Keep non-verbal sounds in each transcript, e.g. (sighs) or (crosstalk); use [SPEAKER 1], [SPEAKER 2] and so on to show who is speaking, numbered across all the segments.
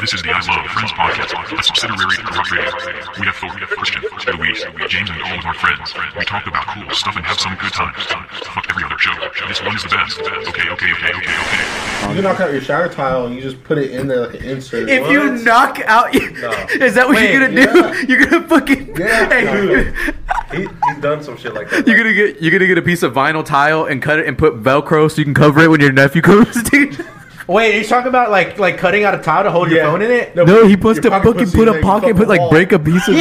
[SPEAKER 1] This is the I Love Friends podcast, a subsidiary of Corrupt Radio. We have Thor, Christian, Louise, James, and all of our friends. We talk about cool stuff and have some good times. Fuck every other show. This one is the best. Okay, okay, okay, okay, okay.
[SPEAKER 2] You knock out your shower tile and you just put it in there like an insert.
[SPEAKER 3] If you
[SPEAKER 2] What?
[SPEAKER 3] knock out, (laughs) is that what you're gonna
[SPEAKER 2] yeah.
[SPEAKER 3] do? (laughs) You're gonna fucking.
[SPEAKER 2] Yeah,
[SPEAKER 3] (laughs) Hey,
[SPEAKER 2] dude.
[SPEAKER 4] He, he's done some shit like that.
[SPEAKER 3] you're gonna get you're gonna get a piece of vinyl tile and cut it and put Velcro so you can cover it when your nephew comes, (laughs) dude.
[SPEAKER 5] Wait, are you talking about like like cutting out a towel to hold your
[SPEAKER 2] Yeah.
[SPEAKER 5] phone in it?
[SPEAKER 3] No, he puts
[SPEAKER 2] Your
[SPEAKER 3] to
[SPEAKER 2] pocket
[SPEAKER 3] fucking
[SPEAKER 2] pussy
[SPEAKER 3] put
[SPEAKER 2] that
[SPEAKER 3] a
[SPEAKER 2] you
[SPEAKER 3] pocket,
[SPEAKER 2] fucking
[SPEAKER 3] put like
[SPEAKER 2] wall.
[SPEAKER 3] break a piece (laughs) of.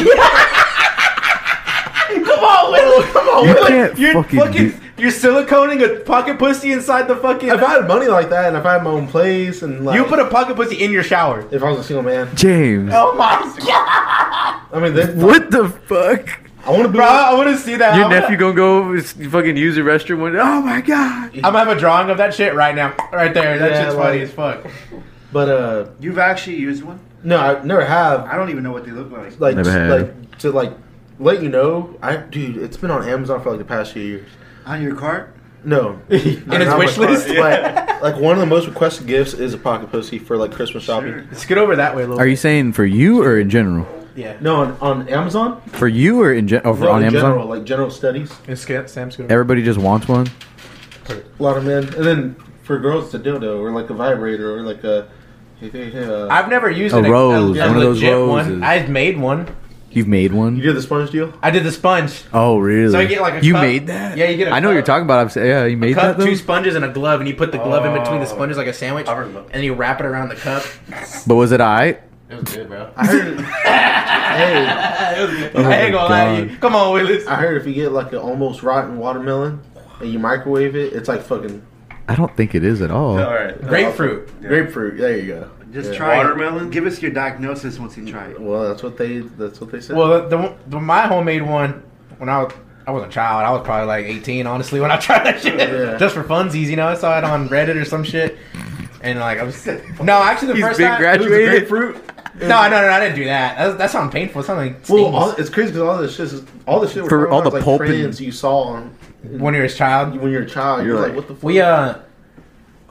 [SPEAKER 5] Come on, Will. Come on,
[SPEAKER 3] You
[SPEAKER 5] Will.
[SPEAKER 3] can't
[SPEAKER 5] you're
[SPEAKER 3] fucking do-
[SPEAKER 5] you're siliconing a pocket pussy inside the fucking.
[SPEAKER 2] If I had money like that and if I had my own place and like
[SPEAKER 5] you put a pocket pussy in your shower.
[SPEAKER 2] if I was a single man,
[SPEAKER 3] James,
[SPEAKER 5] Oh my god,
[SPEAKER 2] I mean, then,
[SPEAKER 3] (laughs) what the fuck?
[SPEAKER 2] I want to be.
[SPEAKER 5] bro! Uh, I want to see that.
[SPEAKER 3] Your
[SPEAKER 5] I'm gonna-
[SPEAKER 3] nephew gonna go s- fucking use the restroom one. Oh my god!
[SPEAKER 5] I'm gonna have a drawing of that shit right now, right there. That
[SPEAKER 2] Yeah,
[SPEAKER 5] shit's
[SPEAKER 2] like-
[SPEAKER 5] funny as fuck.
[SPEAKER 2] But uh,
[SPEAKER 6] You've actually used one?
[SPEAKER 2] no, I never have.
[SPEAKER 6] I don't even know what they look like.
[SPEAKER 2] like
[SPEAKER 3] Never
[SPEAKER 2] to,
[SPEAKER 3] had.
[SPEAKER 2] like to like let you know. I dude, it's been on Amazon for like the past few years.
[SPEAKER 6] On your cart?
[SPEAKER 5] (laughs)
[SPEAKER 2] No, in
[SPEAKER 5] its wish list? (laughs)
[SPEAKER 2] Like, like one of the most requested gifts is a pocket pussy for like Christmas shopping.
[SPEAKER 6] Sure.
[SPEAKER 5] Let's get over that way a little.
[SPEAKER 3] Are you saying for you or in general?
[SPEAKER 5] Yeah.
[SPEAKER 2] No, on, on Amazon.
[SPEAKER 3] For you or in general?
[SPEAKER 2] No,
[SPEAKER 3] on
[SPEAKER 2] in
[SPEAKER 3] Amazon?
[SPEAKER 2] general, like general studies.
[SPEAKER 5] And Skip- Sam's gonna.
[SPEAKER 3] Everybody just wants one.
[SPEAKER 2] A lot of men, and then for girls, it's a dildo or like a vibrator or like a. Hey, hey, hey, uh,
[SPEAKER 5] I've never used
[SPEAKER 3] A
[SPEAKER 5] an-
[SPEAKER 3] rose, one of those
[SPEAKER 5] legit
[SPEAKER 3] roses.
[SPEAKER 5] One. I've made one.
[SPEAKER 3] You've made
[SPEAKER 2] you
[SPEAKER 3] one.
[SPEAKER 2] did the sponge deal.
[SPEAKER 5] I did the sponge.
[SPEAKER 3] Oh really?
[SPEAKER 5] So I get like a
[SPEAKER 3] you
[SPEAKER 5] cup-
[SPEAKER 3] made that?
[SPEAKER 5] Yeah, you get a
[SPEAKER 3] I know
[SPEAKER 5] cup.
[SPEAKER 3] what you're talking about. I'm saying, yeah, you made that.
[SPEAKER 5] Cup,
[SPEAKER 3] Though?
[SPEAKER 5] two sponges and a glove, and you put the glove in between the
[SPEAKER 6] Oh.
[SPEAKER 5] sponges like a sandwich,
[SPEAKER 6] I remember.
[SPEAKER 5] and then you wrap it around the cup.
[SPEAKER 3] But was it I?
[SPEAKER 5] It was good, bro.
[SPEAKER 2] I heard. (laughs) hey,
[SPEAKER 3] Oh
[SPEAKER 5] (laughs) I
[SPEAKER 3] my
[SPEAKER 5] ain't gonna lie to you. Come on, Willis.
[SPEAKER 2] I heard if you get like an almost rotten watermelon and you microwave it, it's like fucking
[SPEAKER 3] I don't think it is at all.
[SPEAKER 6] All right.
[SPEAKER 5] Grapefruit.
[SPEAKER 6] Yeah.
[SPEAKER 2] grapefruit. There you go.
[SPEAKER 6] Just
[SPEAKER 2] Yeah.
[SPEAKER 6] try
[SPEAKER 5] Watermelon?
[SPEAKER 6] It. Give us your diagnosis once you try it.
[SPEAKER 2] Well, that's what they. That's what they said.
[SPEAKER 5] Well, the, the, the my homemade one when I was I was a child, I was probably like 18, honestly, when I (laughs) tried that shit,
[SPEAKER 2] Yeah.
[SPEAKER 5] just for funsies, you know. I saw it on Reddit or some shit, and like I was no, actually the
[SPEAKER 3] He's
[SPEAKER 5] first
[SPEAKER 3] been
[SPEAKER 5] time
[SPEAKER 3] graduated.
[SPEAKER 5] grapefruit. No, no, no, I didn't do that. That, that sounded painful. It sounded like
[SPEAKER 2] Well, all,
[SPEAKER 5] stings
[SPEAKER 2] it's crazy because all this shit, is- all this shit, we're
[SPEAKER 3] For
[SPEAKER 2] talking
[SPEAKER 3] all
[SPEAKER 2] about
[SPEAKER 3] the
[SPEAKER 2] is,
[SPEAKER 3] pulp
[SPEAKER 2] like
[SPEAKER 3] and-
[SPEAKER 2] friends you saw on,
[SPEAKER 5] when you were a child.
[SPEAKER 2] when you're a child. You're,
[SPEAKER 3] You're
[SPEAKER 2] like,
[SPEAKER 3] like,
[SPEAKER 2] what the fuck?
[SPEAKER 5] We uh,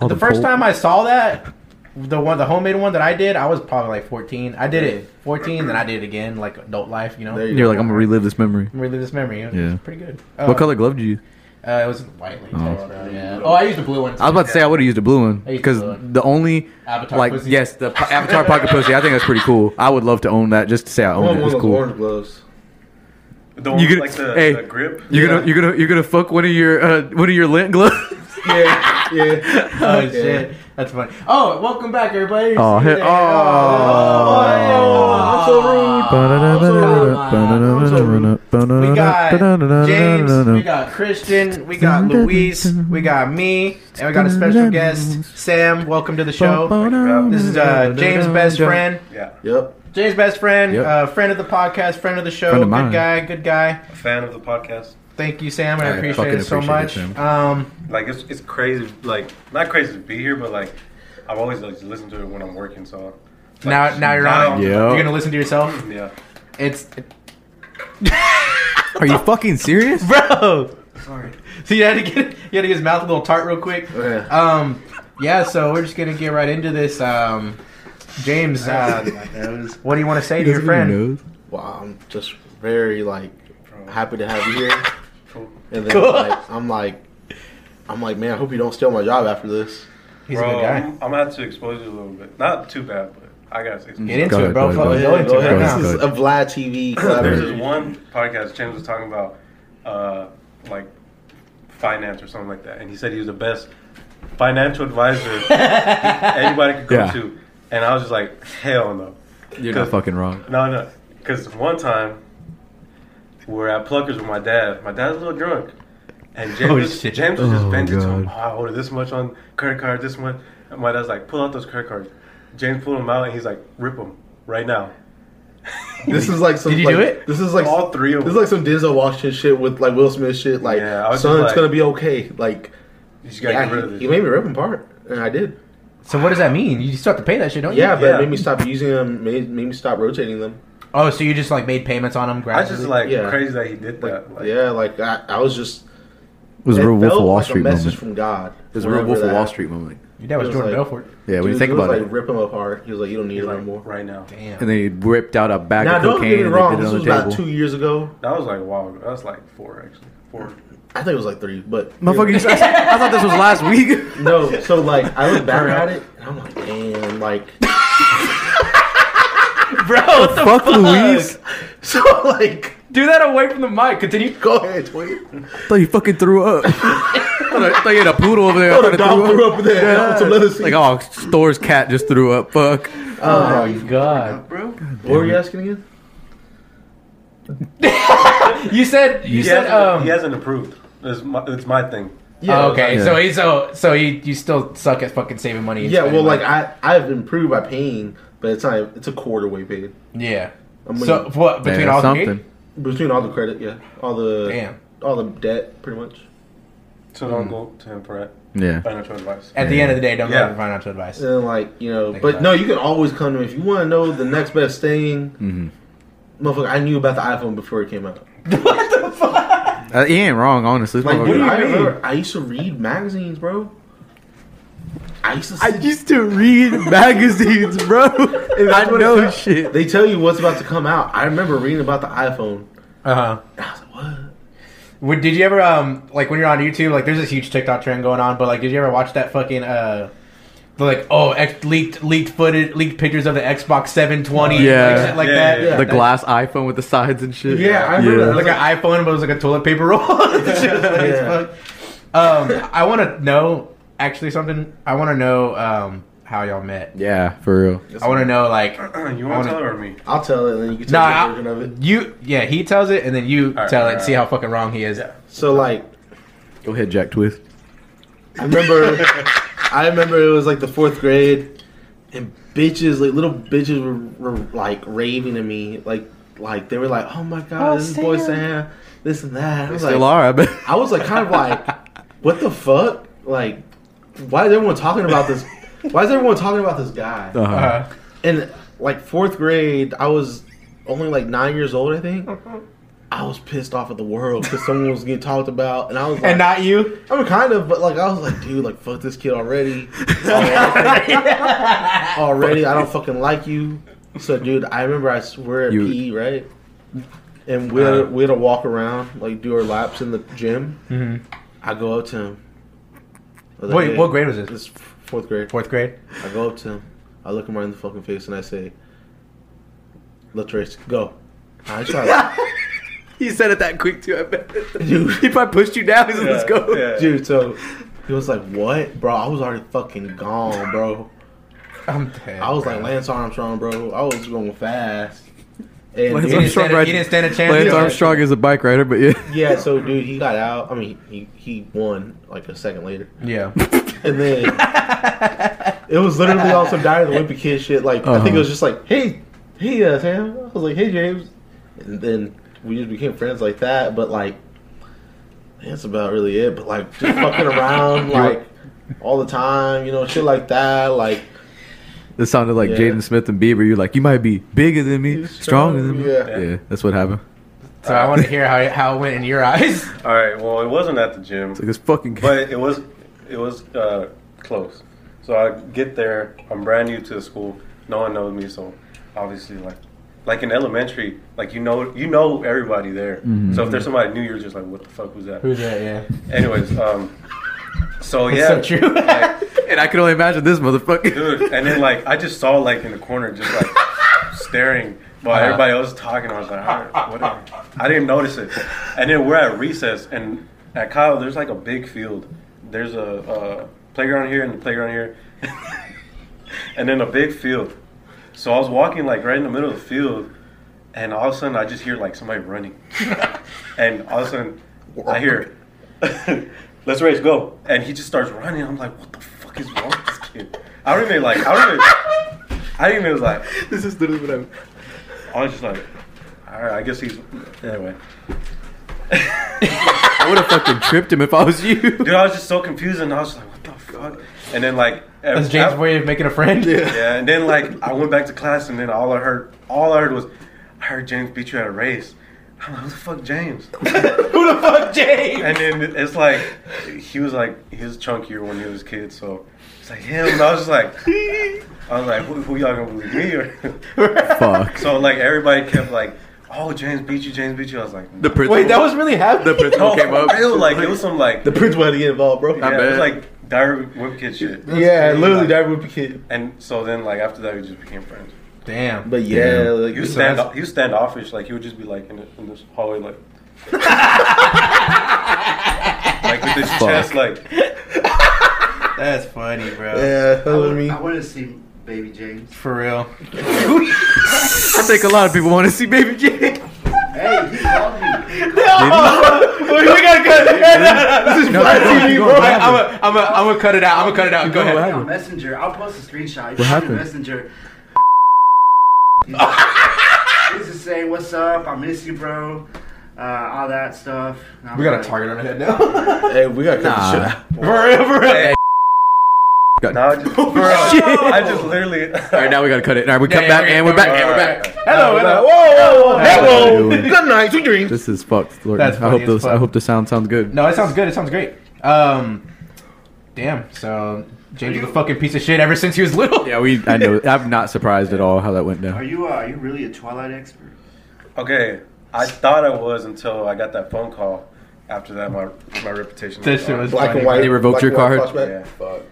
[SPEAKER 3] All
[SPEAKER 5] the first
[SPEAKER 3] pol-
[SPEAKER 5] time I saw that, the one, the homemade one that I did, I was probably like 14. I did it 14, then I did it again, like adult life, you know.
[SPEAKER 2] There you
[SPEAKER 3] You're like, I'm gonna relive this memory.
[SPEAKER 5] Relive this memory. It was
[SPEAKER 3] Yeah.
[SPEAKER 5] pretty good.
[SPEAKER 3] What
[SPEAKER 5] Uh,
[SPEAKER 3] color glove did you? use?
[SPEAKER 5] Uh, it was white. latex, bro, yeah. Oh, I used a blue one.
[SPEAKER 3] I was about to say I would have used a blue one
[SPEAKER 5] I used
[SPEAKER 3] because
[SPEAKER 5] the blue one.
[SPEAKER 3] the only
[SPEAKER 5] Avatar
[SPEAKER 3] like
[SPEAKER 5] pussy.
[SPEAKER 3] yes the po- Avatar pocket pussy. I think that's pretty cool. I would love to own that just to
[SPEAKER 5] uh,
[SPEAKER 3] say I
[SPEAKER 2] I
[SPEAKER 3] own
[SPEAKER 2] want
[SPEAKER 3] it.
[SPEAKER 2] one of
[SPEAKER 3] It's
[SPEAKER 2] those
[SPEAKER 3] cool.
[SPEAKER 2] orange gloves.
[SPEAKER 4] The one
[SPEAKER 3] You
[SPEAKER 4] with,
[SPEAKER 3] could-
[SPEAKER 4] like the,
[SPEAKER 3] hey.
[SPEAKER 4] the grip.
[SPEAKER 3] You're
[SPEAKER 2] Yeah.
[SPEAKER 3] gonna you're gonna you're gonna fuck one of your uh, one of your lint
[SPEAKER 5] (laughs)
[SPEAKER 3] gloves.
[SPEAKER 2] Yeah, yeah.
[SPEAKER 5] (laughs)
[SPEAKER 2] (laughs)
[SPEAKER 5] Oh
[SPEAKER 2] Yeah.
[SPEAKER 5] shit, that's funny. Oh, welcome back, everybody. Oh,
[SPEAKER 3] Oh,
[SPEAKER 5] See you
[SPEAKER 3] hey-
[SPEAKER 5] there.
[SPEAKER 3] oh.
[SPEAKER 2] I'm so rude.
[SPEAKER 5] Oh, We got James, we got Christian, we got Luis, we got me, and we got a special guest, Sam. Welcome to the show. This is uh, James' best friend.
[SPEAKER 4] Yeah,
[SPEAKER 2] Yep.
[SPEAKER 5] James' best friend,
[SPEAKER 3] Yep.
[SPEAKER 5] uh, friend of the podcast, friend of the show,
[SPEAKER 3] Friend of
[SPEAKER 5] good
[SPEAKER 3] mine.
[SPEAKER 5] guy, good guy.
[SPEAKER 4] a fan of the podcast.
[SPEAKER 5] Thank you, Sam. I,
[SPEAKER 3] I
[SPEAKER 5] appreciate
[SPEAKER 3] fucking
[SPEAKER 5] it so much.
[SPEAKER 3] appreciate it,
[SPEAKER 5] um,
[SPEAKER 4] Like it's it's crazy. Like not crazy to be here, but like I've always like listened to it when I'm working. So like,
[SPEAKER 5] now, now you're on. it.
[SPEAKER 3] Yeah.
[SPEAKER 5] You're gonna listen to yourself.
[SPEAKER 4] Yeah.
[SPEAKER 5] It's
[SPEAKER 3] Are you fucking serious?
[SPEAKER 5] bro.
[SPEAKER 6] Sorry.
[SPEAKER 5] So you had to get you had to get his mouth a little tart real quick. (laughs)
[SPEAKER 2] Okay.
[SPEAKER 5] Um, yeah. So we're just gonna get right into this. Um, James, uh, what do you want to say to your friend?
[SPEAKER 2] Wow, I'm just very like happy to have you here.
[SPEAKER 4] Cool.
[SPEAKER 2] And then like, I'm like, I'm like, man, I hope you don't steal my job after this.
[SPEAKER 5] He's a
[SPEAKER 4] Bro,
[SPEAKER 5] good guy.
[SPEAKER 4] I'm, I'm gonna have to expose you a little bit. Not too bad, but I gotta say. something.
[SPEAKER 5] Get into
[SPEAKER 3] Go
[SPEAKER 5] it,
[SPEAKER 3] ahead,
[SPEAKER 5] bro.
[SPEAKER 3] go
[SPEAKER 5] Fuck,
[SPEAKER 3] ahead,
[SPEAKER 5] go into
[SPEAKER 2] go
[SPEAKER 5] it right
[SPEAKER 2] ahead.
[SPEAKER 5] now.
[SPEAKER 2] This is a Vlad TV.
[SPEAKER 4] There's
[SPEAKER 2] collaboration.
[SPEAKER 4] this one podcast James was talking about, uh, like finance or something like that, and he said he was the best financial advisor
[SPEAKER 6] (laughs)
[SPEAKER 5] (laughs)
[SPEAKER 4] anybody could go
[SPEAKER 3] Yeah.
[SPEAKER 4] to, and I was just like, hell no,
[SPEAKER 3] You're not fucking wrong.
[SPEAKER 4] no, no, because one time we were at Pluckers with my dad. My dad's a little drunk, and James,
[SPEAKER 5] Oh,
[SPEAKER 4] was,
[SPEAKER 5] shit.
[SPEAKER 4] James was just
[SPEAKER 3] Oh,
[SPEAKER 4] venting to him.
[SPEAKER 3] God.
[SPEAKER 4] Oh, I ordered this much on credit card, this much. And my dad's like, pull out those credit cards. James pulled them out, and he's like, rip them right now.
[SPEAKER 2] This is like some.
[SPEAKER 5] Did you
[SPEAKER 2] like,
[SPEAKER 5] do it?
[SPEAKER 2] This is like
[SPEAKER 4] All three of
[SPEAKER 2] This is
[SPEAKER 4] them.
[SPEAKER 2] like some Denzel Washington shit with like Will Smith shit. Like,
[SPEAKER 4] Yeah, I was
[SPEAKER 2] son,
[SPEAKER 4] just
[SPEAKER 2] it's
[SPEAKER 4] like-
[SPEAKER 2] gonna be okay. Like,
[SPEAKER 4] You just gotta
[SPEAKER 2] yeah,
[SPEAKER 4] get rid of
[SPEAKER 2] he,
[SPEAKER 4] this.
[SPEAKER 2] he made me rip him apart, and I did.
[SPEAKER 5] So what does that mean? You still have to pay that shit, don't you?
[SPEAKER 2] Yeah, but
[SPEAKER 4] Yeah.
[SPEAKER 2] it made me stop using them. Made, made me stop rotating them.
[SPEAKER 5] Oh, so you just like made payments on them
[SPEAKER 4] I
[SPEAKER 5] gradually?
[SPEAKER 4] just like
[SPEAKER 2] Yeah.
[SPEAKER 4] crazy that he did that. Like,
[SPEAKER 2] yeah, like I, I was just.
[SPEAKER 3] It was a
[SPEAKER 2] it
[SPEAKER 3] real Wolf
[SPEAKER 2] felt
[SPEAKER 3] of Wall
[SPEAKER 2] like a
[SPEAKER 3] Street
[SPEAKER 2] message
[SPEAKER 3] moment. It
[SPEAKER 2] from God.
[SPEAKER 3] was a real Wolf
[SPEAKER 2] Whenever
[SPEAKER 3] of
[SPEAKER 2] that
[SPEAKER 3] Wall
[SPEAKER 2] happened.
[SPEAKER 3] Street moment.
[SPEAKER 5] Your dad was
[SPEAKER 2] Feels
[SPEAKER 5] Jordan
[SPEAKER 2] like-
[SPEAKER 5] Belfort.
[SPEAKER 3] Yeah, when
[SPEAKER 2] Dude,
[SPEAKER 3] you think
[SPEAKER 2] he was
[SPEAKER 3] about
[SPEAKER 2] like
[SPEAKER 3] it.
[SPEAKER 2] rip him apart. He was like, "You don't need it
[SPEAKER 4] Like,
[SPEAKER 2] anymore."
[SPEAKER 4] right now.
[SPEAKER 5] Damn.
[SPEAKER 3] And then he ripped out a bag
[SPEAKER 2] Now,
[SPEAKER 3] of
[SPEAKER 2] don't
[SPEAKER 3] cocaine
[SPEAKER 2] get me
[SPEAKER 3] and
[SPEAKER 2] wrong.
[SPEAKER 3] did it
[SPEAKER 2] This
[SPEAKER 3] on
[SPEAKER 2] was
[SPEAKER 3] the table.
[SPEAKER 2] about two years ago.
[SPEAKER 4] That was like a while ago. That was like four, actually. Four.
[SPEAKER 2] I think it was like three, but
[SPEAKER 3] (laughs) Motherfucker, you said- I thought this was last
[SPEAKER 2] (laughs)
[SPEAKER 3] week.
[SPEAKER 2] No, so like I look back at it, and I'm like, damn,
[SPEAKER 3] (laughs)
[SPEAKER 2] like
[SPEAKER 5] (laughs) Bro, what the
[SPEAKER 3] Fuck Louise.
[SPEAKER 2] so like
[SPEAKER 5] Do that away from the mic. Continue.
[SPEAKER 2] go ahead, Twitter.
[SPEAKER 3] I thought you fucking
[SPEAKER 2] (laughs)
[SPEAKER 3] threw up. I thought I thought you had a poodle over there. I
[SPEAKER 2] Throw
[SPEAKER 3] thought
[SPEAKER 2] the
[SPEAKER 3] it
[SPEAKER 2] dog threw up in there. That was some leather seat.
[SPEAKER 3] Like, oh, Thor's cat just threw up. Fuck.
[SPEAKER 5] Oh, my (laughs)
[SPEAKER 6] Up,
[SPEAKER 5] god.
[SPEAKER 6] bro.
[SPEAKER 2] what were you asking again?
[SPEAKER 5] You said you
[SPEAKER 4] He,
[SPEAKER 5] said
[SPEAKER 4] hasn't,
[SPEAKER 5] um
[SPEAKER 4] he hasn't improved. It's my, it's my thing.
[SPEAKER 2] Yeah,
[SPEAKER 5] oh, okay,
[SPEAKER 3] Yeah.
[SPEAKER 5] so he so so he you still suck at fucking saving money. and
[SPEAKER 2] Yeah, well,
[SPEAKER 5] spending
[SPEAKER 2] like
[SPEAKER 5] money.
[SPEAKER 2] I I've improved by paying, but it's not. It's a quarter way paid
[SPEAKER 5] yeah.
[SPEAKER 2] I'm
[SPEAKER 5] So
[SPEAKER 2] winning.
[SPEAKER 5] what between
[SPEAKER 3] Yeah,
[SPEAKER 5] all
[SPEAKER 3] something.
[SPEAKER 5] three?
[SPEAKER 2] between all the credit, yeah, all the
[SPEAKER 5] Damn.
[SPEAKER 2] all the debt, pretty much.
[SPEAKER 4] So
[SPEAKER 5] Mm.
[SPEAKER 4] don't go to him for that
[SPEAKER 3] Yeah.
[SPEAKER 4] financial advice.
[SPEAKER 5] At the
[SPEAKER 3] Yeah.
[SPEAKER 5] end of the day, don't
[SPEAKER 4] Yeah.
[SPEAKER 5] go for financial advice.
[SPEAKER 2] And then, like you know,
[SPEAKER 5] Think
[SPEAKER 2] but
[SPEAKER 5] about
[SPEAKER 2] no, you can always come to me if you want to know the next best thing. Motherfucker, I knew about the iPhone before it came out.
[SPEAKER 3] Uh, he ain't wrong, honestly. This
[SPEAKER 2] Like,
[SPEAKER 3] motherfucker-
[SPEAKER 2] dude, I
[SPEAKER 5] mean?
[SPEAKER 2] remember I used to read magazines, bro. I used to.
[SPEAKER 3] I used to read magazines, (laughs) bro. I
[SPEAKER 2] what it
[SPEAKER 3] know
[SPEAKER 2] felt-
[SPEAKER 3] shit.
[SPEAKER 2] They tell you what's about to come out. I remember reading about the iPhone.
[SPEAKER 5] Uh huh.
[SPEAKER 2] And I was like, what?
[SPEAKER 5] Would- Did you ever um like when you're on YouTube like there's this huge TikTok trend going on but like did you ever watch that fucking uh the, like oh ex- leaked leaked footage leaked pictures of the Xbox 720
[SPEAKER 3] Yeah.
[SPEAKER 5] like, shit like
[SPEAKER 4] Yeah,
[SPEAKER 5] that
[SPEAKER 4] yeah, yeah.
[SPEAKER 3] The glass iPhone with the sides and shit.
[SPEAKER 2] Yeah, I remember that.
[SPEAKER 5] like an iPhone but it was like a toilet paper roll (laughs) Shit was funny as
[SPEAKER 2] Yeah.
[SPEAKER 5] fuck. um I want to know actually something I want to know um how y'all met
[SPEAKER 3] Yeah, for real.
[SPEAKER 5] I want to know like
[SPEAKER 4] (clears throat) you
[SPEAKER 5] I
[SPEAKER 4] want
[SPEAKER 5] wanna-
[SPEAKER 4] to tell her or me?
[SPEAKER 2] I'll tell it, and then you can
[SPEAKER 5] no
[SPEAKER 2] tell
[SPEAKER 5] I-
[SPEAKER 2] your version of it.
[SPEAKER 5] you yeah he tells it and then you
[SPEAKER 4] right,
[SPEAKER 5] tell it
[SPEAKER 4] all right.
[SPEAKER 5] see how fucking wrong he is
[SPEAKER 4] Yeah.
[SPEAKER 2] So like,
[SPEAKER 3] Go ahead, Jack Twist.
[SPEAKER 2] I remember, I remember it was like the fourth grade, and bitches, like little bitches, were, were like raving to me, like like they were like, oh my god, this boy Sam, this and that. I was
[SPEAKER 3] Still
[SPEAKER 2] like,
[SPEAKER 3] are, I bet.
[SPEAKER 2] I was like, kind of like, what the fuck? Like, why is everyone talking about this? Why is everyone talking about this guy?
[SPEAKER 3] (laughs) Uh-huh.
[SPEAKER 5] uh,
[SPEAKER 2] And like fourth grade, I was only like nine years old, I think. I was pissed off at the world because someone was getting talked about, and I was like,
[SPEAKER 5] and
[SPEAKER 2] (laughs)
[SPEAKER 5] not you
[SPEAKER 2] I mean, kind of, but like I was like, dude, like fuck this kid already. already, I don't fucking like you. So, dude, I remember I swear at
[SPEAKER 3] You-
[SPEAKER 2] PE, right? And we
[SPEAKER 5] Uh-huh.
[SPEAKER 2] had, we had to walk around, like do our laps in the gym. Mm-hmm. I go up to him. I was like,
[SPEAKER 5] Wait,
[SPEAKER 2] "Hey."
[SPEAKER 5] what grade was this?
[SPEAKER 2] This f- fourth grade.
[SPEAKER 5] (laughs) fourth grade
[SPEAKER 2] I go up to him. I look him right in the fucking face and I say, "Let's race, go." I
[SPEAKER 5] (laughs)
[SPEAKER 2] try,
[SPEAKER 3] (laughs) He said it that quick too. I bet. (laughs)
[SPEAKER 2] dude. (laughs)
[SPEAKER 3] He probably pushed you down. He said, (laughs) "Let's go."
[SPEAKER 4] Yeah.
[SPEAKER 2] Dude, so he was like, "What, bro? I was already fucking gone, bro.
[SPEAKER 5] I'm dead
[SPEAKER 2] I was like Lance Armstrong, bro. I was going fast." And
[SPEAKER 3] Lance
[SPEAKER 5] He didn't, stand a,
[SPEAKER 3] right-
[SPEAKER 5] he didn't stand a chance.
[SPEAKER 3] Lance
[SPEAKER 5] Yeah.
[SPEAKER 3] Armstrong is a bike rider, but (laughs) yeah.
[SPEAKER 2] yeah, so dude, he got out. I mean, he he won like a second later,
[SPEAKER 5] Yeah.
[SPEAKER 2] and then it was literally on some Diary of the Wimpy Kid shit. Like I think
[SPEAKER 3] Uh-huh.
[SPEAKER 2] it was just like, "Hey, hey, uh, Sam." I was like, "Hey, James," and then we just became friends like that. But like, that's about really it. But like, just fucking around like all the time, you know, shit like that, like.
[SPEAKER 3] This sounded like
[SPEAKER 2] Yeah.
[SPEAKER 3] Jaden Smith and Bieber. You're like, you might be bigger than me,
[SPEAKER 2] You're
[SPEAKER 3] stronger
[SPEAKER 2] strong,
[SPEAKER 3] than me.
[SPEAKER 2] yeah.
[SPEAKER 3] yeah, that's what happened.
[SPEAKER 5] So I want to hear how, how it went in your eyes.
[SPEAKER 4] All right. Well, it wasn't at the gym,
[SPEAKER 3] Like this fucking.
[SPEAKER 4] but it was it was uh, close. So I get there. I'm brand new to the school. No one knows me, so obviously, like like in elementary, like you know you know everybody there. So if there's somebody new, you're just like, what the fuck was that?
[SPEAKER 5] Who's that? Yeah.
[SPEAKER 4] Anyways, um, so yeah,
[SPEAKER 5] so true.
[SPEAKER 4] like,
[SPEAKER 5] (laughs)
[SPEAKER 3] and I can only imagine this motherfucker.
[SPEAKER 4] (laughs) dude. And then like I just saw like in the corner, just like staring while
[SPEAKER 5] Uh-huh.
[SPEAKER 4] everybody else was talking. I was like, all right, whatever. I didn't notice it. And then we're at recess, and at Kyle, there's like a big field. There's a uh, playground here and the playground here, (laughs) and then a big field. So I was walking like right in the middle of the field, and all of a sudden I just hear like somebody running, and all of a sudden I hear, (laughs) "Let's race, go!" And he just starts running. I'm like, "What the fuck is wrong with this kid?" I don't even like. I don't even. I didn't even like.
[SPEAKER 3] this is literally what I'm.
[SPEAKER 4] I was just like, "All right, I guess he's." Anyway,
[SPEAKER 3] (laughs) I would have fucking tripped him if I was you.
[SPEAKER 4] dude, I was just so confused, and I was just like, "What the fuck?" And then like,
[SPEAKER 5] That's James' way of making a friend. Yeah.
[SPEAKER 4] Yeah, and then like I went back to class, and then all I heard, all I heard was, "I heard James beat you at a race." I'm like, "Who the fuck, James?"
[SPEAKER 5] (laughs) Who the fuck, James?
[SPEAKER 4] And then it's like he was like he was chunkier when he was a kid, so it's like him. And I was just like, I was like, who, who y'all gonna believe me or? (laughs)
[SPEAKER 3] Fuck.
[SPEAKER 4] So like everybody kept like, oh James beat you, James beat you. I was like,
[SPEAKER 3] The
[SPEAKER 4] no,
[SPEAKER 3] principal.
[SPEAKER 5] Wait, that was really
[SPEAKER 3] the
[SPEAKER 5] happening.
[SPEAKER 3] principal
[SPEAKER 4] (laughs) no
[SPEAKER 3] came up.
[SPEAKER 4] for real, like it was some like
[SPEAKER 2] The prince wanted to get involved, bro.
[SPEAKER 4] yeah,
[SPEAKER 2] Yeah,
[SPEAKER 3] I
[SPEAKER 4] it
[SPEAKER 3] bet.
[SPEAKER 4] was like diary whip kid shit.
[SPEAKER 2] literally,
[SPEAKER 4] Like,
[SPEAKER 2] that would be kid.
[SPEAKER 4] And so then like after that we just became friends.
[SPEAKER 5] Damn.
[SPEAKER 2] But yeah, like,
[SPEAKER 4] He was
[SPEAKER 2] so
[SPEAKER 4] stand
[SPEAKER 2] that's-
[SPEAKER 4] he was standoffish. Like he would just be like in the, in this
[SPEAKER 3] (laughs)
[SPEAKER 4] hallway like. like with his chest, like
[SPEAKER 5] That's funny, bro.
[SPEAKER 2] yeah, that's
[SPEAKER 6] I,
[SPEAKER 2] what I
[SPEAKER 6] want,
[SPEAKER 2] mean.
[SPEAKER 6] I want to see Baby James.
[SPEAKER 5] For real.
[SPEAKER 3] I think a lot of people want to see Baby J.
[SPEAKER 6] Hey, he called me.
[SPEAKER 5] we Oh, gotta cut (laughs) This is
[SPEAKER 3] No,
[SPEAKER 5] Vlad
[SPEAKER 3] keep going,
[SPEAKER 5] TV,
[SPEAKER 3] keep
[SPEAKER 5] bro.
[SPEAKER 3] going, what
[SPEAKER 5] I'm gonna I'm gonna- I'm gonna cut it out. I'm gonna cut it out. Go
[SPEAKER 3] going, what
[SPEAKER 5] ahead.
[SPEAKER 3] happened?
[SPEAKER 6] On Messenger. I'll post a screenshot.
[SPEAKER 3] What happened?
[SPEAKER 6] Messenger. He's just saying, "What's up? I miss you, bro." Uh, all that stuff. And I'm
[SPEAKER 5] We got a
[SPEAKER 6] like,
[SPEAKER 5] target on our head now.
[SPEAKER 2] Hey, we got to cut
[SPEAKER 3] Nah.
[SPEAKER 2] this shit out.
[SPEAKER 5] (laughs) for real, for real.
[SPEAKER 3] Hey,
[SPEAKER 4] now
[SPEAKER 3] (laughs)
[SPEAKER 4] I just,
[SPEAKER 3] shit.
[SPEAKER 4] (laughs) I just literally
[SPEAKER 3] All right, now we gotta cut it. All right, we
[SPEAKER 5] Yeah,
[SPEAKER 3] come
[SPEAKER 5] yeah,
[SPEAKER 3] back
[SPEAKER 5] okay,
[SPEAKER 3] and we're back
[SPEAKER 5] okay,
[SPEAKER 3] and we're back.
[SPEAKER 5] Hello, hello.
[SPEAKER 2] Whoa, whoa,
[SPEAKER 3] Hello.
[SPEAKER 2] hello. Good night, sweet dreams.
[SPEAKER 3] This is fucked. Lord.
[SPEAKER 5] That's
[SPEAKER 3] I hope
[SPEAKER 5] funny as
[SPEAKER 3] those. I
[SPEAKER 5] fuck.
[SPEAKER 3] hope the sound sounds good.
[SPEAKER 5] No, it sounds good. It sounds great. Um, damn. So James was a fucking piece of shit ever since he was little.
[SPEAKER 3] Yeah, we. I
[SPEAKER 5] (laughs)
[SPEAKER 3] know. I'm not surprised at all how that went
[SPEAKER 6] Are
[SPEAKER 3] down.
[SPEAKER 6] you uh, are you really a Twilight expert?
[SPEAKER 4] (laughs) Okay, I thought I was until I got that phone call. After that, my my reputation.
[SPEAKER 5] That
[SPEAKER 4] was
[SPEAKER 5] shit was-
[SPEAKER 4] gone.
[SPEAKER 2] Black
[SPEAKER 5] Funny.
[SPEAKER 2] and white.
[SPEAKER 3] They revoked
[SPEAKER 2] black
[SPEAKER 3] your
[SPEAKER 2] and white flashback.
[SPEAKER 3] card?
[SPEAKER 4] Yeah.
[SPEAKER 2] Fuck.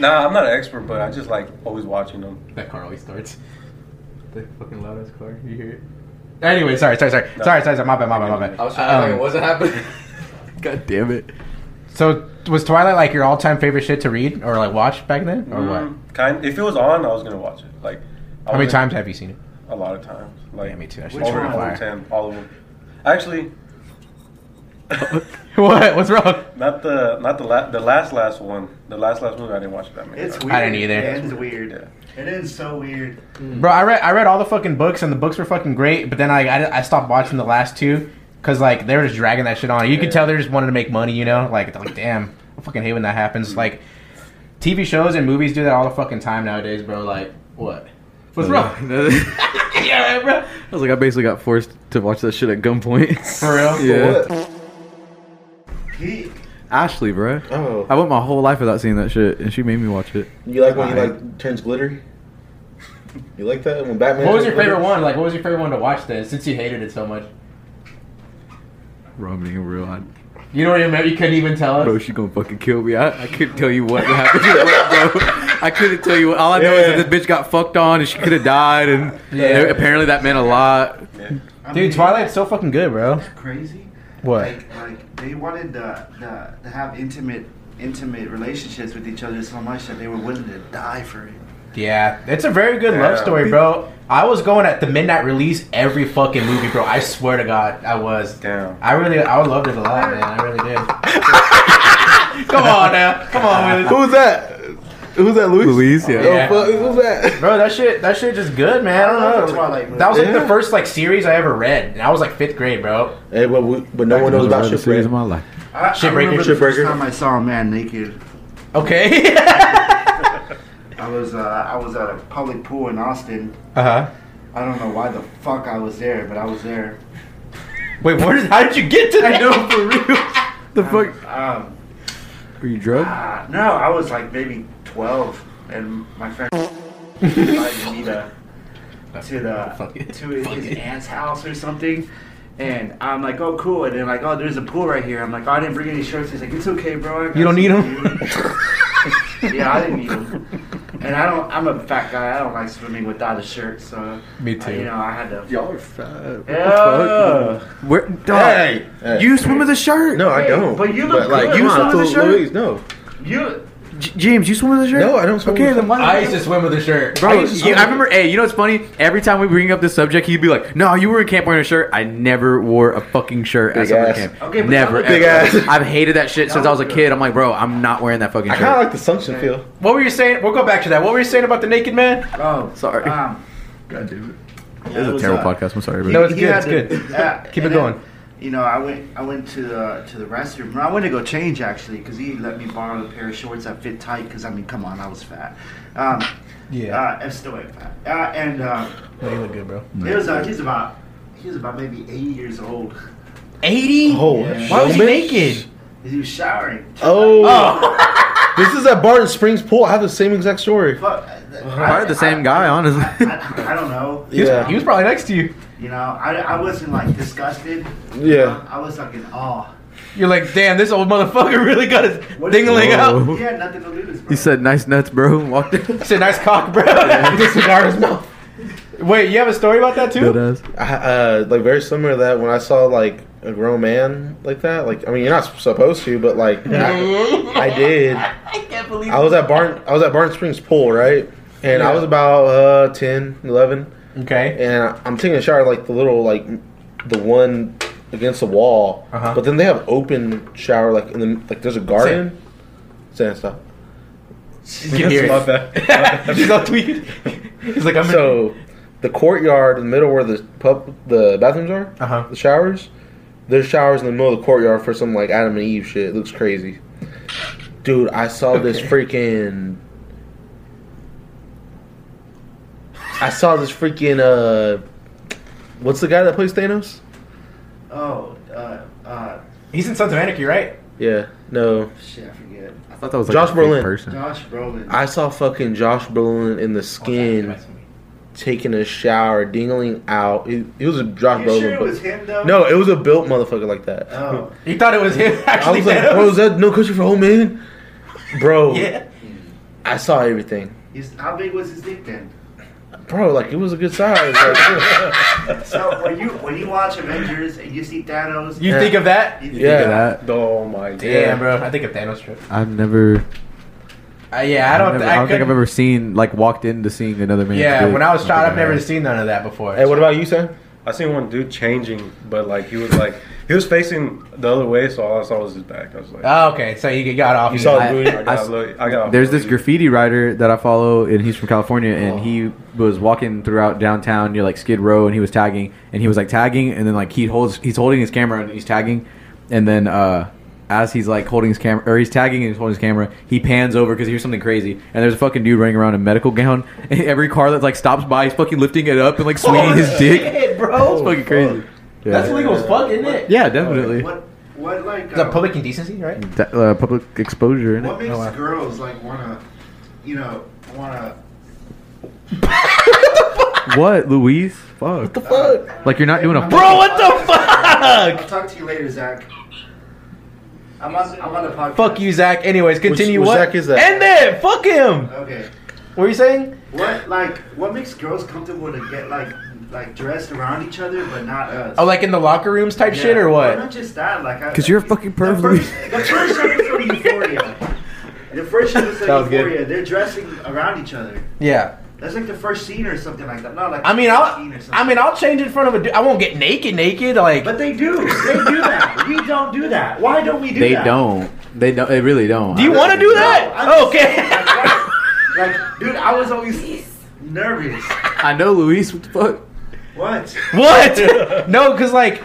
[SPEAKER 4] Nah, I'm not an expert, but I just like always watching them.
[SPEAKER 5] That car always starts. The fucking loud ass car. You hear it? Anyway, sorry, sorry, sorry, sorry, sorry, sorry. My bad, my bad, my bad. Um,
[SPEAKER 3] wasn't happening. (laughs) God damn it.
[SPEAKER 5] so was Twilight like your all-time favorite shit to read or like watch back then, or what?
[SPEAKER 4] Mm, Kind. If it was on, I was gonna watch it. Like,
[SPEAKER 5] How
[SPEAKER 4] I
[SPEAKER 5] many
[SPEAKER 4] was-
[SPEAKER 5] times have you seen it? (laughs)
[SPEAKER 4] A lot of times. Like
[SPEAKER 5] Yeah, me too. I should
[SPEAKER 4] Over,
[SPEAKER 6] try it.
[SPEAKER 4] over ten, all of them. Actually, (laughs)
[SPEAKER 5] what? What's wrong?
[SPEAKER 4] not the not the la- the last last one. The last last movie I didn't watch it that many.
[SPEAKER 6] It's
[SPEAKER 4] times.
[SPEAKER 6] weird.
[SPEAKER 5] I didn't either.
[SPEAKER 6] It ends weird.
[SPEAKER 4] Yeah.
[SPEAKER 6] It ends so weird.
[SPEAKER 5] Bro, I read I read all the fucking books and the books were fucking great, but then I I, I stopped watching the last two because like they were just dragging that shit on. You could tell they just wanted to make money, you know? Like, they're like damn, I fucking hate when that happens. Like, TV shows and movies do that all the fucking time nowadays, bro. Like, what? What's wrong?
[SPEAKER 3] (laughs) I
[SPEAKER 5] yeah, right, bro.
[SPEAKER 3] was like, I basically got forced to watch that shit at gunpoint.
[SPEAKER 5] (laughs) For real?
[SPEAKER 3] yeah.
[SPEAKER 6] He
[SPEAKER 3] Ashley, bro.
[SPEAKER 2] Oh.
[SPEAKER 3] I went my whole life without seeing that shit, and she made me watch it.
[SPEAKER 2] You like when he
[SPEAKER 3] Alright.
[SPEAKER 2] like turns glittery? You like that when Batman?
[SPEAKER 5] What was your
[SPEAKER 2] turns
[SPEAKER 5] favorite
[SPEAKER 2] glittery?
[SPEAKER 5] one? Like, what was your favorite one to watch then? Since you hated it so much,
[SPEAKER 3] Bro, I'm being real. I,
[SPEAKER 5] you don't even you couldn't even tell
[SPEAKER 3] bro,
[SPEAKER 5] us.
[SPEAKER 3] she gonna fucking kill me. I, I couldn't tell you what happened, to that, bro. I couldn't tell you. What, all I know
[SPEAKER 2] Yeah.
[SPEAKER 3] is that this bitch got fucked on, and she could have died, and
[SPEAKER 5] Yeah.
[SPEAKER 3] apparently that meant a lot.
[SPEAKER 4] Yeah.
[SPEAKER 6] I mean,
[SPEAKER 5] Dude, Twilight's so fucking good, bro.
[SPEAKER 6] crazy.
[SPEAKER 5] What?
[SPEAKER 6] Like, like they wanted the, the to have intimate intimate relationships with each other so much that they were willing to die for it.
[SPEAKER 5] Yeah, it's a very good
[SPEAKER 4] Yeah.
[SPEAKER 5] love story, bro. I was going at the midnight release every fucking movie, bro. I swear to God, I was.
[SPEAKER 4] Damn.
[SPEAKER 5] I really, I loved it a lot, man. I really did. (laughs) Come on now, come on,
[SPEAKER 2] Who
[SPEAKER 5] Willie.
[SPEAKER 2] was that? Who was that? Luis.
[SPEAKER 3] Louise, yeah.
[SPEAKER 2] Oh,
[SPEAKER 5] Yeah.
[SPEAKER 2] fuck, who was that?
[SPEAKER 5] Bro, that shit, that shit just good, man. I
[SPEAKER 6] I love
[SPEAKER 5] don't
[SPEAKER 6] the
[SPEAKER 5] know.
[SPEAKER 6] Twilight movie.
[SPEAKER 5] Oh, that was like
[SPEAKER 2] Yeah.
[SPEAKER 5] the first like series I ever read, and I was like fifth grade, bro.
[SPEAKER 2] Hey, but we, but no one knows about
[SPEAKER 3] the series of
[SPEAKER 2] shipwreck.
[SPEAKER 3] my life.
[SPEAKER 6] I, I
[SPEAKER 5] Shitbreaker,
[SPEAKER 6] remember the first
[SPEAKER 2] shitbreaker.
[SPEAKER 6] time I saw a man naked.
[SPEAKER 5] Okay. (laughs)
[SPEAKER 6] I was uh, I was at a public pool in Austin.
[SPEAKER 5] uh huh.
[SPEAKER 6] I don't know why the fuck I was there, but I was there.
[SPEAKER 5] Wait, where did? How did you get to that?
[SPEAKER 3] for real. The fuck?
[SPEAKER 6] Um,
[SPEAKER 3] Were you drugged?
[SPEAKER 6] uh, no, I was like maybe twelve, and my friend invited me to to
[SPEAKER 5] Fuck
[SPEAKER 6] the
[SPEAKER 5] it.
[SPEAKER 6] to his aunt's house or something. And I'm like, oh, cool. And then like, oh, there's a pool right here. I'm like, oh, I didn't bring any shirts. He's like, it's okay, bro. I got
[SPEAKER 5] You don't need
[SPEAKER 6] something for you." (laughs) yeah, I didn't need them. And I don't. I'm a fat guy. I don't like swimming without a shirt. So
[SPEAKER 5] Me
[SPEAKER 6] I, you
[SPEAKER 5] too.
[SPEAKER 6] know, I had to.
[SPEAKER 2] Y'all are fat.
[SPEAKER 6] Yeah.
[SPEAKER 3] Where? Dog,
[SPEAKER 2] Hey, hey.
[SPEAKER 3] you swim with a shirt?
[SPEAKER 2] No, I
[SPEAKER 6] Hey,
[SPEAKER 2] don't.
[SPEAKER 6] but you look good.
[SPEAKER 2] you
[SPEAKER 6] You saw
[SPEAKER 2] on,
[SPEAKER 6] the
[SPEAKER 2] Lu-
[SPEAKER 6] shirt?
[SPEAKER 2] Luis, no,
[SPEAKER 6] You
[SPEAKER 3] J- James, you swim with a shirt?
[SPEAKER 2] no, I don't. swim
[SPEAKER 3] Okay,
[SPEAKER 2] with-
[SPEAKER 3] then why?
[SPEAKER 5] I used to swim with a shirt,
[SPEAKER 3] Bro, I,
[SPEAKER 5] used to
[SPEAKER 3] you,
[SPEAKER 5] swim
[SPEAKER 3] I
[SPEAKER 5] with-
[SPEAKER 3] remember. Hey, you know what's funny? Every time we bring up this subject, he'd be like, "No, you were in camp wearing a shirt." I never wore a fucking shirt at
[SPEAKER 2] Big
[SPEAKER 3] summer
[SPEAKER 2] ass.
[SPEAKER 3] camp.
[SPEAKER 6] Okay, but
[SPEAKER 3] never.
[SPEAKER 6] that was-
[SPEAKER 2] Big
[SPEAKER 3] ever.
[SPEAKER 2] ass.
[SPEAKER 3] I've hated that shit since I was a kid. I'm like, bro, I'm not wearing that fucking
[SPEAKER 2] I kind of
[SPEAKER 3] shirt.
[SPEAKER 2] like the suction feel.
[SPEAKER 5] What were you saying? We'll go back to that. What were you saying about the naked man?
[SPEAKER 6] oh
[SPEAKER 3] Sorry.
[SPEAKER 6] Um,
[SPEAKER 3] God damn it.
[SPEAKER 6] yeah,
[SPEAKER 3] This
[SPEAKER 6] it
[SPEAKER 3] is a
[SPEAKER 6] was,
[SPEAKER 3] terrible
[SPEAKER 6] uh,
[SPEAKER 3] podcast. I'm sorry,
[SPEAKER 5] No,
[SPEAKER 3] bro.
[SPEAKER 5] it's
[SPEAKER 6] he
[SPEAKER 5] good,
[SPEAKER 6] had
[SPEAKER 5] it's
[SPEAKER 6] to-
[SPEAKER 5] good.
[SPEAKER 6] yeah,
[SPEAKER 5] Keep it
[SPEAKER 6] and
[SPEAKER 5] going.
[SPEAKER 6] then, you know, I went I went to the to the restroom. I went to go change actually because he let me borrow a pair of shorts that fit tight. Because I mean, come on, I was fat. Um,
[SPEAKER 5] Yeah.
[SPEAKER 6] uh, I'm still ain't fat. Uh, and uh,
[SPEAKER 5] No, you look good, bro.
[SPEAKER 6] it was uh, he's about he was about maybe eighty years old.
[SPEAKER 5] Eighty.
[SPEAKER 2] Oh,
[SPEAKER 6] Yeah.
[SPEAKER 5] Why was he
[SPEAKER 2] showbiz?
[SPEAKER 5] naked?
[SPEAKER 6] He was showering.
[SPEAKER 2] Oh, this is at Barton Springs pool. I have the same exact story.
[SPEAKER 6] Fuck.
[SPEAKER 3] (laughs) Probably the same guy, honestly.
[SPEAKER 6] uh,
[SPEAKER 3] (laughs)
[SPEAKER 6] I, I don't know.
[SPEAKER 5] He was,
[SPEAKER 2] Yeah.
[SPEAKER 5] he was probably next to you.
[SPEAKER 6] You know, I, I wasn't like disgusted.
[SPEAKER 2] Yeah.
[SPEAKER 6] I was like in awe.
[SPEAKER 5] You're like, damn, this old motherfucker (laughs) really got his dingling out.
[SPEAKER 3] Whoa.
[SPEAKER 6] He had nothing to lose, bro.
[SPEAKER 3] He said, "Nice nuts, bro." (laughs) and Walked in.
[SPEAKER 5] It's a nice cock, bro. (laughs) With a cigar in his mouth. Wait, you have a story about that too?
[SPEAKER 3] Deadass.
[SPEAKER 2] I, uh, like very similar to that when I saw like a grown man like that. Like I mean, you're not supposed to, but like I,
[SPEAKER 6] (laughs)
[SPEAKER 2] I did. I
[SPEAKER 6] can't believe
[SPEAKER 2] was at Barton. I was at Barton Springs pool, right? And I
[SPEAKER 5] Yeah.
[SPEAKER 2] was about uh, 10, 11.
[SPEAKER 5] Okay.
[SPEAKER 2] and I- I'm taking a shower like the little like the one against the wall.
[SPEAKER 5] Uh-huh.
[SPEAKER 2] But then they have open shower like in the like there's a garden. Sand stuff.
[SPEAKER 5] You can hear
[SPEAKER 4] My
[SPEAKER 5] it. (laughs)
[SPEAKER 4] bad.
[SPEAKER 5] He's all tweet. He's like, I'm in.
[SPEAKER 2] So the courtyard in the middle where the pub the bathrooms are,
[SPEAKER 5] Uh-huh.
[SPEAKER 2] the showers. There's showers in the middle of the courtyard for some like Adam and Eve shit. It looks crazy. Dude, I saw this freaking. I saw this freaking uh, what's the guy that plays Thanos?
[SPEAKER 6] Oh, uh, uh,
[SPEAKER 5] He's in Sons of Anarchy, right? Oh,
[SPEAKER 2] Yeah, no,
[SPEAKER 6] shit, I forget.
[SPEAKER 3] I thought that was like
[SPEAKER 2] Josh
[SPEAKER 3] a fake
[SPEAKER 2] Brolin.
[SPEAKER 3] person.
[SPEAKER 6] Josh Brolin.
[SPEAKER 2] I saw fucking Josh Brolin in the skin taking a shower, dingling out. It, it was a Josh
[SPEAKER 6] you
[SPEAKER 2] Brolin.
[SPEAKER 6] sure it
[SPEAKER 2] but-
[SPEAKER 6] was him though?
[SPEAKER 2] no, it was a built motherfucker like that.
[SPEAKER 6] Oh,
[SPEAKER 5] You thought it was him (laughs)
[SPEAKER 2] I
[SPEAKER 5] actually.
[SPEAKER 2] was like,
[SPEAKER 5] Thanos?
[SPEAKER 2] bro, is that no country for old men?
[SPEAKER 6] (laughs)
[SPEAKER 2] Bro,
[SPEAKER 5] (laughs) yeah.
[SPEAKER 2] I saw everything.
[SPEAKER 6] he's, how big was his dick then?
[SPEAKER 2] Bro, like it was a good size. (laughs) Like,
[SPEAKER 6] So when you when you watch Avengers and you see Thanos,
[SPEAKER 5] You
[SPEAKER 2] Yeah.
[SPEAKER 5] think of that?
[SPEAKER 6] you-
[SPEAKER 3] Look at
[SPEAKER 2] yeah.
[SPEAKER 3] that.
[SPEAKER 4] oh my god.
[SPEAKER 5] Damn, bro. I think of Thanos trip.
[SPEAKER 3] I've never.
[SPEAKER 5] Uh,
[SPEAKER 3] I've
[SPEAKER 5] yeah, I don't.
[SPEAKER 3] never-
[SPEAKER 5] I
[SPEAKER 3] I don't think I've
[SPEAKER 5] couldn't-
[SPEAKER 3] ever seen like walked into seeing another man.
[SPEAKER 5] Yeah, when I was child, I've never seen none of that before.
[SPEAKER 2] Hey, what about you, Sam?
[SPEAKER 4] I seen one dude changing, but like he was like he was facing the other way, so all I saw was his back. I
[SPEAKER 5] (laughs)
[SPEAKER 4] was like,
[SPEAKER 5] Oh, okay, so you got off.
[SPEAKER 2] You saw
[SPEAKER 5] I-
[SPEAKER 2] the movie?
[SPEAKER 4] I
[SPEAKER 3] I
[SPEAKER 4] got
[SPEAKER 3] s-
[SPEAKER 4] look- I got
[SPEAKER 3] There's this
[SPEAKER 4] look-
[SPEAKER 3] graffiti writer that I follow, and he's from California, and
[SPEAKER 4] Oh.
[SPEAKER 3] he was walking throughout downtown near like Skid Row, and he was tagging, and he was like tagging, and then like he holds, he's holding his camera, and he's tagging, and then uh, as he's like holding his camera, or he's tagging and he's holding his camera, he pans over because hears something crazy, and there's a fucking dude running around in a medical gown, (laughs) and every car that like stops by, he's fucking lifting it up and like swinging
[SPEAKER 5] Oh,
[SPEAKER 3] his dick.
[SPEAKER 5] shit,
[SPEAKER 3] (laughs)
[SPEAKER 5] bro.
[SPEAKER 3] It's fucking crazy. Yeah.
[SPEAKER 5] That's illegal as fuck, isn't it?
[SPEAKER 3] yeah, definitely.
[SPEAKER 6] What what like
[SPEAKER 5] Is that
[SPEAKER 6] uh,
[SPEAKER 5] public indecency, right?
[SPEAKER 3] That, uh, public exposure. innit?
[SPEAKER 6] What makes
[SPEAKER 5] Oh, wow.
[SPEAKER 6] girls like wanna, you know, wanna?
[SPEAKER 3] What, Luis? Fuck.
[SPEAKER 2] Fuck.
[SPEAKER 3] Like you're not doing a
[SPEAKER 5] Bro, what the
[SPEAKER 6] I'll
[SPEAKER 5] fuck?
[SPEAKER 6] talk to you later, Zach. I'm on I'm on the podcast.
[SPEAKER 5] Fuck you, Zach. Anyways, continue.
[SPEAKER 2] which
[SPEAKER 5] what?
[SPEAKER 2] Zach is that?
[SPEAKER 5] End it. Fuck him.
[SPEAKER 6] Okay.
[SPEAKER 5] What are you saying?
[SPEAKER 6] What like what makes girls comfortable to get like like dressed around each other but not us?
[SPEAKER 5] Oh, like in the locker rooms type
[SPEAKER 6] Yeah.
[SPEAKER 5] shit or
[SPEAKER 6] Well,
[SPEAKER 5] what?
[SPEAKER 6] Not just that, like I-
[SPEAKER 3] 'Cause you're a fucking perv,
[SPEAKER 6] The first, the first episode of Euphoria. The first episode
[SPEAKER 5] That was
[SPEAKER 6] of
[SPEAKER 5] good.
[SPEAKER 6] Euphoria, they're dressing around each other.
[SPEAKER 5] Yeah.
[SPEAKER 6] That's like the first scene or something like that. Not like
[SPEAKER 5] I mean,
[SPEAKER 6] the
[SPEAKER 5] I'll.
[SPEAKER 6] scene or something.
[SPEAKER 5] I mean, I'll change in front of a dude. I won't get naked, naked. Like,
[SPEAKER 6] but they do. They do that. we don't do that. Why don't we do
[SPEAKER 3] They
[SPEAKER 6] that?
[SPEAKER 3] don't. They don't. They really don't.
[SPEAKER 5] do you want to do that?
[SPEAKER 6] I'm just saying,
[SPEAKER 5] okay.
[SPEAKER 6] Like, why- like, dude, I was always nervous.
[SPEAKER 3] I know, Luis. What the fuck?
[SPEAKER 6] What?
[SPEAKER 5] (laughs) (laughs) What? no, because like,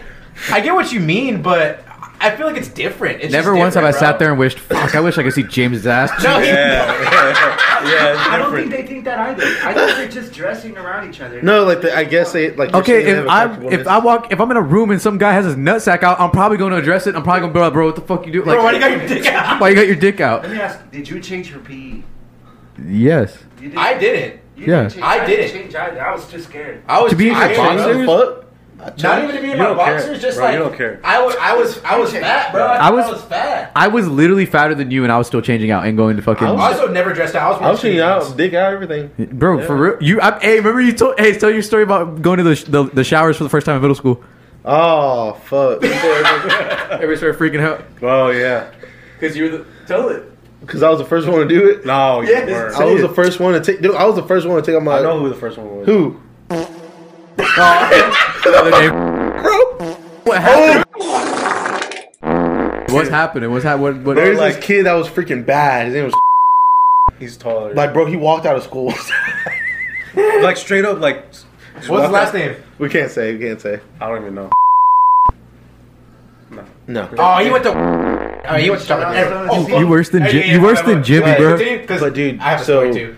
[SPEAKER 5] I get what you mean, but I feel like it's different. It's
[SPEAKER 3] Never
[SPEAKER 5] just
[SPEAKER 3] once have I
[SPEAKER 5] different,
[SPEAKER 3] sat
[SPEAKER 5] bro.
[SPEAKER 3] there and wished, "Fuck, I wish I could see James' ass."
[SPEAKER 5] No, he-
[SPEAKER 4] Yeah, (laughs) yeah, yeah, it's
[SPEAKER 6] I don't
[SPEAKER 4] different.
[SPEAKER 6] think they think that either. I think they're just dressing around each other.
[SPEAKER 2] No, like the, I guess they like. you're saying
[SPEAKER 3] Okay,
[SPEAKER 2] they
[SPEAKER 3] if
[SPEAKER 2] have a
[SPEAKER 3] I
[SPEAKER 2] comfortableness.
[SPEAKER 3] if I walk if I'm in a room and some guy has his nutsack out, I'm probably going to address it. I'm probably going, to bro, bro, what the fuck you do? Like,
[SPEAKER 5] (laughs) Bro, why do you got your dick out?
[SPEAKER 3] why you got your dick out?
[SPEAKER 6] Let me ask. Did you change your PE?
[SPEAKER 3] Yes.
[SPEAKER 6] You did.
[SPEAKER 5] I didn't.
[SPEAKER 6] You
[SPEAKER 3] Yeah.
[SPEAKER 6] didn't change,
[SPEAKER 5] I
[SPEAKER 6] I didn't
[SPEAKER 5] didn't.
[SPEAKER 6] change either. I was too scared.
[SPEAKER 5] I was
[SPEAKER 3] To be in
[SPEAKER 5] I
[SPEAKER 3] your
[SPEAKER 5] didn't.
[SPEAKER 3] boxers?
[SPEAKER 2] Fuck.
[SPEAKER 5] Not even to be in
[SPEAKER 4] You
[SPEAKER 5] my
[SPEAKER 4] don't care.
[SPEAKER 5] boxers, just
[SPEAKER 4] Bro,
[SPEAKER 5] like
[SPEAKER 4] you don't care.
[SPEAKER 5] I was, I was,
[SPEAKER 2] (laughs)
[SPEAKER 5] I was fat, bro. I,
[SPEAKER 3] I
[SPEAKER 5] was,
[SPEAKER 3] was-
[SPEAKER 5] I was fat.
[SPEAKER 3] I was literally fatter than you, and I was still changing out and going to fucking.
[SPEAKER 2] I
[SPEAKER 5] I also never dressed out. I was,
[SPEAKER 2] I was
[SPEAKER 5] wearing
[SPEAKER 2] changing
[SPEAKER 5] jeans.
[SPEAKER 2] out, dick out, everything.
[SPEAKER 3] Bro, for real, you. I, hey, remember you told? Hey, tell your story about going to the, sh- the the showers for the first time in middle school.
[SPEAKER 2] Oh (laughs) fuck.
[SPEAKER 3] Everybody started freaking out
[SPEAKER 4] Oh yeah.
[SPEAKER 3] because you were the. Tell it.
[SPEAKER 2] Because I was the first one to do it.
[SPEAKER 4] No, you
[SPEAKER 5] Yes.
[SPEAKER 4] were.
[SPEAKER 2] I was the first one to take. Dude, I was the first one to take out my.
[SPEAKER 4] I know who the first one was.
[SPEAKER 2] uh, Who?
[SPEAKER 3] What happened? Oh. What's happening? What's happening? What, what,
[SPEAKER 2] There's
[SPEAKER 4] like-
[SPEAKER 2] this kid that was freaking bad. His name was (laughs)
[SPEAKER 4] He's taller.
[SPEAKER 2] like, bro. He walked out of school. (laughs)
[SPEAKER 4] like straight up, like. What's
[SPEAKER 5] What's his last name?
[SPEAKER 2] we can't say. We can't say.
[SPEAKER 4] I don't even know. No.
[SPEAKER 2] No.
[SPEAKER 5] Oh, he went to. Oh, he went to. (laughs)
[SPEAKER 6] Shout out to
[SPEAKER 5] Oh,
[SPEAKER 6] Sons of
[SPEAKER 5] fuck.
[SPEAKER 3] you worse than
[SPEAKER 5] Hey,
[SPEAKER 3] Jim,
[SPEAKER 5] yeah, yeah,
[SPEAKER 3] you worse
[SPEAKER 5] whatever.
[SPEAKER 3] than Jimmy,
[SPEAKER 5] Go ahead,
[SPEAKER 3] bro.
[SPEAKER 5] continue, 'cause
[SPEAKER 2] But dude,
[SPEAKER 5] I have a
[SPEAKER 2] so-
[SPEAKER 5] story too.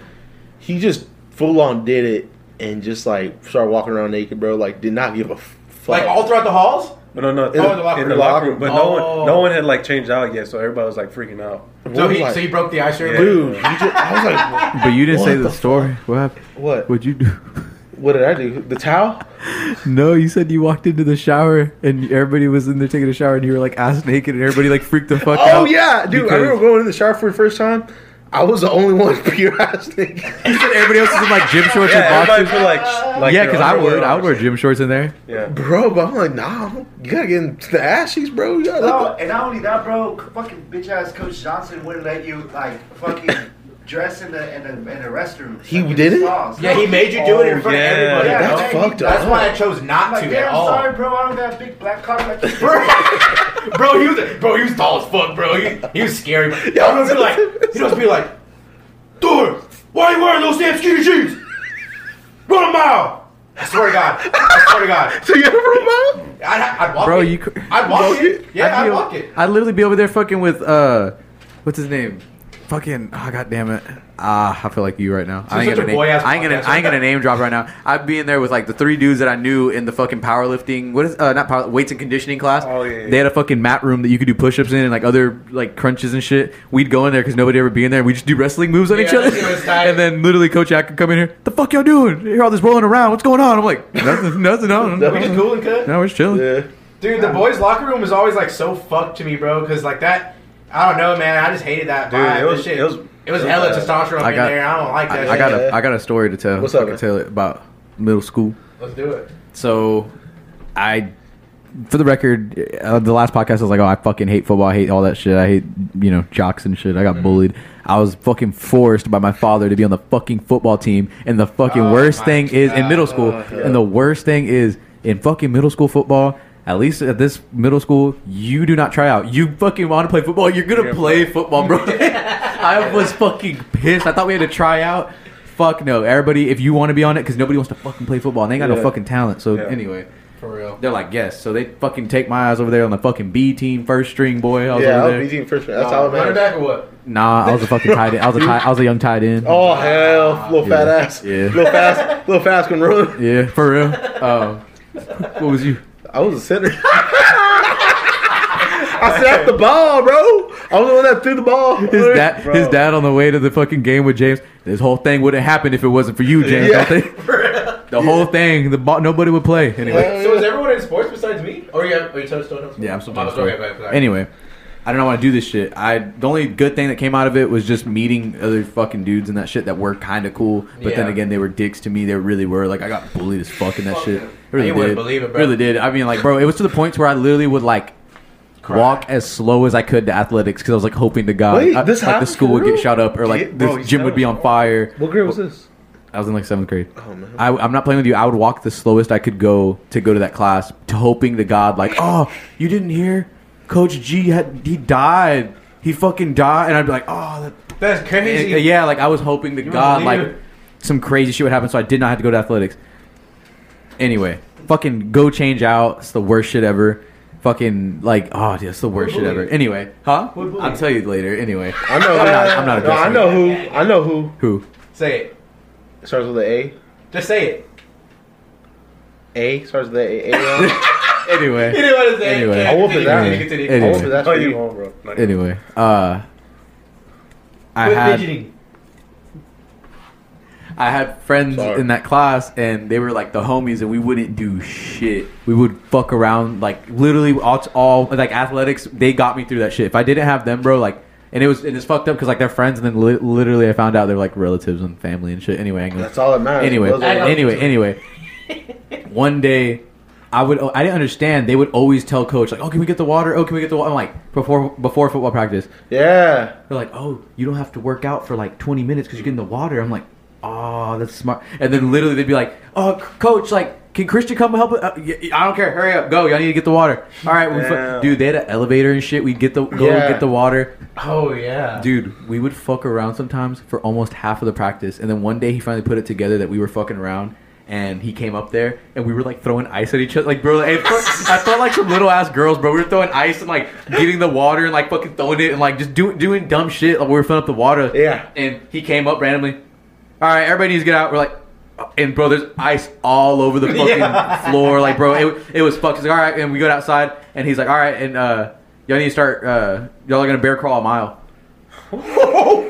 [SPEAKER 2] He just full on did it and just like started walking around naked, bro. Like did not give a fuck.
[SPEAKER 5] Like all throughout the halls.
[SPEAKER 4] But no, no, in,
[SPEAKER 5] the locker
[SPEAKER 4] in the
[SPEAKER 5] room.
[SPEAKER 4] locker room. But no
[SPEAKER 5] Oh.
[SPEAKER 4] one, no one had like changed out yet, so everybody was like freaking out.
[SPEAKER 5] So
[SPEAKER 2] We're
[SPEAKER 5] he,
[SPEAKER 2] like,
[SPEAKER 5] so he broke the ice here.
[SPEAKER 2] dude, you just, I was like, (laughs)
[SPEAKER 3] But you didn't
[SPEAKER 2] What
[SPEAKER 3] say
[SPEAKER 2] the
[SPEAKER 3] the story. What happened?
[SPEAKER 2] What?
[SPEAKER 3] What'd you do? (laughs)
[SPEAKER 2] what did I do? The towel?
[SPEAKER 3] No, you said you walked into the shower and everybody was in there taking a shower and you were like ass naked and everybody like freaked the fuck out.
[SPEAKER 2] Oh yeah, dude! I
[SPEAKER 3] because-
[SPEAKER 2] remember going in the shower for the first time. I was the only (laughs) one pure ass nigga.
[SPEAKER 3] You said everybody else is in like gym shorts
[SPEAKER 4] Yeah,
[SPEAKER 3] and
[SPEAKER 4] everybody
[SPEAKER 3] boxers.
[SPEAKER 4] feel like, sh- like
[SPEAKER 3] yeah,
[SPEAKER 4] their
[SPEAKER 3] because I
[SPEAKER 4] underwear
[SPEAKER 3] would. I would
[SPEAKER 4] on.
[SPEAKER 3] wear gym shorts in there.
[SPEAKER 4] Yeah.
[SPEAKER 2] bro. But I'm like, nah, I'm- you gotta get into the ashes, bro. You gotta
[SPEAKER 6] No,
[SPEAKER 2] (laughs) let
[SPEAKER 6] and not only that, bro. Fucking bitch ass Coach Johnson wouldn't let you like fucking dress in the in the, in the restroom.
[SPEAKER 2] He
[SPEAKER 6] Like,
[SPEAKER 2] did
[SPEAKER 6] his
[SPEAKER 2] it?
[SPEAKER 6] sauce.
[SPEAKER 5] Yeah, he made you do it in
[SPEAKER 4] Oh,
[SPEAKER 5] front
[SPEAKER 4] yeah.
[SPEAKER 5] of everybody.
[SPEAKER 4] Yeah,
[SPEAKER 5] bro.
[SPEAKER 2] that's fucked
[SPEAKER 5] That's
[SPEAKER 2] up.
[SPEAKER 5] why I chose not
[SPEAKER 6] I'm like,
[SPEAKER 5] to at
[SPEAKER 6] damn,
[SPEAKER 5] all.
[SPEAKER 6] sorry, bro. I don't got a big black cock
[SPEAKER 2] (laughs)
[SPEAKER 6] like you.
[SPEAKER 5] bro, (laughs) bro, he was bro, he was tall as fuck, bro. He, he was scary. He must be like, he must be like, dude, why are you wearing those damn skinny jeans? Run a mile. I swear to God, I swear to God,
[SPEAKER 2] the. So you ever run out?
[SPEAKER 5] I'd, I'd walk
[SPEAKER 3] Bro,
[SPEAKER 5] it.
[SPEAKER 3] you cou-
[SPEAKER 5] I'd walk
[SPEAKER 2] Walk
[SPEAKER 5] it.
[SPEAKER 2] it?
[SPEAKER 5] Yeah, I'd,
[SPEAKER 3] be-
[SPEAKER 5] walk it.
[SPEAKER 3] I'd literally be over there fucking with uh, what's his name? Fucking oh god damn it! Ah, I feel like you right now. I ain't
[SPEAKER 5] such
[SPEAKER 3] gonna
[SPEAKER 5] a
[SPEAKER 3] name.
[SPEAKER 5] boy-ass
[SPEAKER 3] I ain't gonna.
[SPEAKER 5] podcast.
[SPEAKER 3] I ain't gonna name drop right now. I'd be in there with like the three dudes that I knew in the fucking powerlifting. What is uh not power weights and conditioning class?
[SPEAKER 4] Oh, yeah, yeah.
[SPEAKER 3] They had a fucking mat room that you could do push-ups in and like other like crunches and shit. We'd go in there because nobody ever be in there. We just do wrestling moves on
[SPEAKER 5] Yeah,
[SPEAKER 3] each other,
[SPEAKER 5] that shit was
[SPEAKER 3] (laughs)
[SPEAKER 5] tight.
[SPEAKER 3] and then literally Coach Ack could come in here. The fuck y'all doing? You're all this rolling around. What's going on? I'm like nothing. (laughs) Nothing. No, no,
[SPEAKER 5] We just
[SPEAKER 3] no,
[SPEAKER 5] cool and cut.
[SPEAKER 3] we're just chilling.
[SPEAKER 2] Yeah.
[SPEAKER 5] Dude, the boys' locker room was always like so fucked to me, bro. Because like that, I don't know, man. I just hated that
[SPEAKER 4] Dude,
[SPEAKER 5] vibe.
[SPEAKER 4] it
[SPEAKER 5] That
[SPEAKER 4] was-
[SPEAKER 5] shit.
[SPEAKER 4] it was-
[SPEAKER 5] it was
[SPEAKER 4] it was
[SPEAKER 5] hella
[SPEAKER 4] bad.
[SPEAKER 5] testosterone
[SPEAKER 3] I
[SPEAKER 5] in
[SPEAKER 3] got-
[SPEAKER 5] there. I don't like that.
[SPEAKER 3] I, I
[SPEAKER 5] shit.
[SPEAKER 3] got a I got a story to tell.
[SPEAKER 2] What's
[SPEAKER 3] if
[SPEAKER 2] up,
[SPEAKER 3] I can
[SPEAKER 2] man?
[SPEAKER 3] tell it about middle school.
[SPEAKER 5] Let's do it.
[SPEAKER 3] So, I, for the record, uh, the last podcast I was like, oh, I fucking hate football. I hate all that shit. I hate you know jocks and shit. I got bullied. I was fucking forced by my father to be on the fucking football team. And the fucking
[SPEAKER 5] Oh
[SPEAKER 3] worst
[SPEAKER 5] my
[SPEAKER 3] thing is in middle school.
[SPEAKER 2] God.
[SPEAKER 3] And the worst thing is in fucking middle school football. At least at this middle school, you do not try out. You fucking want to play football. You're gonna
[SPEAKER 4] You're gonna
[SPEAKER 3] play football, bro. (laughs) I was fucking pissed. I thought we had to try out. Fuck no, everybody. If you want to be on it, because nobody wants to fucking play football, and they ain't got
[SPEAKER 4] Yeah.
[SPEAKER 3] no fucking talent. So
[SPEAKER 4] Yeah.
[SPEAKER 3] anyway,
[SPEAKER 5] For real.
[SPEAKER 3] they're like yes. So they fucking take my eyes over there on the fucking B team first string boy. I was
[SPEAKER 2] Yeah,
[SPEAKER 3] over
[SPEAKER 2] I
[SPEAKER 3] there.
[SPEAKER 2] was BG first. man. That's how it
[SPEAKER 5] Uh, Running
[SPEAKER 2] matters.
[SPEAKER 5] back or what?
[SPEAKER 3] Nah, I was a fucking tight end. I was
[SPEAKER 2] (laughs)
[SPEAKER 3] a tight, I was a young tight end.
[SPEAKER 2] Oh hell, little fat
[SPEAKER 3] Yeah.
[SPEAKER 2] ass.
[SPEAKER 3] Yeah.
[SPEAKER 2] Little fast, little fast can run.
[SPEAKER 3] Yeah,
[SPEAKER 2] (laughs)
[SPEAKER 3] for real. Um, what was you?
[SPEAKER 2] I was a (laughs) center. I snapped the ball, bro. I was the one that threw the ball.
[SPEAKER 3] His dad, his dad on the way to the fucking game with James. This whole thing wouldn't happen if it wasn't for you, James.
[SPEAKER 2] Yeah. (laughs)
[SPEAKER 3] Don't think? The whole thing, the ball, nobody would play anyway.
[SPEAKER 2] Yeah.
[SPEAKER 5] So is everyone in sports besides me? Or you have, are you touched on else?
[SPEAKER 3] Yeah, I'm still
[SPEAKER 5] Oh,
[SPEAKER 3] doing
[SPEAKER 5] okay,
[SPEAKER 3] story.
[SPEAKER 5] okay, okay.
[SPEAKER 3] Anyway, I don't want to do this shit. I the only good thing that came out of it was just meeting other fucking dudes and that shit that were kind of cool. But then
[SPEAKER 5] Yeah.
[SPEAKER 3] again, they were dicks to me. They really were. Like I got bullied as fuck in that shit. I really
[SPEAKER 5] You
[SPEAKER 3] did.
[SPEAKER 5] wouldn't believe it, bro.
[SPEAKER 3] Really did. I mean, like, bro, it was to the point where I literally would like. Walk as slow as I could to athletics because I was like hoping to God
[SPEAKER 2] Wait,
[SPEAKER 3] I-
[SPEAKER 2] this
[SPEAKER 3] like the
[SPEAKER 2] happened
[SPEAKER 3] school
[SPEAKER 2] for
[SPEAKER 3] would get
[SPEAKER 2] real?
[SPEAKER 3] shot up or like
[SPEAKER 4] Yeah, bro,
[SPEAKER 3] this
[SPEAKER 4] he's
[SPEAKER 3] gym would be
[SPEAKER 4] telling
[SPEAKER 3] on fire.
[SPEAKER 2] What grade was this?
[SPEAKER 3] I was in like seventh grade.
[SPEAKER 2] Oh man.
[SPEAKER 3] I, I'm not playing with you. I would walk the slowest I could go to go to that class, to hoping to God, like, oh, you didn't hear? Coach G had he died. He fucking died, and I'd be like, oh, that,
[SPEAKER 5] That's crazy.
[SPEAKER 3] and- and yeah, like I was hoping to
[SPEAKER 5] You
[SPEAKER 3] God,
[SPEAKER 5] don't
[SPEAKER 3] like
[SPEAKER 5] believe it.
[SPEAKER 3] some crazy shit would happen, so I did not have to go to athletics. Anyway, fucking go change out. It's the worst shit ever. Fucking like, oh, dude, it's the worst shit
[SPEAKER 5] bullied
[SPEAKER 3] ever.
[SPEAKER 5] you?
[SPEAKER 3] Anyway, huh?
[SPEAKER 5] Who bullied
[SPEAKER 3] I'll
[SPEAKER 5] you?
[SPEAKER 3] tell you later. Anyway,
[SPEAKER 2] I know.
[SPEAKER 3] I'm not- I'm not
[SPEAKER 2] no, I
[SPEAKER 3] addressing
[SPEAKER 2] know who. I know who.
[SPEAKER 5] (laughs)
[SPEAKER 3] who?
[SPEAKER 5] Say it.
[SPEAKER 2] It starts with an
[SPEAKER 5] Just say it.
[SPEAKER 2] A. A starts with an A.
[SPEAKER 5] (laughs)
[SPEAKER 2] A.
[SPEAKER 3] Anyway,
[SPEAKER 5] You know what I'm saying?
[SPEAKER 3] Anyway.
[SPEAKER 5] Yeah,
[SPEAKER 2] I whoop his
[SPEAKER 5] continue,
[SPEAKER 2] ass.
[SPEAKER 5] continue, continue.
[SPEAKER 3] Anyway.
[SPEAKER 2] I wonder if that's
[SPEAKER 4] Oh,
[SPEAKER 2] what
[SPEAKER 4] you
[SPEAKER 2] you.
[SPEAKER 4] won't, bro. Not you.
[SPEAKER 3] anyway, uh, I
[SPEAKER 5] Quit
[SPEAKER 3] had.
[SPEAKER 5] fidgeting.
[SPEAKER 3] I had friends
[SPEAKER 2] Sorry.
[SPEAKER 3] in that class, and they were like the homies, and we wouldn't do shit. We would fuck around, like literally all, all like athletics. They got me through that shit. If I didn't have them, bro, like, and it was and it's fucked up because like they're friends, and then li- literally I found out they're like relatives and family and shit. Anyway, I can-
[SPEAKER 2] That's all that matters.
[SPEAKER 3] anyway,
[SPEAKER 2] Those are-
[SPEAKER 5] I-
[SPEAKER 3] anyway, anyway. One day, I would I didn't understand. They would always tell coach like, "Oh, can we get the water? Oh, can we get the water?" I'm like before before football practice.
[SPEAKER 2] yeah.
[SPEAKER 3] They're like, oh, you don't have to work out for like 20 minutes because you get in the water. I'm like, oh, that's smart. And then literally they'd be like, oh, c- coach, like, can Christian come help? Uh, y- y- I don't care. Hurry up. Go. Y'all need to get the water. All right. We fu-
[SPEAKER 4] Damn.
[SPEAKER 3] Dude, they had an elevator and shit. We'd get the go
[SPEAKER 2] Yeah.
[SPEAKER 3] get the water.
[SPEAKER 5] Oh, yeah.
[SPEAKER 3] Dude, we would fuck around sometimes for almost half of the practice. And then one day he finally put it together that we were fucking around. And he came up there, and we were like throwing ice at each other. Like, bro, like, it felt- I felt like some little ass girls, bro. We were throwing ice and like getting the water and like fucking throwing it and like just doing doing dumb shit. Like we were filling up the water.
[SPEAKER 2] Yeah.
[SPEAKER 3] And he came up randomly. All right, everybody needs to get out. We're like, and bro, there's ice all over the fucking floor. Like, bro, it, it was fucked. He's like, all right, and we go outside, and he's like, all right, and uh, y'all need to start. Uh, y'all are gonna bear crawl a mile. bro,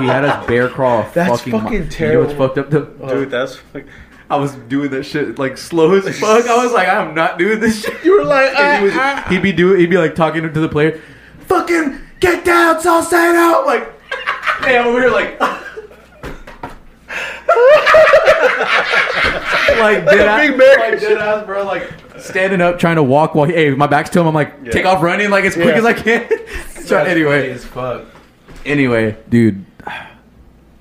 [SPEAKER 3] he had us bear crawl. A
[SPEAKER 2] That's
[SPEAKER 3] fucking, mi-
[SPEAKER 2] fucking
[SPEAKER 3] You know
[SPEAKER 2] terrible.
[SPEAKER 3] what's fucked up? The,
[SPEAKER 4] Dude, that's like,
[SPEAKER 3] I was doing that shit like slow as fuck. I was like, I'm not doing this shit.
[SPEAKER 2] You were like,
[SPEAKER 3] (laughs) And he was,
[SPEAKER 2] "Ah, ah,
[SPEAKER 3] he'd be doing, he'd be like talking to the player, fucking get down, Salcedo. I'm like, (laughs) damn, we were like, (laughs) like dead ass,
[SPEAKER 2] Big Mac.
[SPEAKER 3] like dead ass, bro, like standing up trying to walk while he, hey, my back's to him. I'm like, take off running like as quick
[SPEAKER 4] Yeah.
[SPEAKER 3] as I can. (laughs) so anyway,
[SPEAKER 5] as fuck.
[SPEAKER 3] anyway, dude,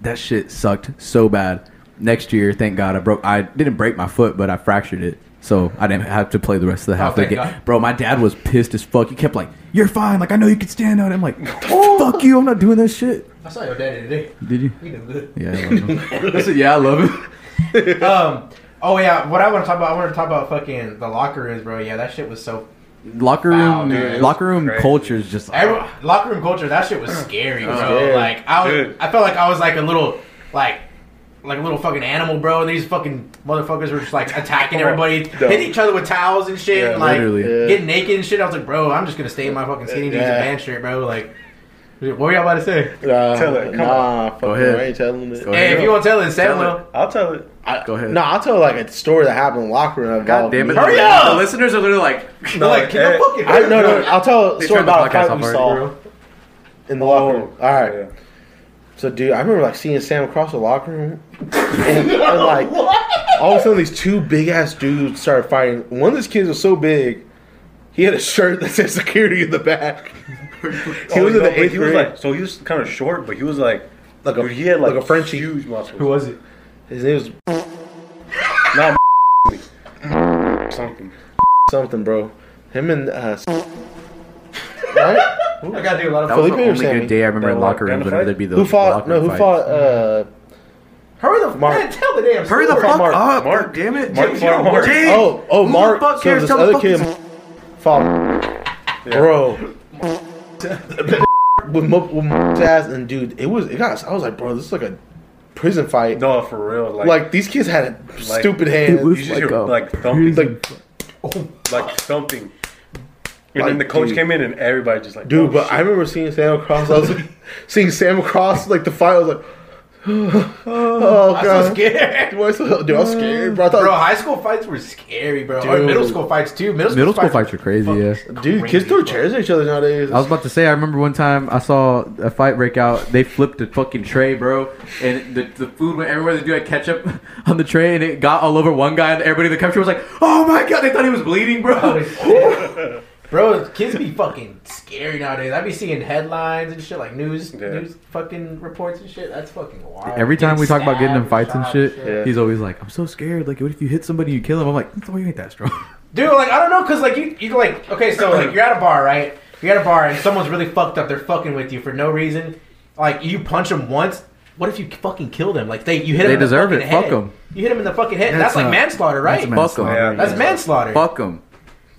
[SPEAKER 3] that shit sucked so bad. Next year, thank God, I broke. I didn't break my foot, but I fractured it, so I didn't have to play the rest of the half. of the
[SPEAKER 5] Oh, thank
[SPEAKER 3] game.
[SPEAKER 5] God.
[SPEAKER 3] Bro, my dad was pissed as fuck. He kept like, "You're fine." Like I know you can stand out. I'm
[SPEAKER 5] (laughs)
[SPEAKER 3] like,
[SPEAKER 5] Oh.
[SPEAKER 3] "Fuck you! I'm not doing that shit."
[SPEAKER 5] I saw your daddy today.
[SPEAKER 3] Did you?
[SPEAKER 5] He did good.
[SPEAKER 3] Yeah, I love
[SPEAKER 5] (laughs)
[SPEAKER 3] him. (laughs) I said, yeah, I love him.
[SPEAKER 5] Um. Oh yeah. What I want to talk about. I want to talk about fucking the locker rooms, bro. Yeah, that shit was so.
[SPEAKER 3] Locker
[SPEAKER 5] Wow,
[SPEAKER 3] room,
[SPEAKER 5] dude, it was
[SPEAKER 3] locker room
[SPEAKER 4] crazy.
[SPEAKER 3] culture is just.
[SPEAKER 5] Every, locker room culture. That shit was scary, bro.
[SPEAKER 2] Scary.
[SPEAKER 5] Like I, was,
[SPEAKER 4] Dude.
[SPEAKER 5] I felt like I was like a little, like, like a little fucking animal, bro. And these fucking motherfuckers were just like attacking everybody, hitting each other with towels and shit,
[SPEAKER 4] Yeah,
[SPEAKER 5] and, like
[SPEAKER 3] literally.
[SPEAKER 2] Yeah.
[SPEAKER 5] getting naked and shit. I was like, bro, I'm just gonna stay in my fucking skinny jeans
[SPEAKER 2] Yeah.
[SPEAKER 5] and band shirt, bro. Like, what were y'all about to say?
[SPEAKER 2] Nah,
[SPEAKER 4] Tell it, come
[SPEAKER 2] nah, fucking
[SPEAKER 3] ahead.
[SPEAKER 2] I ain't telling it.
[SPEAKER 3] Go ahead.
[SPEAKER 5] Hey, if you want to tell it, Sam will.
[SPEAKER 4] I'll tell it.
[SPEAKER 2] I,
[SPEAKER 3] Go ahead.
[SPEAKER 2] No, I'll tell like a story that happened in the locker room.
[SPEAKER 3] God damn it!
[SPEAKER 5] Hurry up!
[SPEAKER 3] The listeners are literally like,
[SPEAKER 5] They're like, can
[SPEAKER 4] eh,
[SPEAKER 5] you fucking?
[SPEAKER 2] I, no, no,
[SPEAKER 4] (laughs)
[SPEAKER 2] I'll tell a
[SPEAKER 3] They
[SPEAKER 2] story
[SPEAKER 3] turned the
[SPEAKER 2] about a
[SPEAKER 3] podcast
[SPEAKER 2] fight we
[SPEAKER 3] off
[SPEAKER 2] saw
[SPEAKER 3] already.
[SPEAKER 2] in the locker room. All right.
[SPEAKER 4] Oh, Yeah.
[SPEAKER 2] So, dude, I remember like seeing Sam across the locker room,
[SPEAKER 4] (laughs)
[SPEAKER 2] and, and, like all of a sudden these two big ass dudes started fighting. One of these kids was so big, he had a shirt that said "security" in the back. (laughs) he
[SPEAKER 4] Oh,
[SPEAKER 2] was
[SPEAKER 4] no,
[SPEAKER 2] in
[SPEAKER 4] but
[SPEAKER 2] the eighth
[SPEAKER 4] he was
[SPEAKER 2] grade.
[SPEAKER 4] like, so he was kind of short, but he was like,
[SPEAKER 2] Like a-
[SPEAKER 4] dude, he had like,
[SPEAKER 2] like a Frenchie.
[SPEAKER 4] huge muscles.
[SPEAKER 5] Who was it?
[SPEAKER 2] His name was
[SPEAKER 4] Not
[SPEAKER 5] (laughs)
[SPEAKER 4] something.
[SPEAKER 2] something, bro. Him and uh, right?
[SPEAKER 5] I gotta do a lot of.
[SPEAKER 3] that was
[SPEAKER 2] Felipe
[SPEAKER 3] the
[SPEAKER 2] or
[SPEAKER 3] only
[SPEAKER 2] Sammy?
[SPEAKER 3] good day I remember in
[SPEAKER 4] That
[SPEAKER 3] locker rooms.
[SPEAKER 4] locker
[SPEAKER 3] Whenever
[SPEAKER 4] fight?
[SPEAKER 3] there'd be the
[SPEAKER 2] who fought?
[SPEAKER 3] locker
[SPEAKER 2] No,
[SPEAKER 3] room
[SPEAKER 2] who
[SPEAKER 3] fights.
[SPEAKER 2] fought? Uh,
[SPEAKER 5] Hurry the
[SPEAKER 2] Mark.
[SPEAKER 5] man, tell the damn.
[SPEAKER 3] Hurry the
[SPEAKER 5] story.
[SPEAKER 3] fuck
[SPEAKER 2] Mark.
[SPEAKER 3] up!
[SPEAKER 4] Mark.
[SPEAKER 3] God damn it!
[SPEAKER 4] Mark
[SPEAKER 3] James,
[SPEAKER 4] fought
[SPEAKER 3] you don't
[SPEAKER 5] (laughs)
[SPEAKER 4] Mark.
[SPEAKER 3] work.
[SPEAKER 2] Oh, oh,
[SPEAKER 3] Who the
[SPEAKER 2] Mark.
[SPEAKER 3] fuck
[SPEAKER 2] so
[SPEAKER 3] cares?
[SPEAKER 2] this
[SPEAKER 3] Tell the
[SPEAKER 2] other
[SPEAKER 3] fuck-
[SPEAKER 2] kid, fought, bro. with mo- with Mark's ass and dude, it was. It got. I was like, bro, this is like a prison fight.
[SPEAKER 4] No, for real. Like,
[SPEAKER 2] like these kids had
[SPEAKER 4] Like-
[SPEAKER 2] stupid hands.
[SPEAKER 3] It was-
[SPEAKER 4] you just
[SPEAKER 3] like
[SPEAKER 4] hear
[SPEAKER 3] a-
[SPEAKER 4] like thumping, like,
[SPEAKER 2] like,
[SPEAKER 4] thumping. And
[SPEAKER 2] Like,
[SPEAKER 4] then the coach
[SPEAKER 2] dude.
[SPEAKER 4] came in, and everybody just like,
[SPEAKER 2] dude,
[SPEAKER 4] oh,
[SPEAKER 2] but
[SPEAKER 4] shit.
[SPEAKER 2] I remember seeing Sam Cross. I was like, seeing Sam Cross like the fight. I was
[SPEAKER 4] (sighs)
[SPEAKER 2] like, (sighs) oh
[SPEAKER 5] I'm so
[SPEAKER 2] god,
[SPEAKER 5] scared.
[SPEAKER 2] dude, I was so- dude, I was scared, bro. I
[SPEAKER 5] Bro,
[SPEAKER 2] thought,
[SPEAKER 5] high school fights were scary, bro. Or middle school fights too. Middle school,
[SPEAKER 3] Middle school fights are crazy. Yeah.
[SPEAKER 2] dude, kids throw chairs at each other nowadays.
[SPEAKER 3] I was about to say, I remember one time I saw a fight break out. They flipped a fucking tray, bro, and the, the food went everywhere. They do had ketchup (laughs) on the tray, and it got all over one guy, and everybody in the country was like, "Oh my god!" They thought he was
[SPEAKER 2] (laughs)
[SPEAKER 3] bleeding, bro.
[SPEAKER 5] Bro, kids be fucking scary nowadays. I be seeing headlines and shit like news,
[SPEAKER 4] Yeah.
[SPEAKER 5] news fucking reports and shit. That's fucking wild.
[SPEAKER 3] Every time we talk about getting in
[SPEAKER 5] stabbed
[SPEAKER 3] fights and
[SPEAKER 5] shot
[SPEAKER 3] shit,
[SPEAKER 2] Yeah.
[SPEAKER 3] he's always like, "I'm so scared. Like, what if you hit somebody, you kill him?" I'm like, "Why you ain't that strong?" (laughs)
[SPEAKER 5] Dude, like I don't know, cause like you, you like okay, so like you're at a bar, right? You're at a bar and someone's really fucked up. They're fucking with you for no reason. Like you punch them once. What if you fucking kill them? Like they, you hit
[SPEAKER 3] They
[SPEAKER 5] them. in the
[SPEAKER 3] deserve
[SPEAKER 5] fucking
[SPEAKER 3] it. Fuck
[SPEAKER 5] head.
[SPEAKER 3] 'em.
[SPEAKER 5] You hit them in the fucking head. That's,
[SPEAKER 3] That's
[SPEAKER 5] like
[SPEAKER 3] not-
[SPEAKER 5] manslaughter, right?
[SPEAKER 3] That's manslaughter.
[SPEAKER 4] Yeah.
[SPEAKER 5] That's manslaughter.
[SPEAKER 3] Fuck him.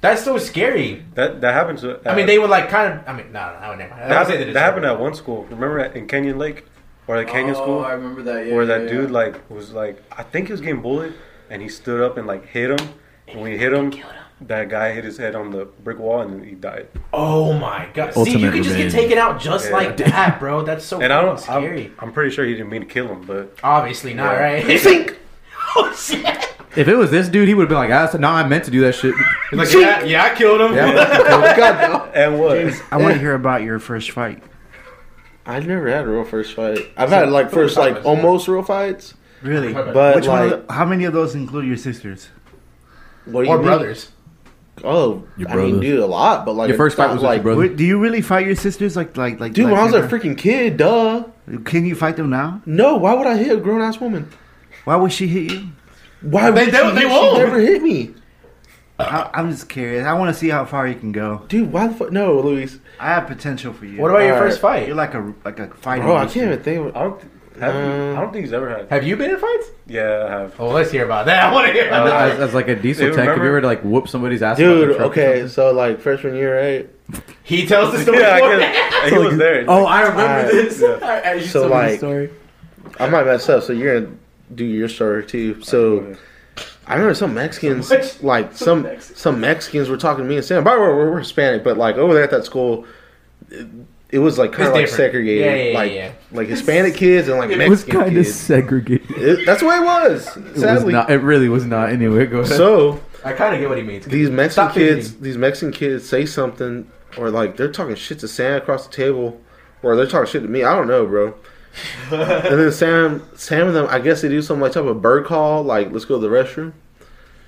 [SPEAKER 5] That's so scary.
[SPEAKER 4] that that happens. to-
[SPEAKER 5] I mean, they would like kind of. I mean, no, no, no never mind.
[SPEAKER 4] that,
[SPEAKER 5] I would say they
[SPEAKER 4] happened, that happened
[SPEAKER 5] deserve
[SPEAKER 4] at one school. Remember at, in Canyon Lake, or the
[SPEAKER 5] Oh,
[SPEAKER 4] Canyon School,
[SPEAKER 3] remember that.
[SPEAKER 4] where Oh, that dude like was like, I think he was getting bullied, and he stood up and like hit him, and when he hit him, that guy hit his head on the brick wall and he died.
[SPEAKER 5] it. Oh my god! See, you
[SPEAKER 3] Ultimate
[SPEAKER 5] can just get
[SPEAKER 3] revenge.
[SPEAKER 5] taken out just
[SPEAKER 4] Yeah.
[SPEAKER 5] like that, bro. That's so
[SPEAKER 4] And I don't. I'm-
[SPEAKER 5] scary.
[SPEAKER 4] I'm, pretty sure he didn't mean to kill him, but
[SPEAKER 5] Obviously not,
[SPEAKER 4] Yeah.
[SPEAKER 5] right?
[SPEAKER 2] you think?
[SPEAKER 5] (laughs) oh shit!
[SPEAKER 3] If it was this dude, he would have been like, "Ah, no, I meant to do that shit." (laughs)
[SPEAKER 5] Like, yeah, yeah, I killed
[SPEAKER 2] (laughs)
[SPEAKER 5] him.
[SPEAKER 2] God, no.
[SPEAKER 4] and what?
[SPEAKER 6] I want to hear about your first fight.
[SPEAKER 2] I never had a real first fight. I've had like first
[SPEAKER 5] talking
[SPEAKER 2] like
[SPEAKER 5] about?
[SPEAKER 2] almost real fights,
[SPEAKER 6] Really?
[SPEAKER 2] but
[SPEAKER 6] Which
[SPEAKER 2] like
[SPEAKER 6] one? Of the, how many of those include your sisters?
[SPEAKER 2] what do you
[SPEAKER 5] Or
[SPEAKER 2] mean?
[SPEAKER 5] brothers.
[SPEAKER 2] Oh,
[SPEAKER 3] Your
[SPEAKER 2] I mean,
[SPEAKER 3] brothers.
[SPEAKER 2] dude, a lot. But like
[SPEAKER 3] Your first
[SPEAKER 2] it's not
[SPEAKER 3] fight was with
[SPEAKER 2] like
[SPEAKER 3] your brother.
[SPEAKER 6] Wait, do you really fight your sisters? Like, like, like.
[SPEAKER 2] Dude,
[SPEAKER 6] like
[SPEAKER 2] when I was a freaking kid, duh.
[SPEAKER 6] freaking. Can you fight them now?
[SPEAKER 2] No, why would I hit a grown ass woman?
[SPEAKER 6] Why would she hit you?
[SPEAKER 2] Why
[SPEAKER 5] They-
[SPEAKER 2] would
[SPEAKER 5] they-
[SPEAKER 2] she,
[SPEAKER 5] they
[SPEAKER 2] hit-
[SPEAKER 5] won't.
[SPEAKER 2] she never hit me?
[SPEAKER 6] I, I'm just curious. I want to see how far you can go.
[SPEAKER 2] Dude, why the fuck? No, Luis.
[SPEAKER 6] I have potential for you.
[SPEAKER 5] What about your
[SPEAKER 2] Alright.
[SPEAKER 5] first fight?
[SPEAKER 6] You're like a like a fighting.
[SPEAKER 2] Bro, I
[SPEAKER 6] monster.
[SPEAKER 2] can't even think of
[SPEAKER 4] I don't. Th- have you, I don't think he's ever had.
[SPEAKER 5] Have you been in fights?
[SPEAKER 4] Yeah, I (laughs) have.
[SPEAKER 5] Oh, let's hear about that. (laughs) I want to hear about
[SPEAKER 3] as,
[SPEAKER 5] that.
[SPEAKER 3] as like a diesel
[SPEAKER 4] Dude,
[SPEAKER 3] tank, if you
[SPEAKER 4] remember-
[SPEAKER 3] were to like whoop somebody's ass, about
[SPEAKER 2] Dude,
[SPEAKER 3] the truck or
[SPEAKER 2] okay, so like freshman year, right?
[SPEAKER 5] He tells the story. (laughs)
[SPEAKER 4] Yeah, I
[SPEAKER 5] for
[SPEAKER 4] guess-
[SPEAKER 5] me.
[SPEAKER 4] he was there.
[SPEAKER 3] Oh, I remember
[SPEAKER 2] Alright.
[SPEAKER 3] this.
[SPEAKER 4] Yeah.
[SPEAKER 3] (laughs) Alright, you
[SPEAKER 2] So,
[SPEAKER 3] told me this
[SPEAKER 2] like-
[SPEAKER 3] story.
[SPEAKER 2] I might mess up. So you're in do your starter too. So I remember some Mexicans,
[SPEAKER 4] What?
[SPEAKER 2] like some
[SPEAKER 4] Some Mexicans.
[SPEAKER 2] some Mexicans were talking to me and saying, "By the way, we're, we're Hispanic," but like over there at that school. It, it was like kind of
[SPEAKER 5] It's
[SPEAKER 2] like
[SPEAKER 5] different.
[SPEAKER 2] segregated,
[SPEAKER 5] Yeah, yeah, yeah,
[SPEAKER 2] like
[SPEAKER 5] yeah.
[SPEAKER 2] like Hispanic kids and like
[SPEAKER 3] It was
[SPEAKER 2] Mexican
[SPEAKER 3] kind of
[SPEAKER 2] kids.
[SPEAKER 3] segregated.
[SPEAKER 2] It- that's the way it was.
[SPEAKER 3] It was
[SPEAKER 2] Sadly,
[SPEAKER 3] not. It really was not. Anyway, go ahead.
[SPEAKER 2] so
[SPEAKER 5] I kind of get what he means.
[SPEAKER 2] these Mexican
[SPEAKER 5] Stop
[SPEAKER 2] kids,
[SPEAKER 5] fidgeting.
[SPEAKER 2] these Mexican kids say something, or like they're talking shit to Sam across the table, or they're talking shit to me. I don't know, bro. and then Sam, Sam and them, I guess they do some like type of bird call, like let's go to the restroom.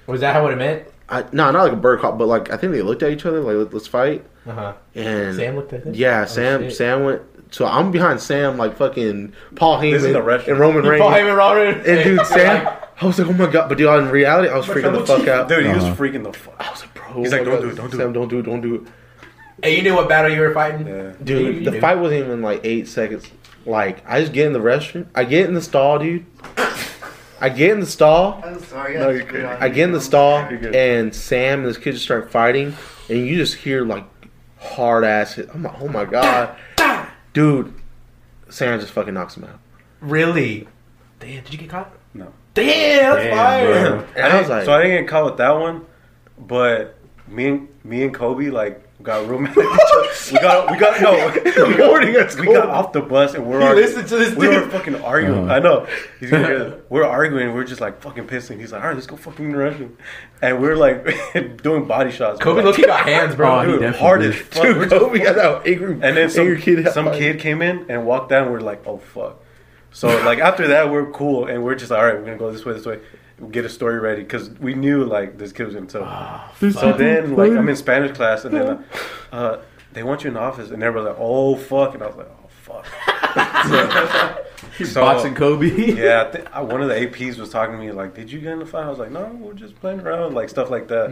[SPEAKER 5] Was that how it meant?
[SPEAKER 2] I, no, not like a bird call, but like I think they looked at each other, like Let, let's fight.
[SPEAKER 5] Uh huh.
[SPEAKER 2] And
[SPEAKER 5] Sam looked at them?
[SPEAKER 2] Yeah,
[SPEAKER 5] Oh,
[SPEAKER 2] Sam,
[SPEAKER 5] shit.
[SPEAKER 2] Sam went. So I'm behind Sam, like fucking Paul
[SPEAKER 4] This is the
[SPEAKER 2] Heyman
[SPEAKER 4] restroom.
[SPEAKER 2] and Roman Reigns.
[SPEAKER 5] Paul Heyman, Robert.
[SPEAKER 2] And dude, Sam, I was like, oh my god, but dude, in reality, I was freaking the fuck out.
[SPEAKER 4] Dude, he was
[SPEAKER 3] Uh-huh.
[SPEAKER 4] freaking the fuck.
[SPEAKER 2] I was like, bro,
[SPEAKER 4] He's like,
[SPEAKER 2] oh my God,
[SPEAKER 4] "Don't do it, don't do
[SPEAKER 2] Sam,
[SPEAKER 4] it."
[SPEAKER 2] don't do it, don't do it.
[SPEAKER 5] Hey, you knew what battle you were fighting?
[SPEAKER 4] Yeah.
[SPEAKER 5] You-
[SPEAKER 2] Dude,
[SPEAKER 5] you
[SPEAKER 2] the
[SPEAKER 5] knew.
[SPEAKER 2] fight wasn't even like eight seconds. Like, I just get in the restroom. I get in the stall, dude. I get in the stall.
[SPEAKER 6] I'm sorry.
[SPEAKER 4] No,
[SPEAKER 6] I
[SPEAKER 4] you're
[SPEAKER 6] just put it
[SPEAKER 4] good.
[SPEAKER 6] on
[SPEAKER 2] I get in the
[SPEAKER 6] you.
[SPEAKER 2] stall,
[SPEAKER 4] You're good.
[SPEAKER 2] and Sam and this kid just start fighting, and you just hear like hard ass hit. I'm like, oh my god, dude. Sam just fucking knocks him out.
[SPEAKER 5] Really? Damn, did you get caught?
[SPEAKER 4] No.
[SPEAKER 5] Damn, that's fire. (laughs)
[SPEAKER 4] Damn, bro.
[SPEAKER 2] And I was like,
[SPEAKER 4] so I didn't get caught with that one, but me and me and Kobe like got (laughs) room. we got we got
[SPEAKER 5] (laughs)
[SPEAKER 4] no.
[SPEAKER 2] good morning, that's
[SPEAKER 4] We
[SPEAKER 2] cool.
[SPEAKER 4] got off the bus and we're
[SPEAKER 5] He
[SPEAKER 4] arguing.
[SPEAKER 5] listened to this
[SPEAKER 4] we were
[SPEAKER 5] dude.
[SPEAKER 4] fucking arguing.
[SPEAKER 3] Uh-huh.
[SPEAKER 4] I know. He's gonna
[SPEAKER 5] (laughs)
[SPEAKER 4] hear this. We're arguing. We're just like fucking pissing. He's like, all right, let's go fucking rush him. And we're like (laughs) doing body shots.
[SPEAKER 5] Kobe,
[SPEAKER 4] We're
[SPEAKER 5] look,
[SPEAKER 4] like,
[SPEAKER 5] he got hands, bro.
[SPEAKER 3] Oh, he
[SPEAKER 4] dude,
[SPEAKER 3] definitely
[SPEAKER 4] hard
[SPEAKER 3] did.
[SPEAKER 4] as fuck. We're
[SPEAKER 2] Dude,
[SPEAKER 4] just-
[SPEAKER 2] (laughs) Kobe got that angry, (laughs)
[SPEAKER 4] and then some,
[SPEAKER 2] angry kid.
[SPEAKER 4] some kid came in and walked down. We're like, oh fuck. So like after that, we're cool and we're just like, all right. We're gonna go this way, this way. We'll get a story ready because we knew like this kid was gonna tell. so
[SPEAKER 3] Ah.
[SPEAKER 4] then like I'm in Spanish class and then uh, uh, they want you in the office and everybody's like, oh fuck, and I was like, oh fuck. so, so-
[SPEAKER 3] boxing Kobe. (laughs)
[SPEAKER 4] yeah, I think I, one of the APs was talking to me like, "Did you get in a fight?" I was like, "No, we're just playing around, like stuff like that."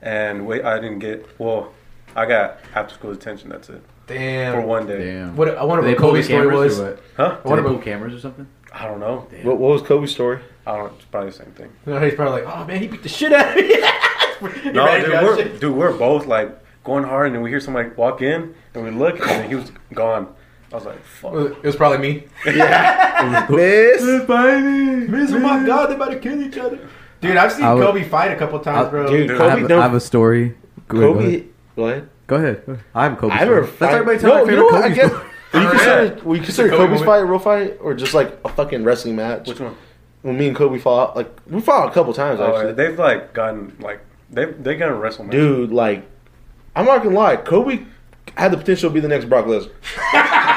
[SPEAKER 4] And wait, I didn't get. Well, I got after school attention. That's it
[SPEAKER 5] Damn.
[SPEAKER 4] for one day.
[SPEAKER 3] Damn.
[SPEAKER 5] What I wonder
[SPEAKER 3] Did
[SPEAKER 5] what
[SPEAKER 3] they pull
[SPEAKER 5] Kobe's
[SPEAKER 3] the
[SPEAKER 5] story
[SPEAKER 3] cameras
[SPEAKER 5] was.
[SPEAKER 3] or what?
[SPEAKER 4] Huh?
[SPEAKER 5] I
[SPEAKER 3] Did they
[SPEAKER 5] wonder
[SPEAKER 3] pull
[SPEAKER 5] what
[SPEAKER 3] cameras or something?
[SPEAKER 4] I don't know.
[SPEAKER 2] What, what was Kobe's story?
[SPEAKER 4] I don't. It's probably the same thing.
[SPEAKER 5] No, (laughs) he's probably like, oh man, he beat the shit out of me. (laughs) He
[SPEAKER 4] No,
[SPEAKER 5] ran
[SPEAKER 4] dude,
[SPEAKER 5] through
[SPEAKER 4] we're,
[SPEAKER 5] that shit.
[SPEAKER 4] dude, we're both like going hard, and then we hear somebody walk in, and we look, and then he was gone. I was like, "Fuck."
[SPEAKER 5] It was probably me.
[SPEAKER 2] Miss,
[SPEAKER 5] oh my god, they about to kill each other. Dude, I've seen
[SPEAKER 3] I would-
[SPEAKER 5] Kobe fight a couple times,
[SPEAKER 3] I-
[SPEAKER 5] bro.
[SPEAKER 2] dude,
[SPEAKER 3] I
[SPEAKER 2] Kobe,
[SPEAKER 3] have,
[SPEAKER 2] no,
[SPEAKER 3] I have a story. Go ahead,
[SPEAKER 2] Kobe, go ahead.
[SPEAKER 3] Go ahead. Go ahead. I have a Kobe
[SPEAKER 2] I
[SPEAKER 3] story.
[SPEAKER 2] never.
[SPEAKER 3] That's everybody telling
[SPEAKER 2] no,
[SPEAKER 3] me
[SPEAKER 2] you know what? I
[SPEAKER 3] Kobe
[SPEAKER 2] guess.
[SPEAKER 3] story.
[SPEAKER 2] Will (laughs) you
[SPEAKER 4] Yeah.
[SPEAKER 2] consider, will you consider
[SPEAKER 5] Kobe
[SPEAKER 2] Kobe's
[SPEAKER 5] win.
[SPEAKER 2] fight a real fight or just like a fucking wrestling match?
[SPEAKER 4] Which one?
[SPEAKER 2] When me and Kobe fought, like we fought a couple times
[SPEAKER 4] Oh,
[SPEAKER 2] actually.
[SPEAKER 4] they've like gotten like they they got a wrestle match.
[SPEAKER 2] Dude, like I'm not gonna lie, Kobe had the potential to be the next Brock Lesnar. (laughs)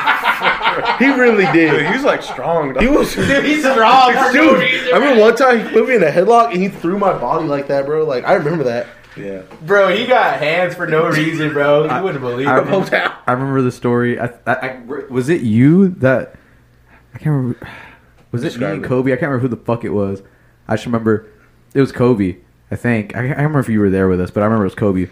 [SPEAKER 2] he really
[SPEAKER 4] Dude,
[SPEAKER 2] did.
[SPEAKER 4] he was like strong. Dog.
[SPEAKER 2] He was. Dude,
[SPEAKER 5] he's strong, (laughs) dude.
[SPEAKER 2] I remember one time he put me in a headlock and he threw my body like that, bro. Like I remember that.
[SPEAKER 4] yeah.
[SPEAKER 5] Bro, he got hands for no reason, bro. You wouldn't believe
[SPEAKER 3] I
[SPEAKER 5] it.
[SPEAKER 3] remember, I remember the story. I, I, I, was it you that I can't remember. Was it me
[SPEAKER 2] Describe
[SPEAKER 3] and
[SPEAKER 2] it.
[SPEAKER 3] Kobe? I can't remember who the fuck it was. I just remember it was Kobe. I think I, can't- I remember if you were there with us, but I remember it was Kobe.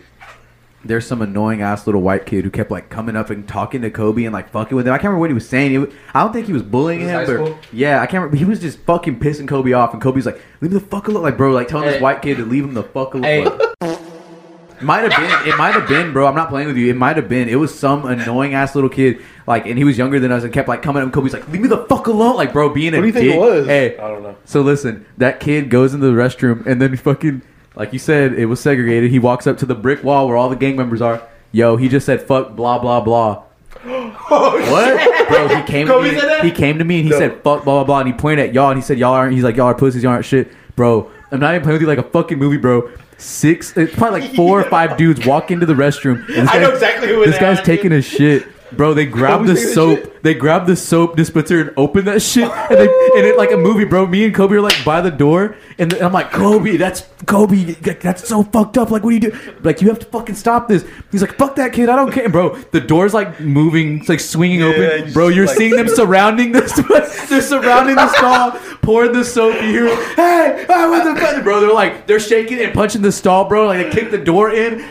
[SPEAKER 3] There's some annoying ass little white kid who kept like coming up and talking to Kobe and like fucking with him. I can't remember what he was saying. He was, I don't think he was bullying
[SPEAKER 5] Was this
[SPEAKER 3] him.
[SPEAKER 5] high
[SPEAKER 3] Or,
[SPEAKER 5] school?
[SPEAKER 3] yeah, I can't. remember. He was just fucking pissing Kobe off, and Kobe's like, "Leave me the fuck alone!" Like, bro, like telling
[SPEAKER 5] Hey.
[SPEAKER 3] this white kid to leave him the fuck alone.
[SPEAKER 5] Hey.
[SPEAKER 3] Might have been. It might have been, bro. I'm not playing with you. It might have been. It was some annoying ass little kid, like, and he was younger than us, and kept like coming up. And Kobe's like, "Leave me the fuck alone!" Like, bro, being a
[SPEAKER 2] What do you think it
[SPEAKER 3] dick.
[SPEAKER 2] was?
[SPEAKER 3] Hey,
[SPEAKER 4] I don't know.
[SPEAKER 3] So listen, that kid goes into the restroom, and then fucking, like you said, it was segregated. He walks up to the brick wall where all the gang members are. Yo, he just said fuck, blah blah
[SPEAKER 5] (gasps)
[SPEAKER 3] blah. What, bro? He came.
[SPEAKER 5] Oh, Kobe
[SPEAKER 3] to me,
[SPEAKER 5] said that?
[SPEAKER 3] He came to me and he
[SPEAKER 2] No.
[SPEAKER 3] said fuck, blah blah blah, and he pointed at y'all and he said y'all aren't. He's like y'all are pussies, y'all aren't shit, bro. I'm not even playing with you like a fucking movie, bro. Six, it's probably like four or
[SPEAKER 5] (laughs)
[SPEAKER 3] five dudes walk into the restroom. and this
[SPEAKER 5] I know
[SPEAKER 3] guy-
[SPEAKER 5] exactly who it
[SPEAKER 3] This guy's
[SPEAKER 5] is.
[SPEAKER 3] taking a shit. Bro,
[SPEAKER 4] (laughs)
[SPEAKER 3] they grab the
[SPEAKER 2] Kobe's taking a
[SPEAKER 3] soap. They grab the soap dispenser and open that shit, and, they, and it like a movie, bro. Me and Kobe are like by the door, and then I'm like, Kobe, that's Kobe, like, that's so fucked up. Like, what do you do? Like, you have to fucking stop this. He's like, fuck that kid, I don't care, bro. The door's like moving, it's like swinging
[SPEAKER 4] Yeah,
[SPEAKER 3] open,
[SPEAKER 4] you
[SPEAKER 3] bro.
[SPEAKER 4] just,
[SPEAKER 3] You're
[SPEAKER 4] like-
[SPEAKER 3] seeing them surrounding this. (laughs) they're surrounding the stall, pouring the soap. You hear, hey, ah, what the fuck, bro? They're like, they're shaking and punching the stall, bro. Like, they kick the door in.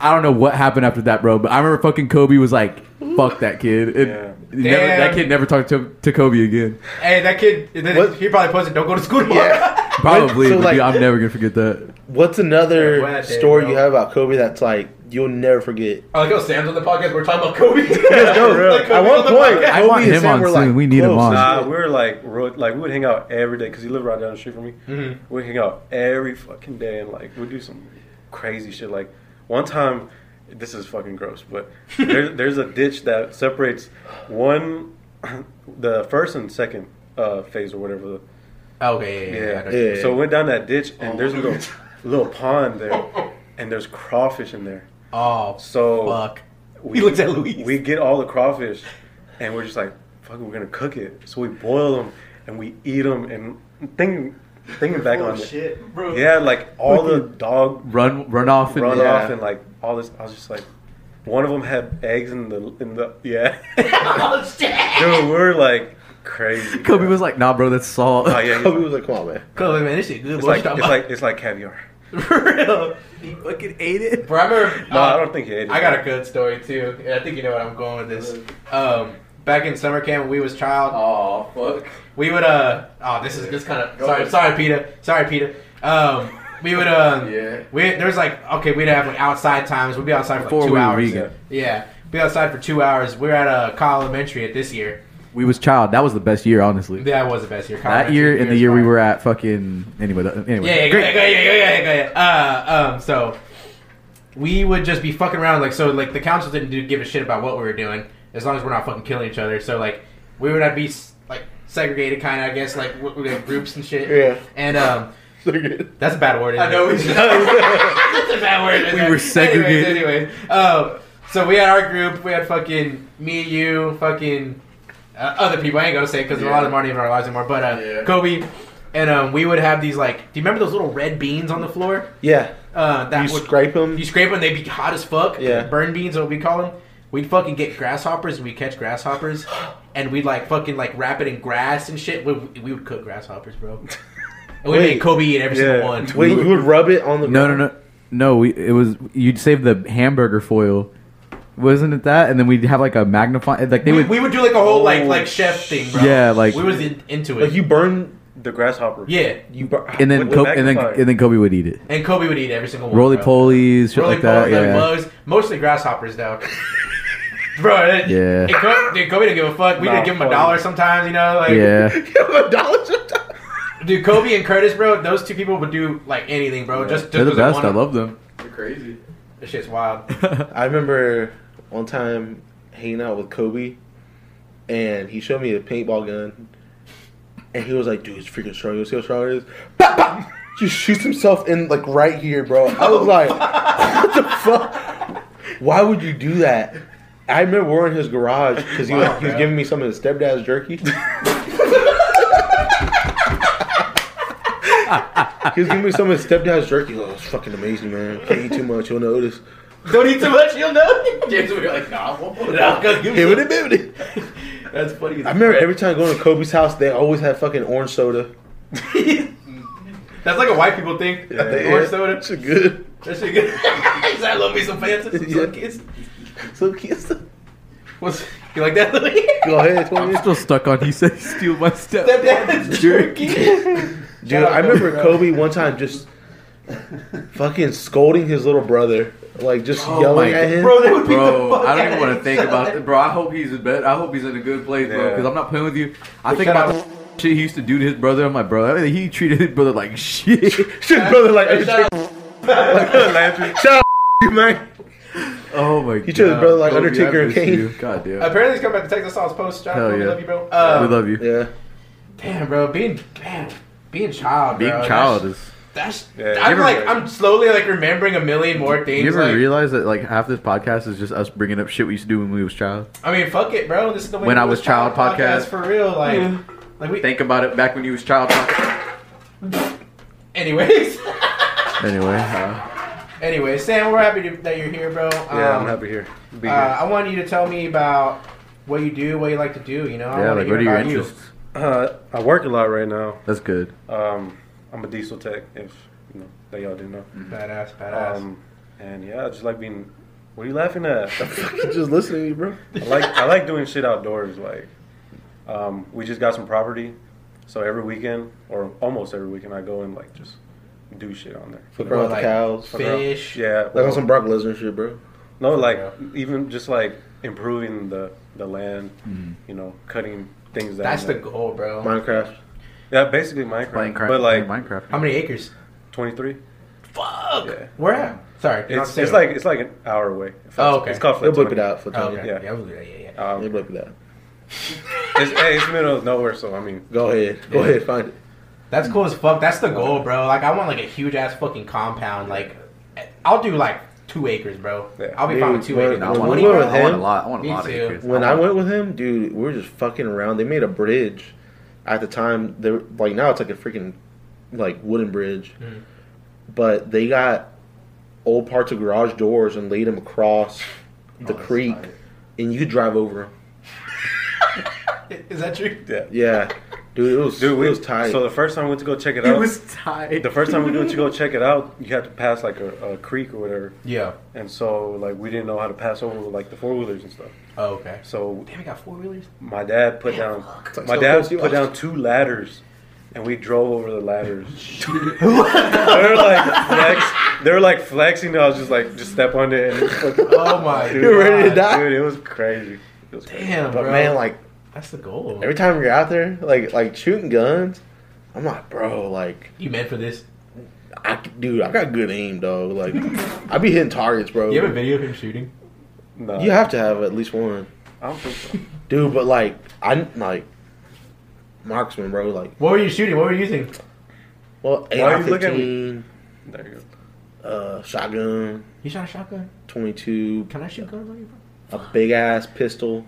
[SPEAKER 3] I don't know what happened after that, bro. But I remember fucking Kobe was like, "Fuck that kid." It-
[SPEAKER 4] Yeah.
[SPEAKER 3] he never-
[SPEAKER 5] Damn.
[SPEAKER 3] that kid never talked to, to Kobe again.
[SPEAKER 5] Hey, that kid,
[SPEAKER 2] What?
[SPEAKER 5] he probably posted, don't go to school tomorrow. (laughs)
[SPEAKER 2] Yeah.
[SPEAKER 3] Probably,
[SPEAKER 2] So,
[SPEAKER 3] but
[SPEAKER 2] like-
[SPEAKER 3] dude, I'm never gonna forget that.
[SPEAKER 2] What's
[SPEAKER 5] Why
[SPEAKER 2] another
[SPEAKER 5] that day,
[SPEAKER 2] story
[SPEAKER 5] bro?
[SPEAKER 2] you have about Kobe that's like you'll never forget.
[SPEAKER 5] I like how Sam's on the podcast. We're talking
[SPEAKER 3] (laughs)
[SPEAKER 5] about Kobe. (laughs)
[SPEAKER 2] Like, at one point,
[SPEAKER 3] I want him on soon. We need him on.
[SPEAKER 4] Nah, we were like, ro- like we would hang out every day because he lived right down the street from me.
[SPEAKER 5] Mm-hmm.
[SPEAKER 4] We'd hang out every fucking day and like we'd do some crazy shit. Like one time, this is fucking gross,
[SPEAKER 5] (laughs)
[SPEAKER 4] but there, there's a ditch that separates one, (clears throat) the first and second uh, phase or whatever. the-
[SPEAKER 5] Oh, okay, yeah, yeah, yeah. I Oh. know.
[SPEAKER 2] Yeah.
[SPEAKER 4] So we went down that ditch and there's a little, little
[SPEAKER 5] (laughs)
[SPEAKER 4] pond there, and there's crawfish in there.
[SPEAKER 5] Oh,
[SPEAKER 4] So
[SPEAKER 5] fuck.
[SPEAKER 4] we,
[SPEAKER 5] He looks at Luis.
[SPEAKER 4] We get all the crawfish, and we're just like, "Fuck, it, we're gonna cook it." So we boil them and we eat them. And thinking, thinking back
[SPEAKER 6] Full
[SPEAKER 4] on
[SPEAKER 6] of
[SPEAKER 4] it,
[SPEAKER 6] shit, bro.
[SPEAKER 4] yeah, like all the dog
[SPEAKER 3] Run, run off. And,
[SPEAKER 4] runoff
[SPEAKER 2] yeah.
[SPEAKER 4] and like all this. I was just like, one of them had eggs in the in the
[SPEAKER 5] (laughs)
[SPEAKER 4] yeah.
[SPEAKER 5] Oh,
[SPEAKER 4] Dude, we're like crazy.
[SPEAKER 3] Kobe
[SPEAKER 4] bro.
[SPEAKER 3] was like, "Nah, bro, that's salt."
[SPEAKER 4] oh yeah, he's
[SPEAKER 2] Kobe
[SPEAKER 4] like,
[SPEAKER 2] was like, "Come on, man."
[SPEAKER 5] Kobe, man, this shit good.
[SPEAKER 4] it's
[SPEAKER 5] boy.
[SPEAKER 4] like
[SPEAKER 5] Stop
[SPEAKER 4] it's (laughs)
[SPEAKER 5] by-
[SPEAKER 4] like it's like caviar.
[SPEAKER 5] for real.
[SPEAKER 3] he fucking ate it.
[SPEAKER 5] Bro, I remember.
[SPEAKER 4] No,
[SPEAKER 5] uh,
[SPEAKER 4] I don't think he ate it.
[SPEAKER 5] I got a good story too. Yeah, I think you know what I'm going with this. Um, back in summer camp when we was child. Oh fuck. We would uh. Oh, this is this kind of sorry sorry Peter sorry Peter. Um, we would um.
[SPEAKER 2] Yeah.
[SPEAKER 5] We there was like okay we'd have like outside times we'd be outside for
[SPEAKER 3] Before
[SPEAKER 5] like two
[SPEAKER 3] we were
[SPEAKER 5] hours.
[SPEAKER 3] vegan.
[SPEAKER 5] Yeah, be outside for two hours. We were at uh, Kyle Elementary at this year.
[SPEAKER 3] We was child. That was the best year, honestly.
[SPEAKER 5] That was the best year. Kyle
[SPEAKER 3] that
[SPEAKER 5] Elementary,
[SPEAKER 3] year and the
[SPEAKER 5] was
[SPEAKER 3] year we
[SPEAKER 5] fire.
[SPEAKER 3] were at fucking anyway. th- Anyway,
[SPEAKER 5] Yeah, yeah, go ahead, go ahead, go ahead, go ahead, go ahead. Uh, um, so we would just be fucking around, like so, like the council didn't do, give a shit about what we were doing as long as we're not fucking killing each other. So like we would not be s- like segregated, kind of, I guess, like we we have groups and shit.
[SPEAKER 2] Yeah.
[SPEAKER 5] And um, that's a bad word. Isn't
[SPEAKER 2] I know
[SPEAKER 5] It?
[SPEAKER 2] it's-
[SPEAKER 5] that's a bad word. isn't
[SPEAKER 3] We
[SPEAKER 5] it?
[SPEAKER 3] were segregated.
[SPEAKER 5] Anyways, anyways. Um, so we had our group. We had fucking me, you, fucking uh, other people. I ain't gonna say because a lot of them aren't even in our lives anymore. But uh,
[SPEAKER 2] Yeah.
[SPEAKER 5] Kobe, and um, we would have these like. Do you remember those little red beans on the floor?
[SPEAKER 2] Yeah,
[SPEAKER 5] Uh, that
[SPEAKER 2] you
[SPEAKER 5] would
[SPEAKER 2] scrape them.
[SPEAKER 5] you scrape them, they'd be hot as fuck.
[SPEAKER 2] Yeah.
[SPEAKER 5] Burn beans, what we call them. We'd fucking get grasshoppers and we'd catch grasshoppers and we'd like fucking like wrap it in grass and shit. We, we would cook grasshoppers, bro. And we made
[SPEAKER 2] Wait.
[SPEAKER 5] Kobe eat every single
[SPEAKER 4] Yeah.
[SPEAKER 5] one.
[SPEAKER 2] Wait, you would rub it on the
[SPEAKER 3] No,
[SPEAKER 2] (laughs)
[SPEAKER 3] no, no, no. We it was you'd save the hamburger foil, wasn't it that? And then we'd have like a magnifying. Like they
[SPEAKER 5] We,
[SPEAKER 3] would.
[SPEAKER 5] we would do like a whole like
[SPEAKER 4] Oh,
[SPEAKER 5] like chef thing, bro.
[SPEAKER 3] Yeah, like-
[SPEAKER 5] we was in, into it.
[SPEAKER 2] Like you burn,
[SPEAKER 4] the grasshopper. (laughs)
[SPEAKER 5] yeah,
[SPEAKER 2] you burn.
[SPEAKER 3] and then
[SPEAKER 4] with the
[SPEAKER 3] Kobe, and then
[SPEAKER 4] magnifier.
[SPEAKER 3] and then Kobe would eat it.
[SPEAKER 5] and Kobe would eat every single one.
[SPEAKER 3] Roly
[SPEAKER 5] bro.
[SPEAKER 3] polies, shit like that.
[SPEAKER 5] Roly-polies, like
[SPEAKER 3] yeah.
[SPEAKER 5] bugs, mostly grasshoppers though. (laughs) bro, it,
[SPEAKER 3] Yeah.
[SPEAKER 5] it, Kobe, dude, Kobe didn't give a fuck. We
[SPEAKER 4] Nah,
[SPEAKER 5] didn't give him a
[SPEAKER 4] fuck.
[SPEAKER 5] dollar sometimes, you know. Like,
[SPEAKER 3] yeah.
[SPEAKER 2] a dollar sometimes.
[SPEAKER 5] Dude, Kobe and Curtis, bro, those two people would do like anything, bro. Just, just
[SPEAKER 3] They're the
[SPEAKER 5] 'cause they
[SPEAKER 3] best. I
[SPEAKER 5] wanna-
[SPEAKER 3] love them.
[SPEAKER 5] This shit's wild.
[SPEAKER 2] (laughs) I remember one time hanging out with Kobe, and he showed me a paintball gun, and he was like, "Dude, it's freaking strong. You see how strong it is?" Pop, pop! Just shoots himself in like right here, bro. I was like, "What the fuck? Why would you do that?" I remember we're in his garage because he, was
[SPEAKER 5] Wow,
[SPEAKER 2] he was
[SPEAKER 5] bro.
[SPEAKER 2] giving me some of his stepdad's jerky. (laughs) he was giving me some of his stepdad's jerky. He was Like, it's fucking amazing, man. Can't eat too much, you'll notice.
[SPEAKER 5] Don't eat too much, you'll know. James would be like, nah, we'll pull it out. Go give me
[SPEAKER 2] Give it
[SPEAKER 5] some.
[SPEAKER 2] a bit.
[SPEAKER 5] That's funny.
[SPEAKER 2] I remember every time going to Kobe's house, they always had fucking orange soda.
[SPEAKER 5] That's like a white people thing.
[SPEAKER 2] They
[SPEAKER 5] Orange
[SPEAKER 2] had-
[SPEAKER 5] soda.
[SPEAKER 2] It's good.
[SPEAKER 5] That shit good. (laughs) I love me some Fanta, some
[SPEAKER 2] Yeah.
[SPEAKER 5] yeah. kids.
[SPEAKER 2] So kiss.
[SPEAKER 5] What's, you like that, (laughs) Louis?
[SPEAKER 2] Go ahead, tell me.
[SPEAKER 3] I'm still stuck on. He said, "Steal my step." (laughs)
[SPEAKER 5] That dad's jerky.
[SPEAKER 2] dude. I remember Kobe one time just fucking scolding his little brother, like just
[SPEAKER 3] Oh
[SPEAKER 2] yelling
[SPEAKER 3] my
[SPEAKER 2] at him.
[SPEAKER 5] Bro, they would beat the
[SPEAKER 3] Bro,
[SPEAKER 5] fuck
[SPEAKER 3] I
[SPEAKER 5] out
[SPEAKER 3] don't even
[SPEAKER 5] of
[SPEAKER 3] want
[SPEAKER 5] each
[SPEAKER 3] to think
[SPEAKER 5] other.
[SPEAKER 3] about it, bro. I hope he's in bed. I hope he's in a good place, bro.
[SPEAKER 4] Yeah.
[SPEAKER 3] Because I'm not playing with you. I think
[SPEAKER 5] shut
[SPEAKER 3] about
[SPEAKER 5] up.
[SPEAKER 3] the shit he used to do to his brother. I'm like, bro, that- he treated his brother like (laughs) shit.
[SPEAKER 2] Shit, brother, like,
[SPEAKER 5] Hey, shout out-
[SPEAKER 4] Laughing.
[SPEAKER 2] shut up, you man.
[SPEAKER 3] Oh my god,
[SPEAKER 2] treated his brother like
[SPEAKER 3] Kobe, I
[SPEAKER 2] Undertaker and
[SPEAKER 3] miss
[SPEAKER 2] Kane.
[SPEAKER 3] you. God damn,
[SPEAKER 5] Apparently, he's coming back to Texas Sauce Post. Shout out
[SPEAKER 3] Hell
[SPEAKER 5] Kobe,
[SPEAKER 3] yeah.
[SPEAKER 5] love you, bro. Um,
[SPEAKER 3] we love you.
[SPEAKER 2] Yeah,
[SPEAKER 5] Damn, bro, being man, being child,
[SPEAKER 3] Being
[SPEAKER 5] bro, that's-
[SPEAKER 3] child is.
[SPEAKER 5] That's
[SPEAKER 4] Yeah, you
[SPEAKER 5] I'm
[SPEAKER 4] ever-
[SPEAKER 5] like I'm slowly like remembering a million more things.
[SPEAKER 3] You ever
[SPEAKER 5] like,
[SPEAKER 3] realize that like half this podcast is just us bringing up shit we used to do when we was child?
[SPEAKER 5] I mean, fuck it, bro. This is the way
[SPEAKER 3] When
[SPEAKER 5] to
[SPEAKER 3] I
[SPEAKER 5] do
[SPEAKER 3] was
[SPEAKER 5] this
[SPEAKER 3] child podcast.
[SPEAKER 5] for real. Like, like we.
[SPEAKER 3] Think about it back when you was child.
[SPEAKER 5] anyways, (laughs)
[SPEAKER 3] anyway, uh,
[SPEAKER 5] anyway, Sam, we're happy to, that you're here, bro.
[SPEAKER 4] Yeah,
[SPEAKER 5] Um,
[SPEAKER 4] I'm happy here. to Be
[SPEAKER 5] Uh,
[SPEAKER 4] here.
[SPEAKER 5] I want you to tell me about what you do, what you like to do. You know, I
[SPEAKER 3] yeah,
[SPEAKER 5] wanna
[SPEAKER 3] like
[SPEAKER 5] hear
[SPEAKER 3] what are your
[SPEAKER 5] about you.
[SPEAKER 3] interests?
[SPEAKER 4] Uh, I work a lot right now.
[SPEAKER 3] That's good.
[SPEAKER 4] Um, I'm a diesel tech, if you know that y'all do know.
[SPEAKER 5] Badass, badass.
[SPEAKER 4] Um, and yeah, I just like being. What are you laughing at? (laughs)
[SPEAKER 2] just listening to you, bro.
[SPEAKER 4] I like I like doing shit outdoors. Like, um, we just got some property, so every weekend or almost every weekend I go and like just do shit on there.
[SPEAKER 2] Fuck around with the
[SPEAKER 5] like
[SPEAKER 2] cows. Fuck around-
[SPEAKER 5] fish.
[SPEAKER 4] Yeah,
[SPEAKER 2] Like on some Brock Lesnar shit, bro.
[SPEAKER 4] no, like even just like improving the the land, you know, cutting things down.
[SPEAKER 5] That's the
[SPEAKER 4] there.
[SPEAKER 5] goal, bro.
[SPEAKER 2] Minecraft.
[SPEAKER 4] yeah, basically Minecraft,
[SPEAKER 3] Minecraft,
[SPEAKER 4] but like
[SPEAKER 3] Minecraft.
[SPEAKER 5] How many acres?
[SPEAKER 4] twenty three.
[SPEAKER 5] Fuck.
[SPEAKER 4] Yeah.
[SPEAKER 5] Where at? Sorry. you're not
[SPEAKER 4] It's,
[SPEAKER 5] saying
[SPEAKER 4] it's like it's like an hour away.
[SPEAKER 5] Oh, okay.
[SPEAKER 4] It's called
[SPEAKER 2] They'll blip it
[SPEAKER 4] Flintstone.
[SPEAKER 2] out for
[SPEAKER 5] Oh,
[SPEAKER 2] Tony.
[SPEAKER 5] okay.
[SPEAKER 4] Yeah.
[SPEAKER 5] Yeah. Yeah. yeah, yeah, yeah.
[SPEAKER 2] They'll
[SPEAKER 4] Um,
[SPEAKER 2] blip it out.
[SPEAKER 4] it's, hey, it's middle of nowhere, so I mean,
[SPEAKER 2] Go ahead. Go
[SPEAKER 5] Yeah.
[SPEAKER 2] ahead. Find it.
[SPEAKER 5] That's cool as fuck. That's the goal, bro. Like, I want like a huge ass fucking compound. Like, I'll do like two acres, bro.
[SPEAKER 4] Yeah.
[SPEAKER 5] I'll be fine with
[SPEAKER 2] Dude,
[SPEAKER 5] two
[SPEAKER 2] we're-
[SPEAKER 5] acres.
[SPEAKER 3] I
[SPEAKER 5] I
[SPEAKER 3] want,
[SPEAKER 5] want
[SPEAKER 2] When
[SPEAKER 3] a
[SPEAKER 2] we
[SPEAKER 3] lot.
[SPEAKER 2] were
[SPEAKER 5] to
[SPEAKER 2] with
[SPEAKER 3] I want a
[SPEAKER 2] him-
[SPEAKER 3] lot. I want a
[SPEAKER 5] Me
[SPEAKER 3] lot
[SPEAKER 5] too.
[SPEAKER 3] of acres.
[SPEAKER 2] When
[SPEAKER 3] I
[SPEAKER 2] I went
[SPEAKER 3] want-
[SPEAKER 2] with him, dude, we were just fucking around. They made a bridge. At the time, they were, like now it's like a freaking like wooden bridge,
[SPEAKER 5] Mm-hmm.
[SPEAKER 2] but they got old parts of garage doors and laid them across
[SPEAKER 5] Oh,
[SPEAKER 2] the creek, and you could drive over them.
[SPEAKER 5] (laughs) Is that true?
[SPEAKER 4] yeah.
[SPEAKER 2] Yeah, dude, it was
[SPEAKER 4] Dude, we,
[SPEAKER 2] it was tight.
[SPEAKER 4] So the first time we went to go check it out,
[SPEAKER 3] tight.
[SPEAKER 4] the first time we went to go check it out, you had to pass like a, a creek or whatever,
[SPEAKER 5] Yeah.
[SPEAKER 4] and so like we didn't know how to pass over with, like the four wheelers and stuff.
[SPEAKER 5] Oh, okay.
[SPEAKER 4] So
[SPEAKER 5] Damn, I got
[SPEAKER 2] (laughs)
[SPEAKER 5] four wheelers.
[SPEAKER 4] my dad put down
[SPEAKER 2] like
[SPEAKER 4] my
[SPEAKER 2] so
[SPEAKER 4] dad
[SPEAKER 2] close you
[SPEAKER 4] put
[SPEAKER 2] are.
[SPEAKER 4] down two ladders, and we drove over the ladders. (laughs) they're like flex. They're like flexing. I was just like, just step on it. And it's fucking,
[SPEAKER 5] Oh my
[SPEAKER 2] (laughs)
[SPEAKER 4] dude,
[SPEAKER 2] You're ready to die?
[SPEAKER 4] dude, it was crazy. It was crazy.
[SPEAKER 5] Damn,
[SPEAKER 2] but
[SPEAKER 5] bro.
[SPEAKER 2] man, like
[SPEAKER 5] that's the goal.
[SPEAKER 2] every time you're out there, like like shooting guns, I'm like, bro, like
[SPEAKER 5] You meant for this?
[SPEAKER 2] I c- dude, I got good aim, dog.
[SPEAKER 5] (laughs)
[SPEAKER 2] Like I be hitting targets, bro.
[SPEAKER 5] You have a video of him shooting?
[SPEAKER 4] No,
[SPEAKER 2] You have to have at least one,
[SPEAKER 4] I don't think so.
[SPEAKER 2] dude. But like I like marksman, bro. Like
[SPEAKER 5] What were you shooting? What were you using?
[SPEAKER 2] well,
[SPEAKER 4] Why are you looking at
[SPEAKER 2] AR-15,
[SPEAKER 4] There you go.
[SPEAKER 2] uh, shotgun,
[SPEAKER 5] You shot a shotgun?
[SPEAKER 2] 22,
[SPEAKER 5] Can I shoot guns on you, bro?
[SPEAKER 2] a big ass pistol,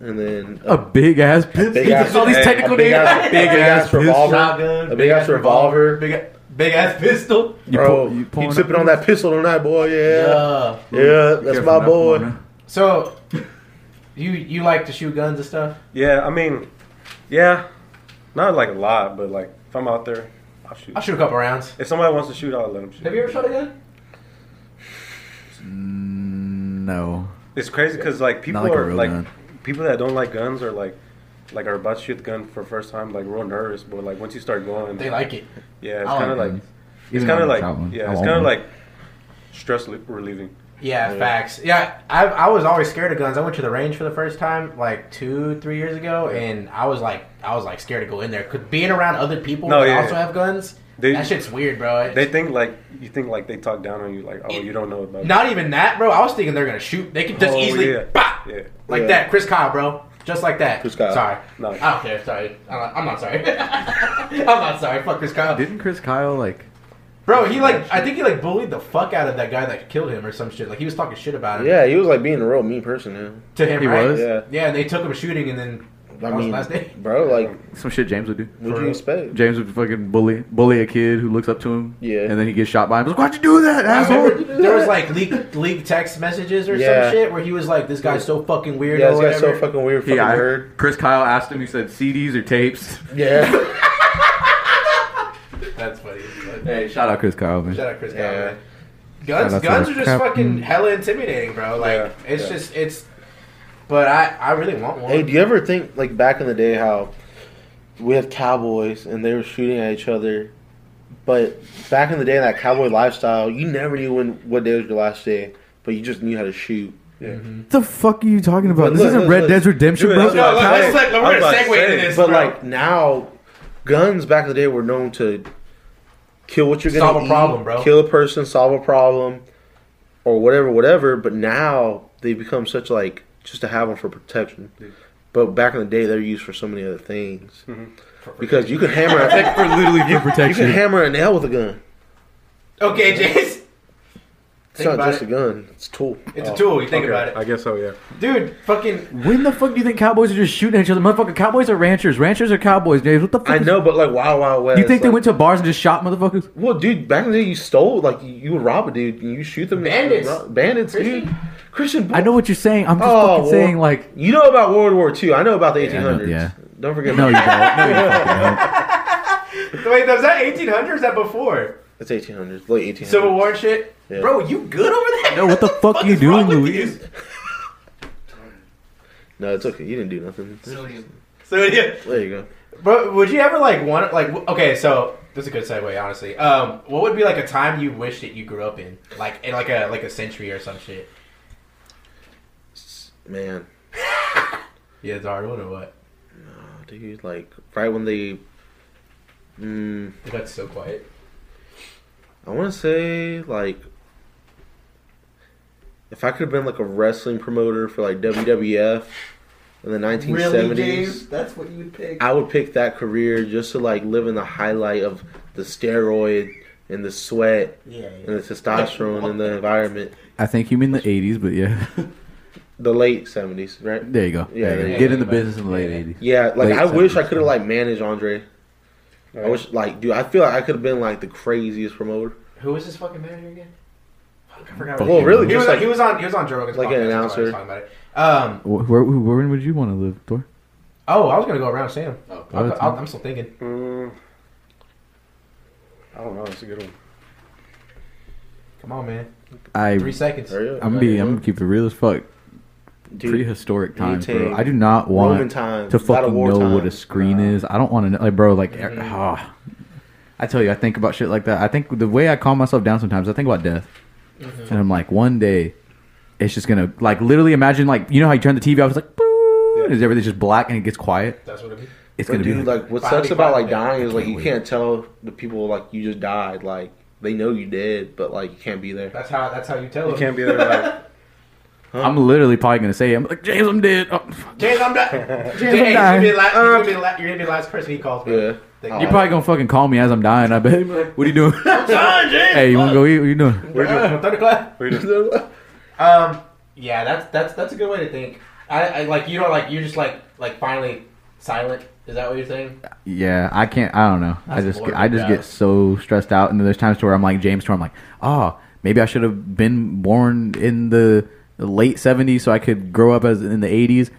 [SPEAKER 2] and then uh,
[SPEAKER 3] A big ass pistol.
[SPEAKER 2] big ass-
[SPEAKER 3] all these
[SPEAKER 4] Hey, a
[SPEAKER 3] technical
[SPEAKER 2] a big
[SPEAKER 3] names.
[SPEAKER 2] ass, a
[SPEAKER 5] (laughs)
[SPEAKER 2] big ass
[SPEAKER 3] pistol.
[SPEAKER 2] revolver,
[SPEAKER 5] Shotgun,
[SPEAKER 2] a big ass revolver.
[SPEAKER 5] Big, a- big ass pistol.
[SPEAKER 3] You
[SPEAKER 2] bro,
[SPEAKER 3] pull-
[SPEAKER 2] you,
[SPEAKER 3] pulling up
[SPEAKER 2] sipping on
[SPEAKER 3] these?
[SPEAKER 2] that pistol tonight, boy? Yeah,
[SPEAKER 5] Yeah.
[SPEAKER 2] yeah, that's
[SPEAKER 3] Careful,
[SPEAKER 2] my
[SPEAKER 3] not
[SPEAKER 2] boy.
[SPEAKER 3] tomorrow.
[SPEAKER 5] So, you you like to shoot guns and stuff?
[SPEAKER 4] Yeah, I mean, yeah, not like a lot, but like if I'm out there, I'll shoot.
[SPEAKER 5] I'll shoot a couple rounds.
[SPEAKER 4] If somebody wants to shoot, I'll let them shoot.
[SPEAKER 5] Have you ever shot a gun?
[SPEAKER 3] No.
[SPEAKER 4] It's crazy because like people
[SPEAKER 3] like a
[SPEAKER 4] are
[SPEAKER 3] real
[SPEAKER 4] like
[SPEAKER 3] gun.
[SPEAKER 4] people that don't like guns are like like are about to shoot the gun for the first time like real nervous, but like once you start going,
[SPEAKER 5] They like it.
[SPEAKER 4] yeah, it's
[SPEAKER 5] I like
[SPEAKER 4] kind of like,
[SPEAKER 3] guns.
[SPEAKER 4] it's
[SPEAKER 3] Even though
[SPEAKER 4] kind of
[SPEAKER 3] I
[SPEAKER 4] like
[SPEAKER 3] shot one. I
[SPEAKER 4] yeah, it's
[SPEAKER 3] want
[SPEAKER 4] kind of
[SPEAKER 3] one.
[SPEAKER 4] like stress li- relieving.
[SPEAKER 5] Yeah, facts. Yeah, I, I was always scared of guns. I went to the range for the first time like two, three years ago, and I was like, I was like scared to go in there. Cause being around other people
[SPEAKER 4] No,
[SPEAKER 5] that
[SPEAKER 4] yeah,
[SPEAKER 5] also
[SPEAKER 4] yeah.
[SPEAKER 5] have guns,
[SPEAKER 4] They-
[SPEAKER 5] that shit's weird, bro.
[SPEAKER 4] They think like you think like they talk down on you like oh
[SPEAKER 5] It-
[SPEAKER 4] you don't know about
[SPEAKER 5] Not even that, bro. I was thinking they're gonna shoot. They could just
[SPEAKER 4] Oh,
[SPEAKER 5] easily,
[SPEAKER 4] yeah.
[SPEAKER 5] pop,
[SPEAKER 4] Yeah.
[SPEAKER 5] like
[SPEAKER 2] Yeah.
[SPEAKER 5] that. Chris Kyle, bro, just like that.
[SPEAKER 2] Chris Kyle.
[SPEAKER 5] Sorry,
[SPEAKER 4] No.
[SPEAKER 5] I don't care. Sorry, I'm not, I'm not sorry. (laughs) I'm not sorry. Fuck Chris Kyle,
[SPEAKER 3] Didn't Chris Kyle like?
[SPEAKER 5] bro. He like, I think he like bullied the fuck out of that guy that killed him or some shit. Like he was talking shit about him.
[SPEAKER 2] Yeah, he was like being a real mean person, yeah.
[SPEAKER 5] to him,
[SPEAKER 3] He
[SPEAKER 5] right?
[SPEAKER 3] was?
[SPEAKER 5] Yeah.
[SPEAKER 2] Yeah.
[SPEAKER 5] and they took him shooting, and then that
[SPEAKER 2] I
[SPEAKER 5] was
[SPEAKER 2] mean,
[SPEAKER 5] the last
[SPEAKER 2] (laughs)
[SPEAKER 5] day.
[SPEAKER 2] bro, like,
[SPEAKER 3] Some shit James would do.
[SPEAKER 2] what
[SPEAKER 5] For
[SPEAKER 2] do
[SPEAKER 5] real.
[SPEAKER 2] you expect?
[SPEAKER 3] James would fucking bully bully a kid who looks up to him.
[SPEAKER 2] Yeah.
[SPEAKER 3] And then he gets shot by him. He's Like, why'd you do that,
[SPEAKER 5] I remember
[SPEAKER 3] asshole?
[SPEAKER 5] there was like leaked leaked text messages or
[SPEAKER 2] Yeah.
[SPEAKER 5] some shit where he was like, "This guy's so fucking weird."
[SPEAKER 2] Yeah,
[SPEAKER 5] or
[SPEAKER 2] this guy's so
[SPEAKER 5] whatever.
[SPEAKER 2] fucking weird, fucking
[SPEAKER 3] Yeah,
[SPEAKER 2] nerd.
[SPEAKER 3] Chris Kyle asked him. He said CDs or tapes.
[SPEAKER 2] (laughs) Yeah,
[SPEAKER 5] That's funny.
[SPEAKER 3] Hey, shout out Chris Kyle, man.
[SPEAKER 5] Shout out Chris Kyle.
[SPEAKER 2] Yeah.
[SPEAKER 5] man.
[SPEAKER 3] Shout
[SPEAKER 5] Guns,
[SPEAKER 3] out to
[SPEAKER 5] guns
[SPEAKER 3] the
[SPEAKER 5] are just
[SPEAKER 3] captain.
[SPEAKER 5] fucking hella intimidating, bro. Like
[SPEAKER 4] Yeah,
[SPEAKER 5] it's
[SPEAKER 4] yeah.
[SPEAKER 5] just it's. But I I really want one.
[SPEAKER 2] Hey, do you ever think like back in the day how we had cowboys and they were shooting at each other? But back in the day, in that cowboy lifestyle, you never knew when what day was your last day, but you just knew how to shoot.
[SPEAKER 3] What the fuck are you talking about?
[SPEAKER 2] Look,
[SPEAKER 3] This isn't
[SPEAKER 2] look,
[SPEAKER 3] Red
[SPEAKER 2] look.
[SPEAKER 3] Dead Redemption,
[SPEAKER 4] Dude,
[SPEAKER 3] bro.
[SPEAKER 4] that's what I was
[SPEAKER 5] let's-
[SPEAKER 4] like,
[SPEAKER 5] let's- we're
[SPEAKER 4] I'm
[SPEAKER 5] gonna
[SPEAKER 4] about to
[SPEAKER 5] segue into
[SPEAKER 4] say,
[SPEAKER 5] this.
[SPEAKER 2] But
[SPEAKER 5] bro.
[SPEAKER 2] like now, guns back in the day were known to kill what you're gonna
[SPEAKER 5] Solve a
[SPEAKER 2] eat,
[SPEAKER 5] problem, bro.
[SPEAKER 2] Kill a person, solve a problem, or whatever, whatever. But now they become such like just to have them for protection. But back in the day, they're used for so many other things
[SPEAKER 5] Mm-hmm.
[SPEAKER 2] because you could hammer a,
[SPEAKER 5] (laughs)
[SPEAKER 3] for literally for
[SPEAKER 2] you could
[SPEAKER 3] protection.
[SPEAKER 2] hammer a nail with a gun.
[SPEAKER 5] okay, Jace.
[SPEAKER 2] It's
[SPEAKER 5] Think
[SPEAKER 2] not
[SPEAKER 5] about
[SPEAKER 2] just
[SPEAKER 5] it.
[SPEAKER 2] a gun; it's a tool.
[SPEAKER 5] It's a tool. You think
[SPEAKER 4] Okay,
[SPEAKER 5] about
[SPEAKER 4] I
[SPEAKER 5] it,
[SPEAKER 4] guess so. Yeah.
[SPEAKER 5] dude. Fucking
[SPEAKER 3] when the fuck do you think cowboys are just shooting at each other? Motherfucker, cowboys are ranchers. Ranchers are cowboys, James. What the fuck?
[SPEAKER 2] I
[SPEAKER 3] is-
[SPEAKER 2] know, but like Wild Wild West.
[SPEAKER 3] You think they
[SPEAKER 2] like-
[SPEAKER 3] went to bars and just shot motherfuckers?
[SPEAKER 2] Well, dude, back in the day, you stole like you, you would rob a dude and you shoot them.
[SPEAKER 5] Bandits.
[SPEAKER 2] bandits, dude.
[SPEAKER 5] Christian?
[SPEAKER 2] Christian,
[SPEAKER 3] I know what you're saying. I'm just fucking
[SPEAKER 2] well,
[SPEAKER 3] saying, like,
[SPEAKER 2] you know about World War II. I know about the
[SPEAKER 3] I know,
[SPEAKER 2] 1800s.
[SPEAKER 3] yeah.
[SPEAKER 2] Don't forget.
[SPEAKER 3] no, you don't. No, you fucking don't.
[SPEAKER 5] wait, was that 1800 or is that before
[SPEAKER 2] (laughs) it's 1800s, late 1800s.
[SPEAKER 5] Civil War shit?
[SPEAKER 2] Yeah.
[SPEAKER 5] Bro, you good over there?
[SPEAKER 3] No, what
[SPEAKER 5] (laughs)
[SPEAKER 3] the fuck you
[SPEAKER 5] is wrong
[SPEAKER 3] doing,
[SPEAKER 5] with you?
[SPEAKER 3] Luis?
[SPEAKER 2] No, it's okay. You didn't do nothing.
[SPEAKER 6] Silly.
[SPEAKER 5] So yeah,
[SPEAKER 2] There you go.
[SPEAKER 5] But would you ever like want like w- okay? So this is a good segue, honestly. Um, what would be like a time you wish that you grew up in, like in like a like a century or some shit?
[SPEAKER 2] Man,
[SPEAKER 5] Yeah, it's a hard one or what?
[SPEAKER 2] oh, dude, like right when they, mm,
[SPEAKER 5] It got so quiet.
[SPEAKER 2] I want to say like, if I could have been like a wrestling promoter for like WWF in the 1970s,
[SPEAKER 5] That's what you would pick.
[SPEAKER 2] I would pick that career just to like live in the highlight of the steroid and the sweat
[SPEAKER 5] Yeah. yeah.
[SPEAKER 2] and the testosterone and the environment.
[SPEAKER 3] I think you mean the '80s, but yeah,
[SPEAKER 2] The late 70s, right?
[SPEAKER 3] (laughs) there you go.
[SPEAKER 2] Yeah,
[SPEAKER 3] There you go.
[SPEAKER 2] yeah,
[SPEAKER 3] get in the
[SPEAKER 5] yeah.
[SPEAKER 3] business in the late '80s.
[SPEAKER 2] Yeah, like
[SPEAKER 3] Late
[SPEAKER 2] I wish I
[SPEAKER 3] 70s,
[SPEAKER 2] could have like managed Andre. I wish like dude, I feel like I could have been like the craziest promoter.
[SPEAKER 5] Who was this fucking manager again? Fuck, I forgot.
[SPEAKER 2] Well, really,
[SPEAKER 5] He was,
[SPEAKER 2] just like
[SPEAKER 5] he was on he was on Joe Rogan's
[SPEAKER 2] like an
[SPEAKER 5] podcast, that's why I
[SPEAKER 2] announcer.
[SPEAKER 5] was talking about it. Um.
[SPEAKER 3] Wh- Where, who- where would you want to live, Thor?
[SPEAKER 5] Oh, I was gonna go around Sam. Oh,
[SPEAKER 3] Oh,
[SPEAKER 5] I'll,
[SPEAKER 3] that's
[SPEAKER 5] I'll,
[SPEAKER 3] me.
[SPEAKER 5] I'm still thinking.
[SPEAKER 4] Mm, I don't know. It's a good one.
[SPEAKER 5] Come on, man.
[SPEAKER 3] I
[SPEAKER 5] Three seconds.
[SPEAKER 2] Hurry up.
[SPEAKER 3] I'm gonna be I'm gonna keep it real as fuck.
[SPEAKER 2] Dude,
[SPEAKER 3] Prehistoric
[SPEAKER 2] you
[SPEAKER 3] times, bro.
[SPEAKER 2] take
[SPEAKER 3] I do not
[SPEAKER 2] Roman
[SPEAKER 3] want
[SPEAKER 2] times,
[SPEAKER 3] to
[SPEAKER 2] God of
[SPEAKER 3] fucking
[SPEAKER 2] War
[SPEAKER 3] know what a
[SPEAKER 2] times.
[SPEAKER 3] screen is. I don't want to know, like, bro. Like, er- ah. I tell you, I think about shit like that. I think the way I calm myself down sometimes, I think about death, and I'm like, one day, it's just gonna like literally imagine like you know how you turn the TV off, it's like, boom, is everything's just black and it gets quiet.
[SPEAKER 5] That's what it is.
[SPEAKER 3] It's
[SPEAKER 2] But
[SPEAKER 3] gonna
[SPEAKER 2] dude,
[SPEAKER 3] be
[SPEAKER 2] like what
[SPEAKER 5] Finally
[SPEAKER 2] sucks about like
[SPEAKER 5] finally.
[SPEAKER 2] dying is like
[SPEAKER 3] can't
[SPEAKER 2] you
[SPEAKER 3] wait.
[SPEAKER 2] can't tell the people like you just died. Like they know you dead, but like you can't be there.
[SPEAKER 5] That's how that's how you tell
[SPEAKER 4] You
[SPEAKER 5] him.
[SPEAKER 4] can't be there. Like,
[SPEAKER 5] (laughs)
[SPEAKER 3] I'm literally probably gonna say, I'm like, James, I'm dead. Oh, fuck.
[SPEAKER 5] James, I'm not. James,
[SPEAKER 3] I'm
[SPEAKER 5] hey, you're gonna be the
[SPEAKER 3] dying.
[SPEAKER 5] last. You're gonna be the la- you're gonna be the last person he calls.
[SPEAKER 2] Yeah.
[SPEAKER 5] (laughs)
[SPEAKER 2] Oh,
[SPEAKER 5] Man.
[SPEAKER 3] You're probably gonna fucking call me as I'm dying. I bet. (laughs) What are you doing?
[SPEAKER 5] John James. Uh,
[SPEAKER 3] hey, you wanna go eat? What are you doing?
[SPEAKER 5] We're doing thunderclap. (laughs)
[SPEAKER 4] we just-
[SPEAKER 5] Um, yeah, that's that's that's a good way to think. I, I like you don't like you're just like like finally silent. Is that what you're saying?
[SPEAKER 3] Yeah, I can't. I don't know. I
[SPEAKER 5] That's
[SPEAKER 3] just
[SPEAKER 5] boring,
[SPEAKER 3] I just
[SPEAKER 5] yeah.
[SPEAKER 3] get so stressed out, and then there's times to where I'm like James, to where I'm like, oh, maybe I should have been born in the late '70s so I could grow up as in the '80s,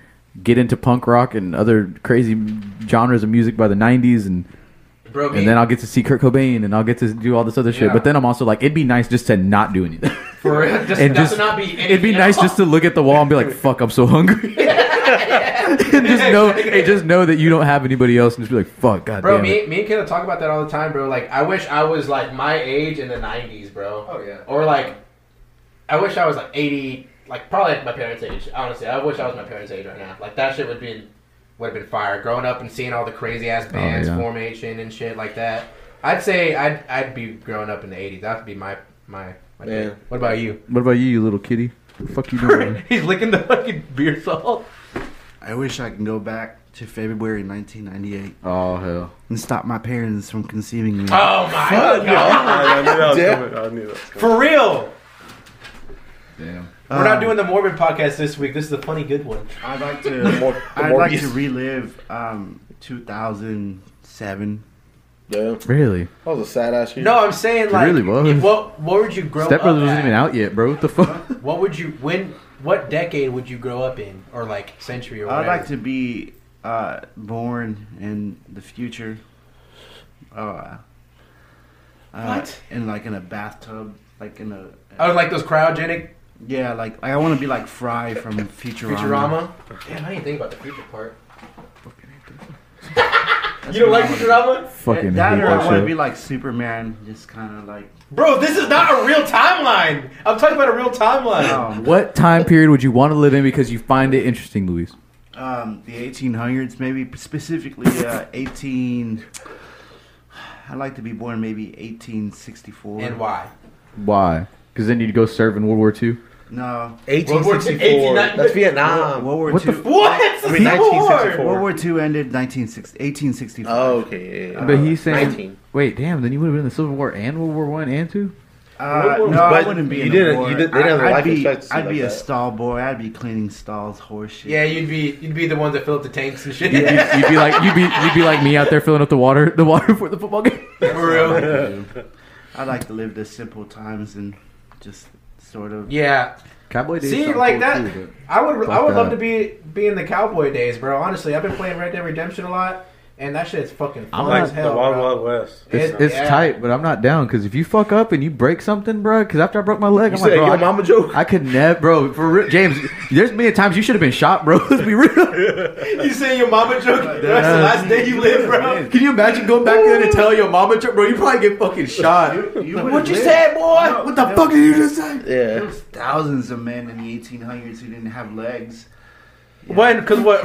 [SPEAKER 3] get into punk rock and other crazy genres of music by the '90s, and
[SPEAKER 5] Bro, me,
[SPEAKER 3] and then I'll get to see Kurt Cobain, and I'll get to do all this other shit.
[SPEAKER 5] Yeah.
[SPEAKER 3] But then I'm also like, it'd be nice just to not do anything.
[SPEAKER 5] (laughs) for real, just,
[SPEAKER 3] and
[SPEAKER 5] that's
[SPEAKER 3] just
[SPEAKER 5] not be.
[SPEAKER 3] (laughs) it'd be nice just to look at the wall and be like, "Fuck, I'm so hungry," (laughs) and just know, and just know that you don't have anybody else, and just be like, "Fuck, god
[SPEAKER 5] Bro,
[SPEAKER 3] damn it."
[SPEAKER 5] me, me and Kendall talk about that all the time, bro. Like, I wish I was like my age in the '90s, bro.
[SPEAKER 6] Oh, yeah.
[SPEAKER 5] Or like, I wish I was like 80, like probably like my parents' age. Honestly, I wish I was my parents' age right now. Like that shit would been would have been fire. Growing up and seeing all the crazy ass bands,
[SPEAKER 3] yeah.
[SPEAKER 5] formation and shit like that. I'd say I'd I'd be growing up in the '80s. That'd be my my. my
[SPEAKER 2] Yeah.
[SPEAKER 5] pick. What about you?
[SPEAKER 3] What about you, you little kitty? The fuck you doing?
[SPEAKER 5] (laughs) He's licking the fucking beer salt.
[SPEAKER 6] I wish I can go back to February 1998
[SPEAKER 3] oh hell!
[SPEAKER 6] and stop my parents from conceiving me.
[SPEAKER 5] Oh my god!
[SPEAKER 4] I knew that was
[SPEAKER 2] Yeah.
[SPEAKER 4] coming. I knew that was coming.
[SPEAKER 5] For real.
[SPEAKER 3] Damn.
[SPEAKER 5] We're not
[SPEAKER 6] Um,
[SPEAKER 5] doing the morbid podcast this week. This is the funny good one.
[SPEAKER 6] I'd like
[SPEAKER 2] The
[SPEAKER 6] to.
[SPEAKER 2] more- the
[SPEAKER 6] I'd
[SPEAKER 2] more
[SPEAKER 6] like
[SPEAKER 2] you-
[SPEAKER 6] to relive um, 2007.
[SPEAKER 2] Yeah,
[SPEAKER 3] Really?
[SPEAKER 2] that was a sad ass year.
[SPEAKER 5] No, I'm saying like
[SPEAKER 3] really was.
[SPEAKER 5] what what would you grow
[SPEAKER 3] Step
[SPEAKER 5] up
[SPEAKER 3] Brothers wasn't
[SPEAKER 5] at?
[SPEAKER 3] even out yet, bro. What the fuck?
[SPEAKER 5] (laughs) What would you when what decade would you grow up in or like century or
[SPEAKER 6] I'd
[SPEAKER 5] whatever?
[SPEAKER 6] like to be uh, born in the future. Uh, uh,
[SPEAKER 5] What?
[SPEAKER 6] In like in a bathtub, like in a
[SPEAKER 5] Oh, like those cryogenic
[SPEAKER 6] yeah, like I want to be like Fry from Futurama.
[SPEAKER 5] Futurama. Damn, I didn't think about the future
[SPEAKER 3] (laughs)
[SPEAKER 5] part. you don't like Futurama,
[SPEAKER 3] Fucking
[SPEAKER 6] that
[SPEAKER 3] hate
[SPEAKER 6] or
[SPEAKER 3] that
[SPEAKER 6] I want
[SPEAKER 3] shit.
[SPEAKER 6] to be like Superman, just kind of like
[SPEAKER 5] bro? This is not a real timeline. I'm talking about a real timeline.
[SPEAKER 6] um,
[SPEAKER 3] what time period would you want to live in because you find it interesting, Luis?
[SPEAKER 6] um, the 1800s, maybe specifically uh, 18. (sighs) I'd like to be born maybe 1864.
[SPEAKER 5] And why?
[SPEAKER 3] Why? Because then you'd go serve in World War II.
[SPEAKER 6] No,
[SPEAKER 5] World War II,
[SPEAKER 2] 1864.
[SPEAKER 5] 1890.
[SPEAKER 2] That's Vietnam.
[SPEAKER 6] World War
[SPEAKER 3] What the
[SPEAKER 6] Two.
[SPEAKER 5] What?
[SPEAKER 2] I mean, 1964.
[SPEAKER 6] World War Two ended 1960, 1865.
[SPEAKER 2] Oh, okay. Yeah, yeah.
[SPEAKER 3] But he's saying,
[SPEAKER 2] 19.
[SPEAKER 3] wait, damn. Then you would have been in the Civil War and World War One and Two.
[SPEAKER 6] Uh,
[SPEAKER 2] World War-
[SPEAKER 6] no, I
[SPEAKER 2] But
[SPEAKER 6] wouldn't be.
[SPEAKER 2] you
[SPEAKER 6] in
[SPEAKER 2] didn't-
[SPEAKER 6] The war.
[SPEAKER 2] you didn't- they didn't have the
[SPEAKER 6] I,
[SPEAKER 2] life
[SPEAKER 6] would be,
[SPEAKER 2] expectancy
[SPEAKER 6] I'd
[SPEAKER 2] like
[SPEAKER 6] be a
[SPEAKER 2] that.
[SPEAKER 6] stall boy. I'd be cleaning stalls, horseshit.
[SPEAKER 5] Yeah, you'd be you'd be the ones that fill up the tanks and
[SPEAKER 3] (laughs)
[SPEAKER 5] shit.
[SPEAKER 3] You'd be, you'd be like, you'd be, you'd be like me out there filling up the water, (laughs) the water for the football game.
[SPEAKER 5] (laughs) For real.
[SPEAKER 6] I like to live the simple times and just sort of.
[SPEAKER 5] Yeah.
[SPEAKER 3] Cowboy
[SPEAKER 5] See, like that, I would I
[SPEAKER 3] Fuck
[SPEAKER 5] would love
[SPEAKER 3] that.
[SPEAKER 5] to be be in the cowboy days, bro. Honestly, I've been playing Red Dead Redemption a lot, and that shit's fucking
[SPEAKER 3] I'm
[SPEAKER 5] fun
[SPEAKER 3] not-
[SPEAKER 5] as
[SPEAKER 4] Like the
[SPEAKER 5] hell.
[SPEAKER 4] Wild
[SPEAKER 5] bro.
[SPEAKER 4] Wild West.
[SPEAKER 3] It's,
[SPEAKER 5] It-
[SPEAKER 3] it's
[SPEAKER 5] yeah.
[SPEAKER 3] tight, but I'm not down because if you fuck up and you break something, bro. Because after I broke my leg,
[SPEAKER 2] You
[SPEAKER 3] I'm
[SPEAKER 2] said
[SPEAKER 3] like, bro,
[SPEAKER 2] yo
[SPEAKER 3] I-
[SPEAKER 2] mama joke.
[SPEAKER 3] I could never, bro. For real, James, there's many times you should have been shot, bro. (laughs) Let's be real.
[SPEAKER 5] You say your (laughs) mama joke? That's the last day you live, bro.
[SPEAKER 3] Can you imagine going back there to tell your mama, joke, bro? You probably get fucking shot.
[SPEAKER 5] What you said, boy?
[SPEAKER 3] What the fuck did you just say?
[SPEAKER 6] There
[SPEAKER 2] yeah.
[SPEAKER 6] was thousands of men in the 1800s who didn't have legs.
[SPEAKER 5] When? Because what?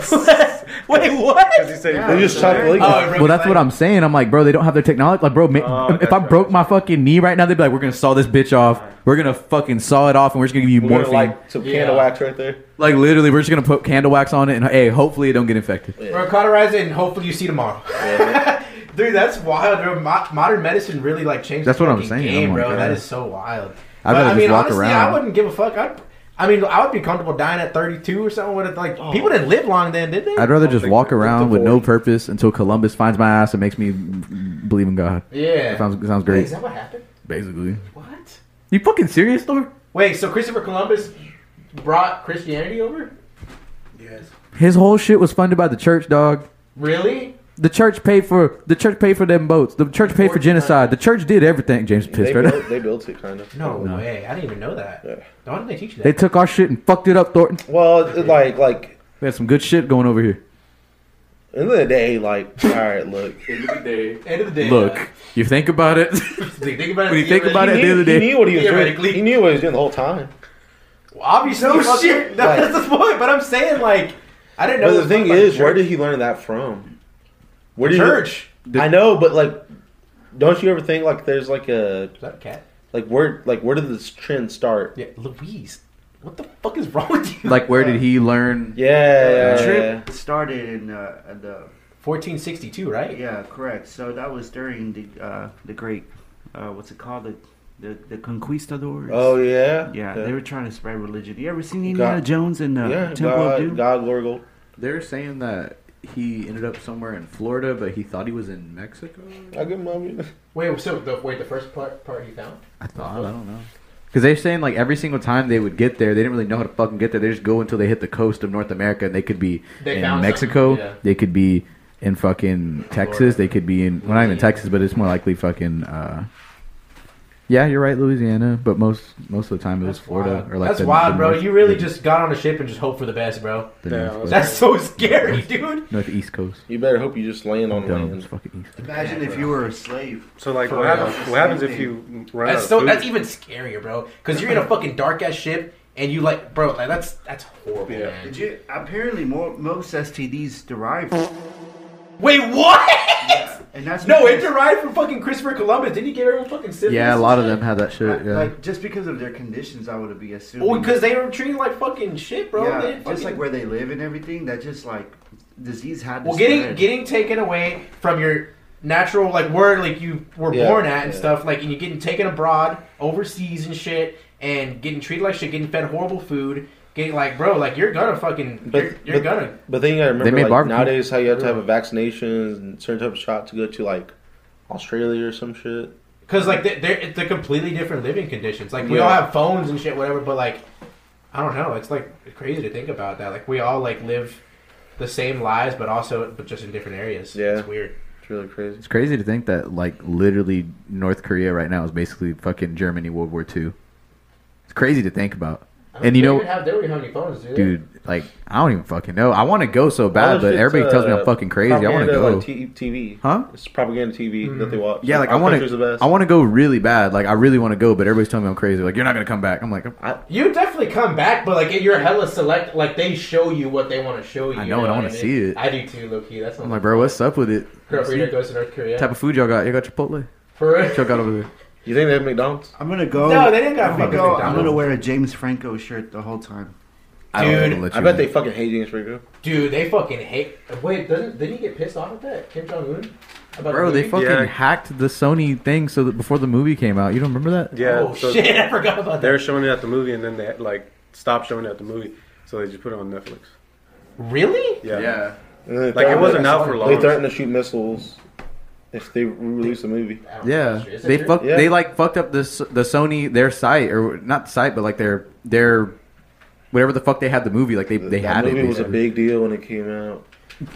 [SPEAKER 5] Wait, what?
[SPEAKER 4] He said
[SPEAKER 6] Yeah.
[SPEAKER 2] They just chopped the
[SPEAKER 3] Oh,
[SPEAKER 2] leg off.
[SPEAKER 3] Well, that's what I'm saying. I'm like, bro, they don't have their technology. Like, bro, ma-
[SPEAKER 4] Oh,
[SPEAKER 3] if I
[SPEAKER 4] that's
[SPEAKER 3] broke my fucking knee right now, they'd be like, we're gonna saw this bitch off. We're gonna fucking saw it off, and we're just gonna give you
[SPEAKER 2] We're gonna
[SPEAKER 3] morphine. Like,
[SPEAKER 2] like some
[SPEAKER 5] Yeah.
[SPEAKER 2] candle wax right there.
[SPEAKER 3] literally, we're just gonna put candle wax on it, and hey, hopefully it don't get infected.
[SPEAKER 5] Bro, cauterize it and hopefully you see tomorrow. (laughs) Dude, that's wild. Bro. Mo- modern medicine really like changed.
[SPEAKER 3] That's
[SPEAKER 5] the
[SPEAKER 3] what I'm
[SPEAKER 5] fucking
[SPEAKER 3] saying.
[SPEAKER 5] game,
[SPEAKER 3] I'm like,
[SPEAKER 5] bro. that
[SPEAKER 3] God.
[SPEAKER 5] is so wild.
[SPEAKER 3] I'd
[SPEAKER 5] But,
[SPEAKER 3] rather
[SPEAKER 5] I
[SPEAKER 3] just
[SPEAKER 5] mean,
[SPEAKER 3] walk
[SPEAKER 5] honestly,
[SPEAKER 3] around.
[SPEAKER 5] I wouldn't give a fuck. I'd, I mean, I would be comfortable dying at 32 or something. With it. like people didn't live long then, did they?
[SPEAKER 3] Oh. I'd rather just
[SPEAKER 4] think
[SPEAKER 3] walk
[SPEAKER 4] we're
[SPEAKER 3] around with no
[SPEAKER 2] divorced.
[SPEAKER 3] purpose until Columbus finds my ass and makes me believe in God.
[SPEAKER 5] yeah.
[SPEAKER 3] Sounds sounds
[SPEAKER 5] Wait,
[SPEAKER 3] great.
[SPEAKER 5] is that what happened?
[SPEAKER 3] Basically,
[SPEAKER 5] What?
[SPEAKER 3] you fucking serious, Thor?
[SPEAKER 5] Wait, so Christopher Columbus brought Christianity over?
[SPEAKER 6] Yes.
[SPEAKER 3] His whole shit was funded by the church, dog.
[SPEAKER 5] Really?
[SPEAKER 3] The church paid for the church paid for them boats. The church paid for genocide. The church did everything. James
[SPEAKER 2] They
[SPEAKER 3] pissed right
[SPEAKER 2] built,
[SPEAKER 3] now.
[SPEAKER 2] they built it kind of.
[SPEAKER 5] No, way. I didn't even know that.
[SPEAKER 2] Yeah.
[SPEAKER 5] Why didn't they teach
[SPEAKER 3] (laughs)
[SPEAKER 5] you
[SPEAKER 3] They
[SPEAKER 5] that?
[SPEAKER 3] took our shit and fucked it up, Thornton.
[SPEAKER 2] Well, it- like like
[SPEAKER 3] We had some good shit going over here.
[SPEAKER 2] end of the day, like all right, look.
[SPEAKER 5] End of the day. uh,
[SPEAKER 3] Look, you think about it.
[SPEAKER 5] think about it.
[SPEAKER 3] When you think about it, (laughs) at
[SPEAKER 2] He
[SPEAKER 3] the end
[SPEAKER 2] knew,
[SPEAKER 3] of the
[SPEAKER 2] he
[SPEAKER 3] day,
[SPEAKER 2] knew what he was
[SPEAKER 5] Theoretically.
[SPEAKER 2] doing. He knew what he was doing the whole time.
[SPEAKER 5] Obviously,
[SPEAKER 6] No
[SPEAKER 5] fuck-
[SPEAKER 6] shit.
[SPEAKER 5] No, that's the point. But I'm saying like I didn't know.
[SPEAKER 2] But the
[SPEAKER 5] this
[SPEAKER 2] thing
[SPEAKER 5] fucking
[SPEAKER 2] is, where
[SPEAKER 5] church-
[SPEAKER 2] did he learn that from? Where did
[SPEAKER 5] church?
[SPEAKER 2] He, I know, but like, don't you ever think like there's like a
[SPEAKER 5] Is that a cat?
[SPEAKER 2] like where like where did this trend start?
[SPEAKER 5] Yeah, Louise. What the fuck is wrong with you?
[SPEAKER 3] (laughs) like, where did he learn?
[SPEAKER 2] Yeah, yeah,
[SPEAKER 5] Trip.
[SPEAKER 2] yeah.
[SPEAKER 6] It started in uh, at the
[SPEAKER 5] 1462, right?
[SPEAKER 6] yeah correct. So that was during the uh, the great uh, what's it called the the, the conquistadors.
[SPEAKER 2] Oh yeah,
[SPEAKER 6] yeah,
[SPEAKER 2] Okay.
[SPEAKER 6] they were trying to spread religion. You ever seen Indiana
[SPEAKER 2] God-
[SPEAKER 6] Jones
[SPEAKER 3] uh,
[SPEAKER 6] and uh, the
[SPEAKER 2] yeah.
[SPEAKER 6] Temple
[SPEAKER 2] God,
[SPEAKER 6] of Doom?
[SPEAKER 2] God, Lord, Gold.
[SPEAKER 3] They're saying that he ended up somewhere in Florida, but he thought he was in Mexico.
[SPEAKER 2] I give him my
[SPEAKER 5] Wait, so the, wait, the first part part he found?
[SPEAKER 3] I thought Oh, I don't know. Because they're saying like every single time they would get there, they didn't really know how to fucking get there. They just go until they hit the coast of North America, and they could be
[SPEAKER 5] They
[SPEAKER 3] in
[SPEAKER 5] found
[SPEAKER 3] Mexico,
[SPEAKER 5] something, yeah.
[SPEAKER 3] they could be in fucking Texas, they could be in well not even Texas, but it's more likely fucking. Uh, yeah, you're right, Louisiana, but most most of the time it was Florida
[SPEAKER 5] wild.
[SPEAKER 3] or like
[SPEAKER 5] That's
[SPEAKER 3] the-
[SPEAKER 5] wild,
[SPEAKER 3] the
[SPEAKER 5] bro.
[SPEAKER 3] north-
[SPEAKER 5] You really
[SPEAKER 3] the-
[SPEAKER 5] just uh, got on a ship and just hope for the best, bro.
[SPEAKER 3] the
[SPEAKER 4] Yeah,
[SPEAKER 3] north
[SPEAKER 4] I
[SPEAKER 3] coast.
[SPEAKER 4] was-
[SPEAKER 5] That's so scary, (laughs) dude.
[SPEAKER 3] Northeast Coast.
[SPEAKER 2] (laughs) You better hope you just land on
[SPEAKER 3] Dumb. It's
[SPEAKER 2] land.
[SPEAKER 3] fucking east.
[SPEAKER 6] Imagine if you were a slave.
[SPEAKER 4] So like,
[SPEAKER 6] For
[SPEAKER 4] what
[SPEAKER 6] real.
[SPEAKER 4] happens? What happens if you run out
[SPEAKER 5] That's
[SPEAKER 4] of
[SPEAKER 5] so.
[SPEAKER 4] food?
[SPEAKER 5] That's e- even scarier, bro. Because
[SPEAKER 6] (laughs)
[SPEAKER 5] you're in a fucking dark ass ship and you like, bro, like that's that's horrible,
[SPEAKER 4] Yeah.
[SPEAKER 5] man.
[SPEAKER 6] Did you, apparently, more, most STDs derive,
[SPEAKER 5] Wait, what? (laughs)
[SPEAKER 6] and that's
[SPEAKER 5] No, it
[SPEAKER 6] because-
[SPEAKER 5] derived from fucking Christopher Columbus. Didn't he get everyone fucking syphilis?
[SPEAKER 3] Yeah, a
[SPEAKER 5] and
[SPEAKER 3] lot of
[SPEAKER 5] shit?
[SPEAKER 3] them have that shit. Yeah.
[SPEAKER 6] Like just because of their conditions, I would be assuming.
[SPEAKER 5] Well, because they were treated like fucking shit, bro.
[SPEAKER 6] yeah,
[SPEAKER 5] they
[SPEAKER 6] just
[SPEAKER 5] didn't fucking-
[SPEAKER 6] like where they live and everything, that just like disease had. To
[SPEAKER 5] well, getting
[SPEAKER 6] spread.
[SPEAKER 5] getting taken away from your natural like where like you were
[SPEAKER 2] Yeah,
[SPEAKER 5] born at and
[SPEAKER 2] yeah.
[SPEAKER 5] stuff like, and you getting taken abroad, overseas and shit, and getting treated like shit, getting fed horrible food, getting like, bro, like you're gonna fucking,
[SPEAKER 2] But-
[SPEAKER 5] you're, you're
[SPEAKER 2] but-
[SPEAKER 5] gonna.
[SPEAKER 2] But then you gotta
[SPEAKER 3] They made
[SPEAKER 2] remember, like,
[SPEAKER 3] barbecue.
[SPEAKER 2] nowadays how you have to have a vaccination and certain type of shot to go to like Australia or some shit.
[SPEAKER 5] Because like they're, they're, they're completely different living conditions. Like we all
[SPEAKER 2] Yeah.
[SPEAKER 5] have phones and shit, whatever. But like, I don't know. It's like crazy to think about that. Like we all like live the same lives, but also but just in different areas.
[SPEAKER 2] Yeah.
[SPEAKER 5] it's weird.
[SPEAKER 2] It's really crazy.
[SPEAKER 3] It's crazy to think that like literally North Korea right now is basically fucking Germany World War II. It's crazy to think about. And you know,
[SPEAKER 5] have, they don't even have any phones, do
[SPEAKER 3] dude, like I don't even fucking know. I want to go so bad,
[SPEAKER 2] All this
[SPEAKER 3] but
[SPEAKER 2] shit's,
[SPEAKER 3] everybody tells me
[SPEAKER 2] uh,
[SPEAKER 3] I'm fucking crazy. I want to
[SPEAKER 2] propaganda
[SPEAKER 3] go.
[SPEAKER 2] on T- TV,
[SPEAKER 3] Huh?
[SPEAKER 2] It's propaganda TV that they watch.
[SPEAKER 3] yeah, like I
[SPEAKER 2] Our
[SPEAKER 3] want
[SPEAKER 2] country's the
[SPEAKER 3] to.
[SPEAKER 2] best.
[SPEAKER 3] I want to go really bad. Like I really want to go, but everybody's telling me I'm crazy. Like you're not gonna come back. I'm like,
[SPEAKER 5] You definitely come back, but like you're hella select. Like they show you what they want to show you.
[SPEAKER 3] I know,
[SPEAKER 5] you
[SPEAKER 3] and I
[SPEAKER 5] what
[SPEAKER 3] wanna
[SPEAKER 5] mean?
[SPEAKER 3] see it.
[SPEAKER 5] I do too, low key. That's
[SPEAKER 3] I'm like, bro, what's up with it?
[SPEAKER 5] Girl
[SPEAKER 3] See,
[SPEAKER 5] Burrito goes to North Korea.
[SPEAKER 3] type of food y'all got? You got Chipotle?
[SPEAKER 5] For real?
[SPEAKER 3] Y'all got over there?
[SPEAKER 2] You think they have McDonald's?
[SPEAKER 6] I'm gonna go.
[SPEAKER 5] No, they didn't got
[SPEAKER 6] I'm gonna
[SPEAKER 5] fucking
[SPEAKER 6] go. I'm
[SPEAKER 5] McDonald's.
[SPEAKER 6] gonna wear a James Franco shirt the whole time.
[SPEAKER 3] I don't
[SPEAKER 5] Dude,
[SPEAKER 3] wanna let
[SPEAKER 2] I
[SPEAKER 3] you
[SPEAKER 2] bet
[SPEAKER 3] in.
[SPEAKER 2] they fucking hate James Franco.
[SPEAKER 5] Dude, they fucking hate. Wait, doesn't didn't he get pissed off at that Kim Jong Un?
[SPEAKER 3] Bro, they fucking
[SPEAKER 4] Yeah.
[SPEAKER 3] hacked the Sony thing so that before the movie came out. You don't remember that?
[SPEAKER 4] yeah.
[SPEAKER 5] oh
[SPEAKER 4] so
[SPEAKER 5] shit! (laughs) I forgot about that.
[SPEAKER 4] They're showing it at the movie, and then they like stop showing it at the movie, so they just put it on Netflix.
[SPEAKER 5] Really?
[SPEAKER 4] Yeah.
[SPEAKER 2] And then they
[SPEAKER 4] Like it
[SPEAKER 2] threatened-
[SPEAKER 4] wasn't out for long.
[SPEAKER 2] They threatened to shoot missiles if they release the movie.
[SPEAKER 5] I don't know
[SPEAKER 3] Yeah,
[SPEAKER 5] if that's true. Is that
[SPEAKER 3] they
[SPEAKER 5] true?
[SPEAKER 3] fucked.
[SPEAKER 2] Yeah.
[SPEAKER 3] They like fucked up the S- the Sony their site or not site, but like their their whatever the fuck they had the movie. Like they they
[SPEAKER 2] that
[SPEAKER 3] had
[SPEAKER 2] movie
[SPEAKER 3] it.
[SPEAKER 2] was a
[SPEAKER 3] basically.
[SPEAKER 2] big deal when it came out.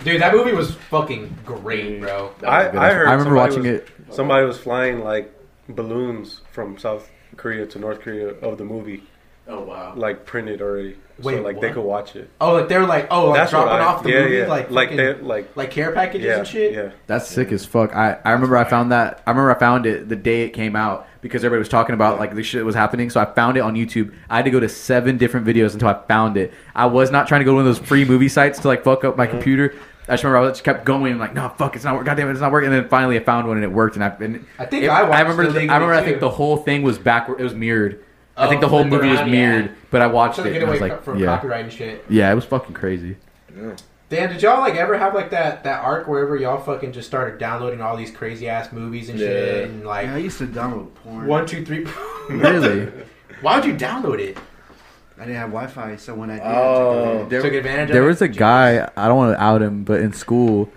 [SPEAKER 5] Dude, that movie was fucking
[SPEAKER 4] Mm.
[SPEAKER 5] great, bro.
[SPEAKER 4] I, I heard.
[SPEAKER 3] I remember
[SPEAKER 4] somebody
[SPEAKER 3] watching
[SPEAKER 4] was-
[SPEAKER 3] it.
[SPEAKER 4] Somebody was flying like balloons from South Korea to North Korea of the movie,
[SPEAKER 5] Oh wow.
[SPEAKER 4] like printed already,
[SPEAKER 5] Wait,
[SPEAKER 4] so like they
[SPEAKER 5] what?
[SPEAKER 4] could watch it.
[SPEAKER 5] Oh, like they were like, oh, like dropping off the
[SPEAKER 4] yeah,
[SPEAKER 5] movie,
[SPEAKER 4] yeah.
[SPEAKER 5] like
[SPEAKER 4] like
[SPEAKER 5] fucking-
[SPEAKER 4] they like
[SPEAKER 5] like care packages
[SPEAKER 4] yeah,
[SPEAKER 5] and shit.
[SPEAKER 4] yeah.
[SPEAKER 3] That's sick as fuck. I, I remember I found that I remember I found it the day it came out because everybody was talking about like this shit was happening. So I found it on YouTube. I had to go to seven different videos until I found it. I was not trying to go to one of those free movie sites to like fuck up my computer. I just remember I just kept going like no fuck it's not working. God damn it, it's not working. And then finally I found one and it worked. And I and
[SPEAKER 5] I think
[SPEAKER 3] it-
[SPEAKER 5] I watched
[SPEAKER 3] remember
[SPEAKER 5] illegally,
[SPEAKER 3] I remember I
[SPEAKER 5] too.
[SPEAKER 3] think the whole thing was backward. It was mirrored. I
[SPEAKER 5] Oh,
[SPEAKER 3] think the whole
[SPEAKER 5] flipped
[SPEAKER 3] movie was
[SPEAKER 5] around,
[SPEAKER 3] mirrored.
[SPEAKER 5] yeah.
[SPEAKER 3] But I watched
[SPEAKER 5] So
[SPEAKER 3] it
[SPEAKER 5] they get
[SPEAKER 3] and I
[SPEAKER 5] away
[SPEAKER 3] was like
[SPEAKER 5] from
[SPEAKER 3] yeah
[SPEAKER 5] copyright and shit.
[SPEAKER 3] yeah it was fucking
[SPEAKER 5] (laughs)
[SPEAKER 3] crazy.
[SPEAKER 5] Dan, did y'all like ever have like that that arc wherever y'all fucking just started downloading all these crazy ass movies and shit
[SPEAKER 2] Yeah.
[SPEAKER 5] and
[SPEAKER 6] Yeah, I
[SPEAKER 5] like
[SPEAKER 6] used to download porn.
[SPEAKER 5] one, two, three. (laughs)
[SPEAKER 3] Really?
[SPEAKER 5] Why would you download it?
[SPEAKER 6] I didn't have Wi-Fi, so when I did,
[SPEAKER 2] Oh.
[SPEAKER 5] Took advantage.
[SPEAKER 3] There
[SPEAKER 5] of
[SPEAKER 3] was
[SPEAKER 5] it?
[SPEAKER 3] a guy. I don't want to out him, but in school,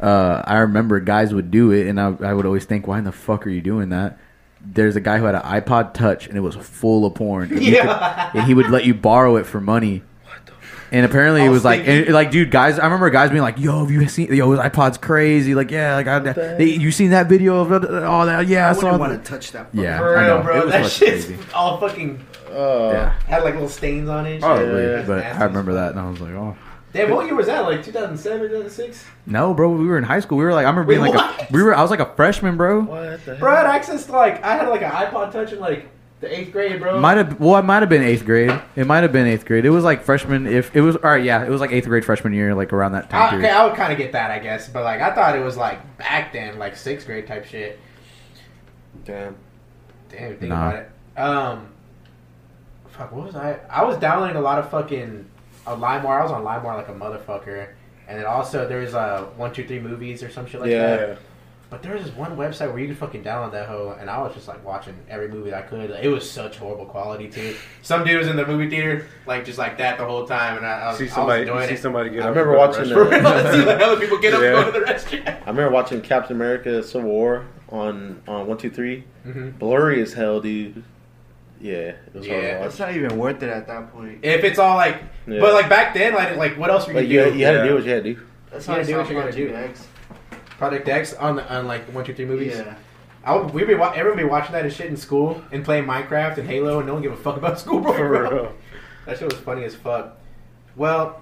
[SPEAKER 3] uh, I remember guys would do it, and I, I would always think, "Why in the fuck are you doing that?" There's a guy who had an iPod Touch, and it was full of porn. And you
[SPEAKER 5] Yeah.
[SPEAKER 3] could- (laughs) and he would let you borrow it for money. And apparently, it
[SPEAKER 5] I
[SPEAKER 3] was
[SPEAKER 5] was
[SPEAKER 3] like,
[SPEAKER 5] thinking-
[SPEAKER 3] and, like, dude, guys. I remember guys being like, "Yo, have you seen? Yo, his iPod's crazy. Like, yeah, like, I, they, you seen that video of uh, all that? Yeah, I,
[SPEAKER 6] I
[SPEAKER 3] saw
[SPEAKER 6] wouldn't
[SPEAKER 3] that."
[SPEAKER 6] want to touch that.
[SPEAKER 3] Yeah,
[SPEAKER 5] For
[SPEAKER 3] I
[SPEAKER 5] real,
[SPEAKER 3] know. It
[SPEAKER 5] bro.
[SPEAKER 3] was
[SPEAKER 5] That
[SPEAKER 3] fucking
[SPEAKER 5] shit's
[SPEAKER 3] crazy.
[SPEAKER 5] all fucking
[SPEAKER 4] Uh.
[SPEAKER 2] Oh.
[SPEAKER 3] Yeah,
[SPEAKER 5] had like little stains on it. and shit.
[SPEAKER 4] Oh,
[SPEAKER 3] probably.
[SPEAKER 5] That's
[SPEAKER 3] but
[SPEAKER 5] nasty
[SPEAKER 3] I
[SPEAKER 5] as
[SPEAKER 3] remember
[SPEAKER 5] fuck.
[SPEAKER 3] that, and I was like, "Oh,
[SPEAKER 5] Damn, what year was that? Like 2007, 2006?
[SPEAKER 3] no, bro. We were in high school. We were like, I remember
[SPEAKER 5] Wait,
[SPEAKER 3] being like,
[SPEAKER 5] what?
[SPEAKER 3] a, we were. I was like a freshman, bro.
[SPEAKER 2] What the hell?
[SPEAKER 5] Bro, I had access to like I had like an iPod Touch in like the eighth grade, bro.
[SPEAKER 3] Might have well, it might have been eighth grade. It might have been eighth grade. It was like freshman. If it was all right, yeah, it was like eighth grade freshman year, like around that time
[SPEAKER 5] I, Ah, okay,
[SPEAKER 3] period.
[SPEAKER 5] I would kind of get that, I guess, but like I thought it was like back then, like sixth grade type shit.
[SPEAKER 2] Damn.
[SPEAKER 5] Damn, think
[SPEAKER 3] Nah.
[SPEAKER 5] about it. Um, fuck, what was I? I was downloading a lot of fucking a LimeWire. I was on LimeWire like a motherfucker, and then also there was uh, one, two, three movies or some shit like uh,
[SPEAKER 2] Yeah.
[SPEAKER 5] that. But there was this one website where you could fucking download that hoe, and I was just like watching every movie that I could. Like, it was such horrible quality too. Some dude was in the movie theater like just like that the whole time, and I, I was,
[SPEAKER 4] See
[SPEAKER 5] I was
[SPEAKER 4] somebody,
[SPEAKER 5] enjoying
[SPEAKER 4] see
[SPEAKER 5] it.
[SPEAKER 4] somebody get.
[SPEAKER 2] I
[SPEAKER 4] up
[SPEAKER 2] remember
[SPEAKER 4] and go to
[SPEAKER 2] watching
[SPEAKER 5] For
[SPEAKER 4] the.
[SPEAKER 5] real, (laughs)
[SPEAKER 4] restroom.
[SPEAKER 5] I see like other people get up
[SPEAKER 4] Yeah.
[SPEAKER 5] and go to the
[SPEAKER 2] (laughs)
[SPEAKER 5] restroom.
[SPEAKER 2] I remember watching Captain America Civil War on on one two three.
[SPEAKER 5] Mhm.
[SPEAKER 2] Blurry as hell, dude. Yeah, it was
[SPEAKER 5] Yeah.
[SPEAKER 2] hard
[SPEAKER 6] It's
[SPEAKER 2] to watch.
[SPEAKER 6] not even worth it at that point.
[SPEAKER 5] If it's all like,
[SPEAKER 2] Yeah.
[SPEAKER 5] but like back then, like like what else were you
[SPEAKER 2] Like you,
[SPEAKER 5] doing?
[SPEAKER 2] you had to
[SPEAKER 4] Yeah.
[SPEAKER 2] do what you had to do.
[SPEAKER 6] That's
[SPEAKER 5] You
[SPEAKER 6] how I
[SPEAKER 5] gotta do
[SPEAKER 6] saw
[SPEAKER 5] what you gotta
[SPEAKER 6] Project
[SPEAKER 5] do.
[SPEAKER 6] X.
[SPEAKER 5] Project X on the on like one two three movies.
[SPEAKER 6] Yeah.
[SPEAKER 5] I would, we'd be wa- everyone be watching that and shit in school and playing Minecraft and Halo and no one give a fuck about (laughs) school, bro.
[SPEAKER 4] (laughs) For real.
[SPEAKER 5] That shit was funny as fuck. Well,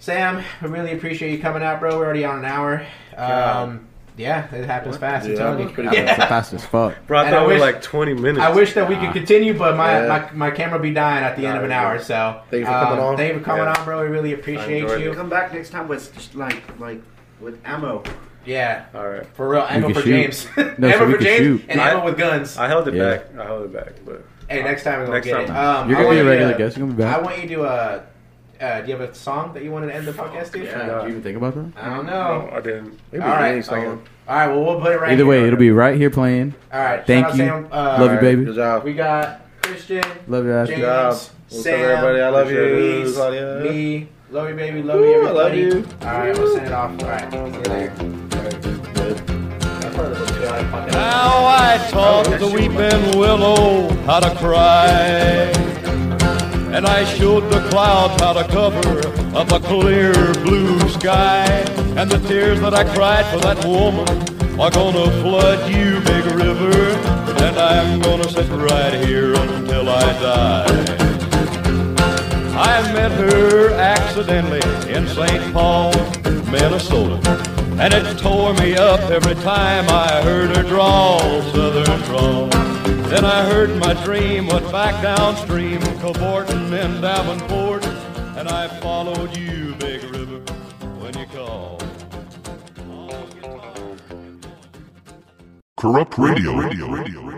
[SPEAKER 5] Sam, I really appreciate you coming out, bro. We're already on an hour. Um, yeah, it happens fast. I'm
[SPEAKER 2] Yeah,
[SPEAKER 5] telling
[SPEAKER 2] that was
[SPEAKER 5] you.
[SPEAKER 2] pretty
[SPEAKER 3] That was the
[SPEAKER 5] Yeah.
[SPEAKER 3] fast as fuck.
[SPEAKER 4] Bro, I
[SPEAKER 5] And I
[SPEAKER 4] thought we were
[SPEAKER 5] wish-
[SPEAKER 4] like 20 minutes.
[SPEAKER 5] I wish that we could continue, but my,
[SPEAKER 2] Yeah.
[SPEAKER 5] my, my camera be dying at the end of an hour. So um,
[SPEAKER 2] Thank you for coming on.
[SPEAKER 5] Thank you for coming
[SPEAKER 4] Yeah.
[SPEAKER 5] on, bro. We really appreciate
[SPEAKER 4] enjoyed
[SPEAKER 5] you.
[SPEAKER 4] it.
[SPEAKER 6] Come back next time with just like like with ammo.
[SPEAKER 5] Yeah,
[SPEAKER 4] All right.
[SPEAKER 5] for real. Ammo
[SPEAKER 3] could
[SPEAKER 5] for
[SPEAKER 3] shoot.
[SPEAKER 5] James.
[SPEAKER 3] No, so
[SPEAKER 5] (laughs) ammo
[SPEAKER 3] we
[SPEAKER 5] for
[SPEAKER 3] could
[SPEAKER 5] James
[SPEAKER 3] shoot.
[SPEAKER 5] and
[SPEAKER 4] I-
[SPEAKER 5] ammo with guns.
[SPEAKER 4] I held it
[SPEAKER 3] Yeah.
[SPEAKER 4] back. I held it back, but
[SPEAKER 5] hey, next time we're gonna
[SPEAKER 4] Next
[SPEAKER 5] get it.
[SPEAKER 4] time.
[SPEAKER 5] Um,
[SPEAKER 3] You're gonna
[SPEAKER 5] I
[SPEAKER 3] be
[SPEAKER 5] want
[SPEAKER 3] a
[SPEAKER 5] you to-
[SPEAKER 3] regular guest. You're gonna be
[SPEAKER 5] I
[SPEAKER 3] back.
[SPEAKER 5] want you to. Uh, uh, do you have a song that you wanted to end the podcast to?
[SPEAKER 2] Yeah.
[SPEAKER 3] Did you even think about that?
[SPEAKER 5] I don't
[SPEAKER 4] no,
[SPEAKER 5] know.
[SPEAKER 4] I didn't.
[SPEAKER 2] It'd
[SPEAKER 5] All right, um,
[SPEAKER 2] any song.
[SPEAKER 5] All right, well we'll put it right.
[SPEAKER 3] Either
[SPEAKER 5] here.
[SPEAKER 3] way, it'll be right here playing.
[SPEAKER 5] All right. shout
[SPEAKER 3] Thank
[SPEAKER 5] out
[SPEAKER 3] you.
[SPEAKER 5] Sam. Uh,
[SPEAKER 3] Love you, baby.
[SPEAKER 2] Good job.
[SPEAKER 5] We got Christian,
[SPEAKER 3] Love you, guys.
[SPEAKER 5] James,
[SPEAKER 2] Good job. What's up,
[SPEAKER 5] Sam,
[SPEAKER 2] everybody? I love you.
[SPEAKER 5] Luis,
[SPEAKER 2] Claudia.
[SPEAKER 5] me. Love you, baby. Love
[SPEAKER 2] Ooh,
[SPEAKER 5] you,
[SPEAKER 2] I love
[SPEAKER 5] everybody.
[SPEAKER 2] you.
[SPEAKER 5] All right, we'll send it off. All right. See you later.
[SPEAKER 7] Now I taught the weeping willow how to cry. And I showed the clouds how to cover up a clear blue sky. And the tears that I cried for that woman are gonna flood you, big river. And I'm gonna sit right here until I die. I met her accidentally in St. Paul, Minnesota. And it tore me up every time I heard her drawl, southern drawl. Then I heard my dream went back downstream, cavorting in Davenport. And I followed you, Big River, when you called. All guitar.
[SPEAKER 1] Corrupt Radio. Radio. Radio.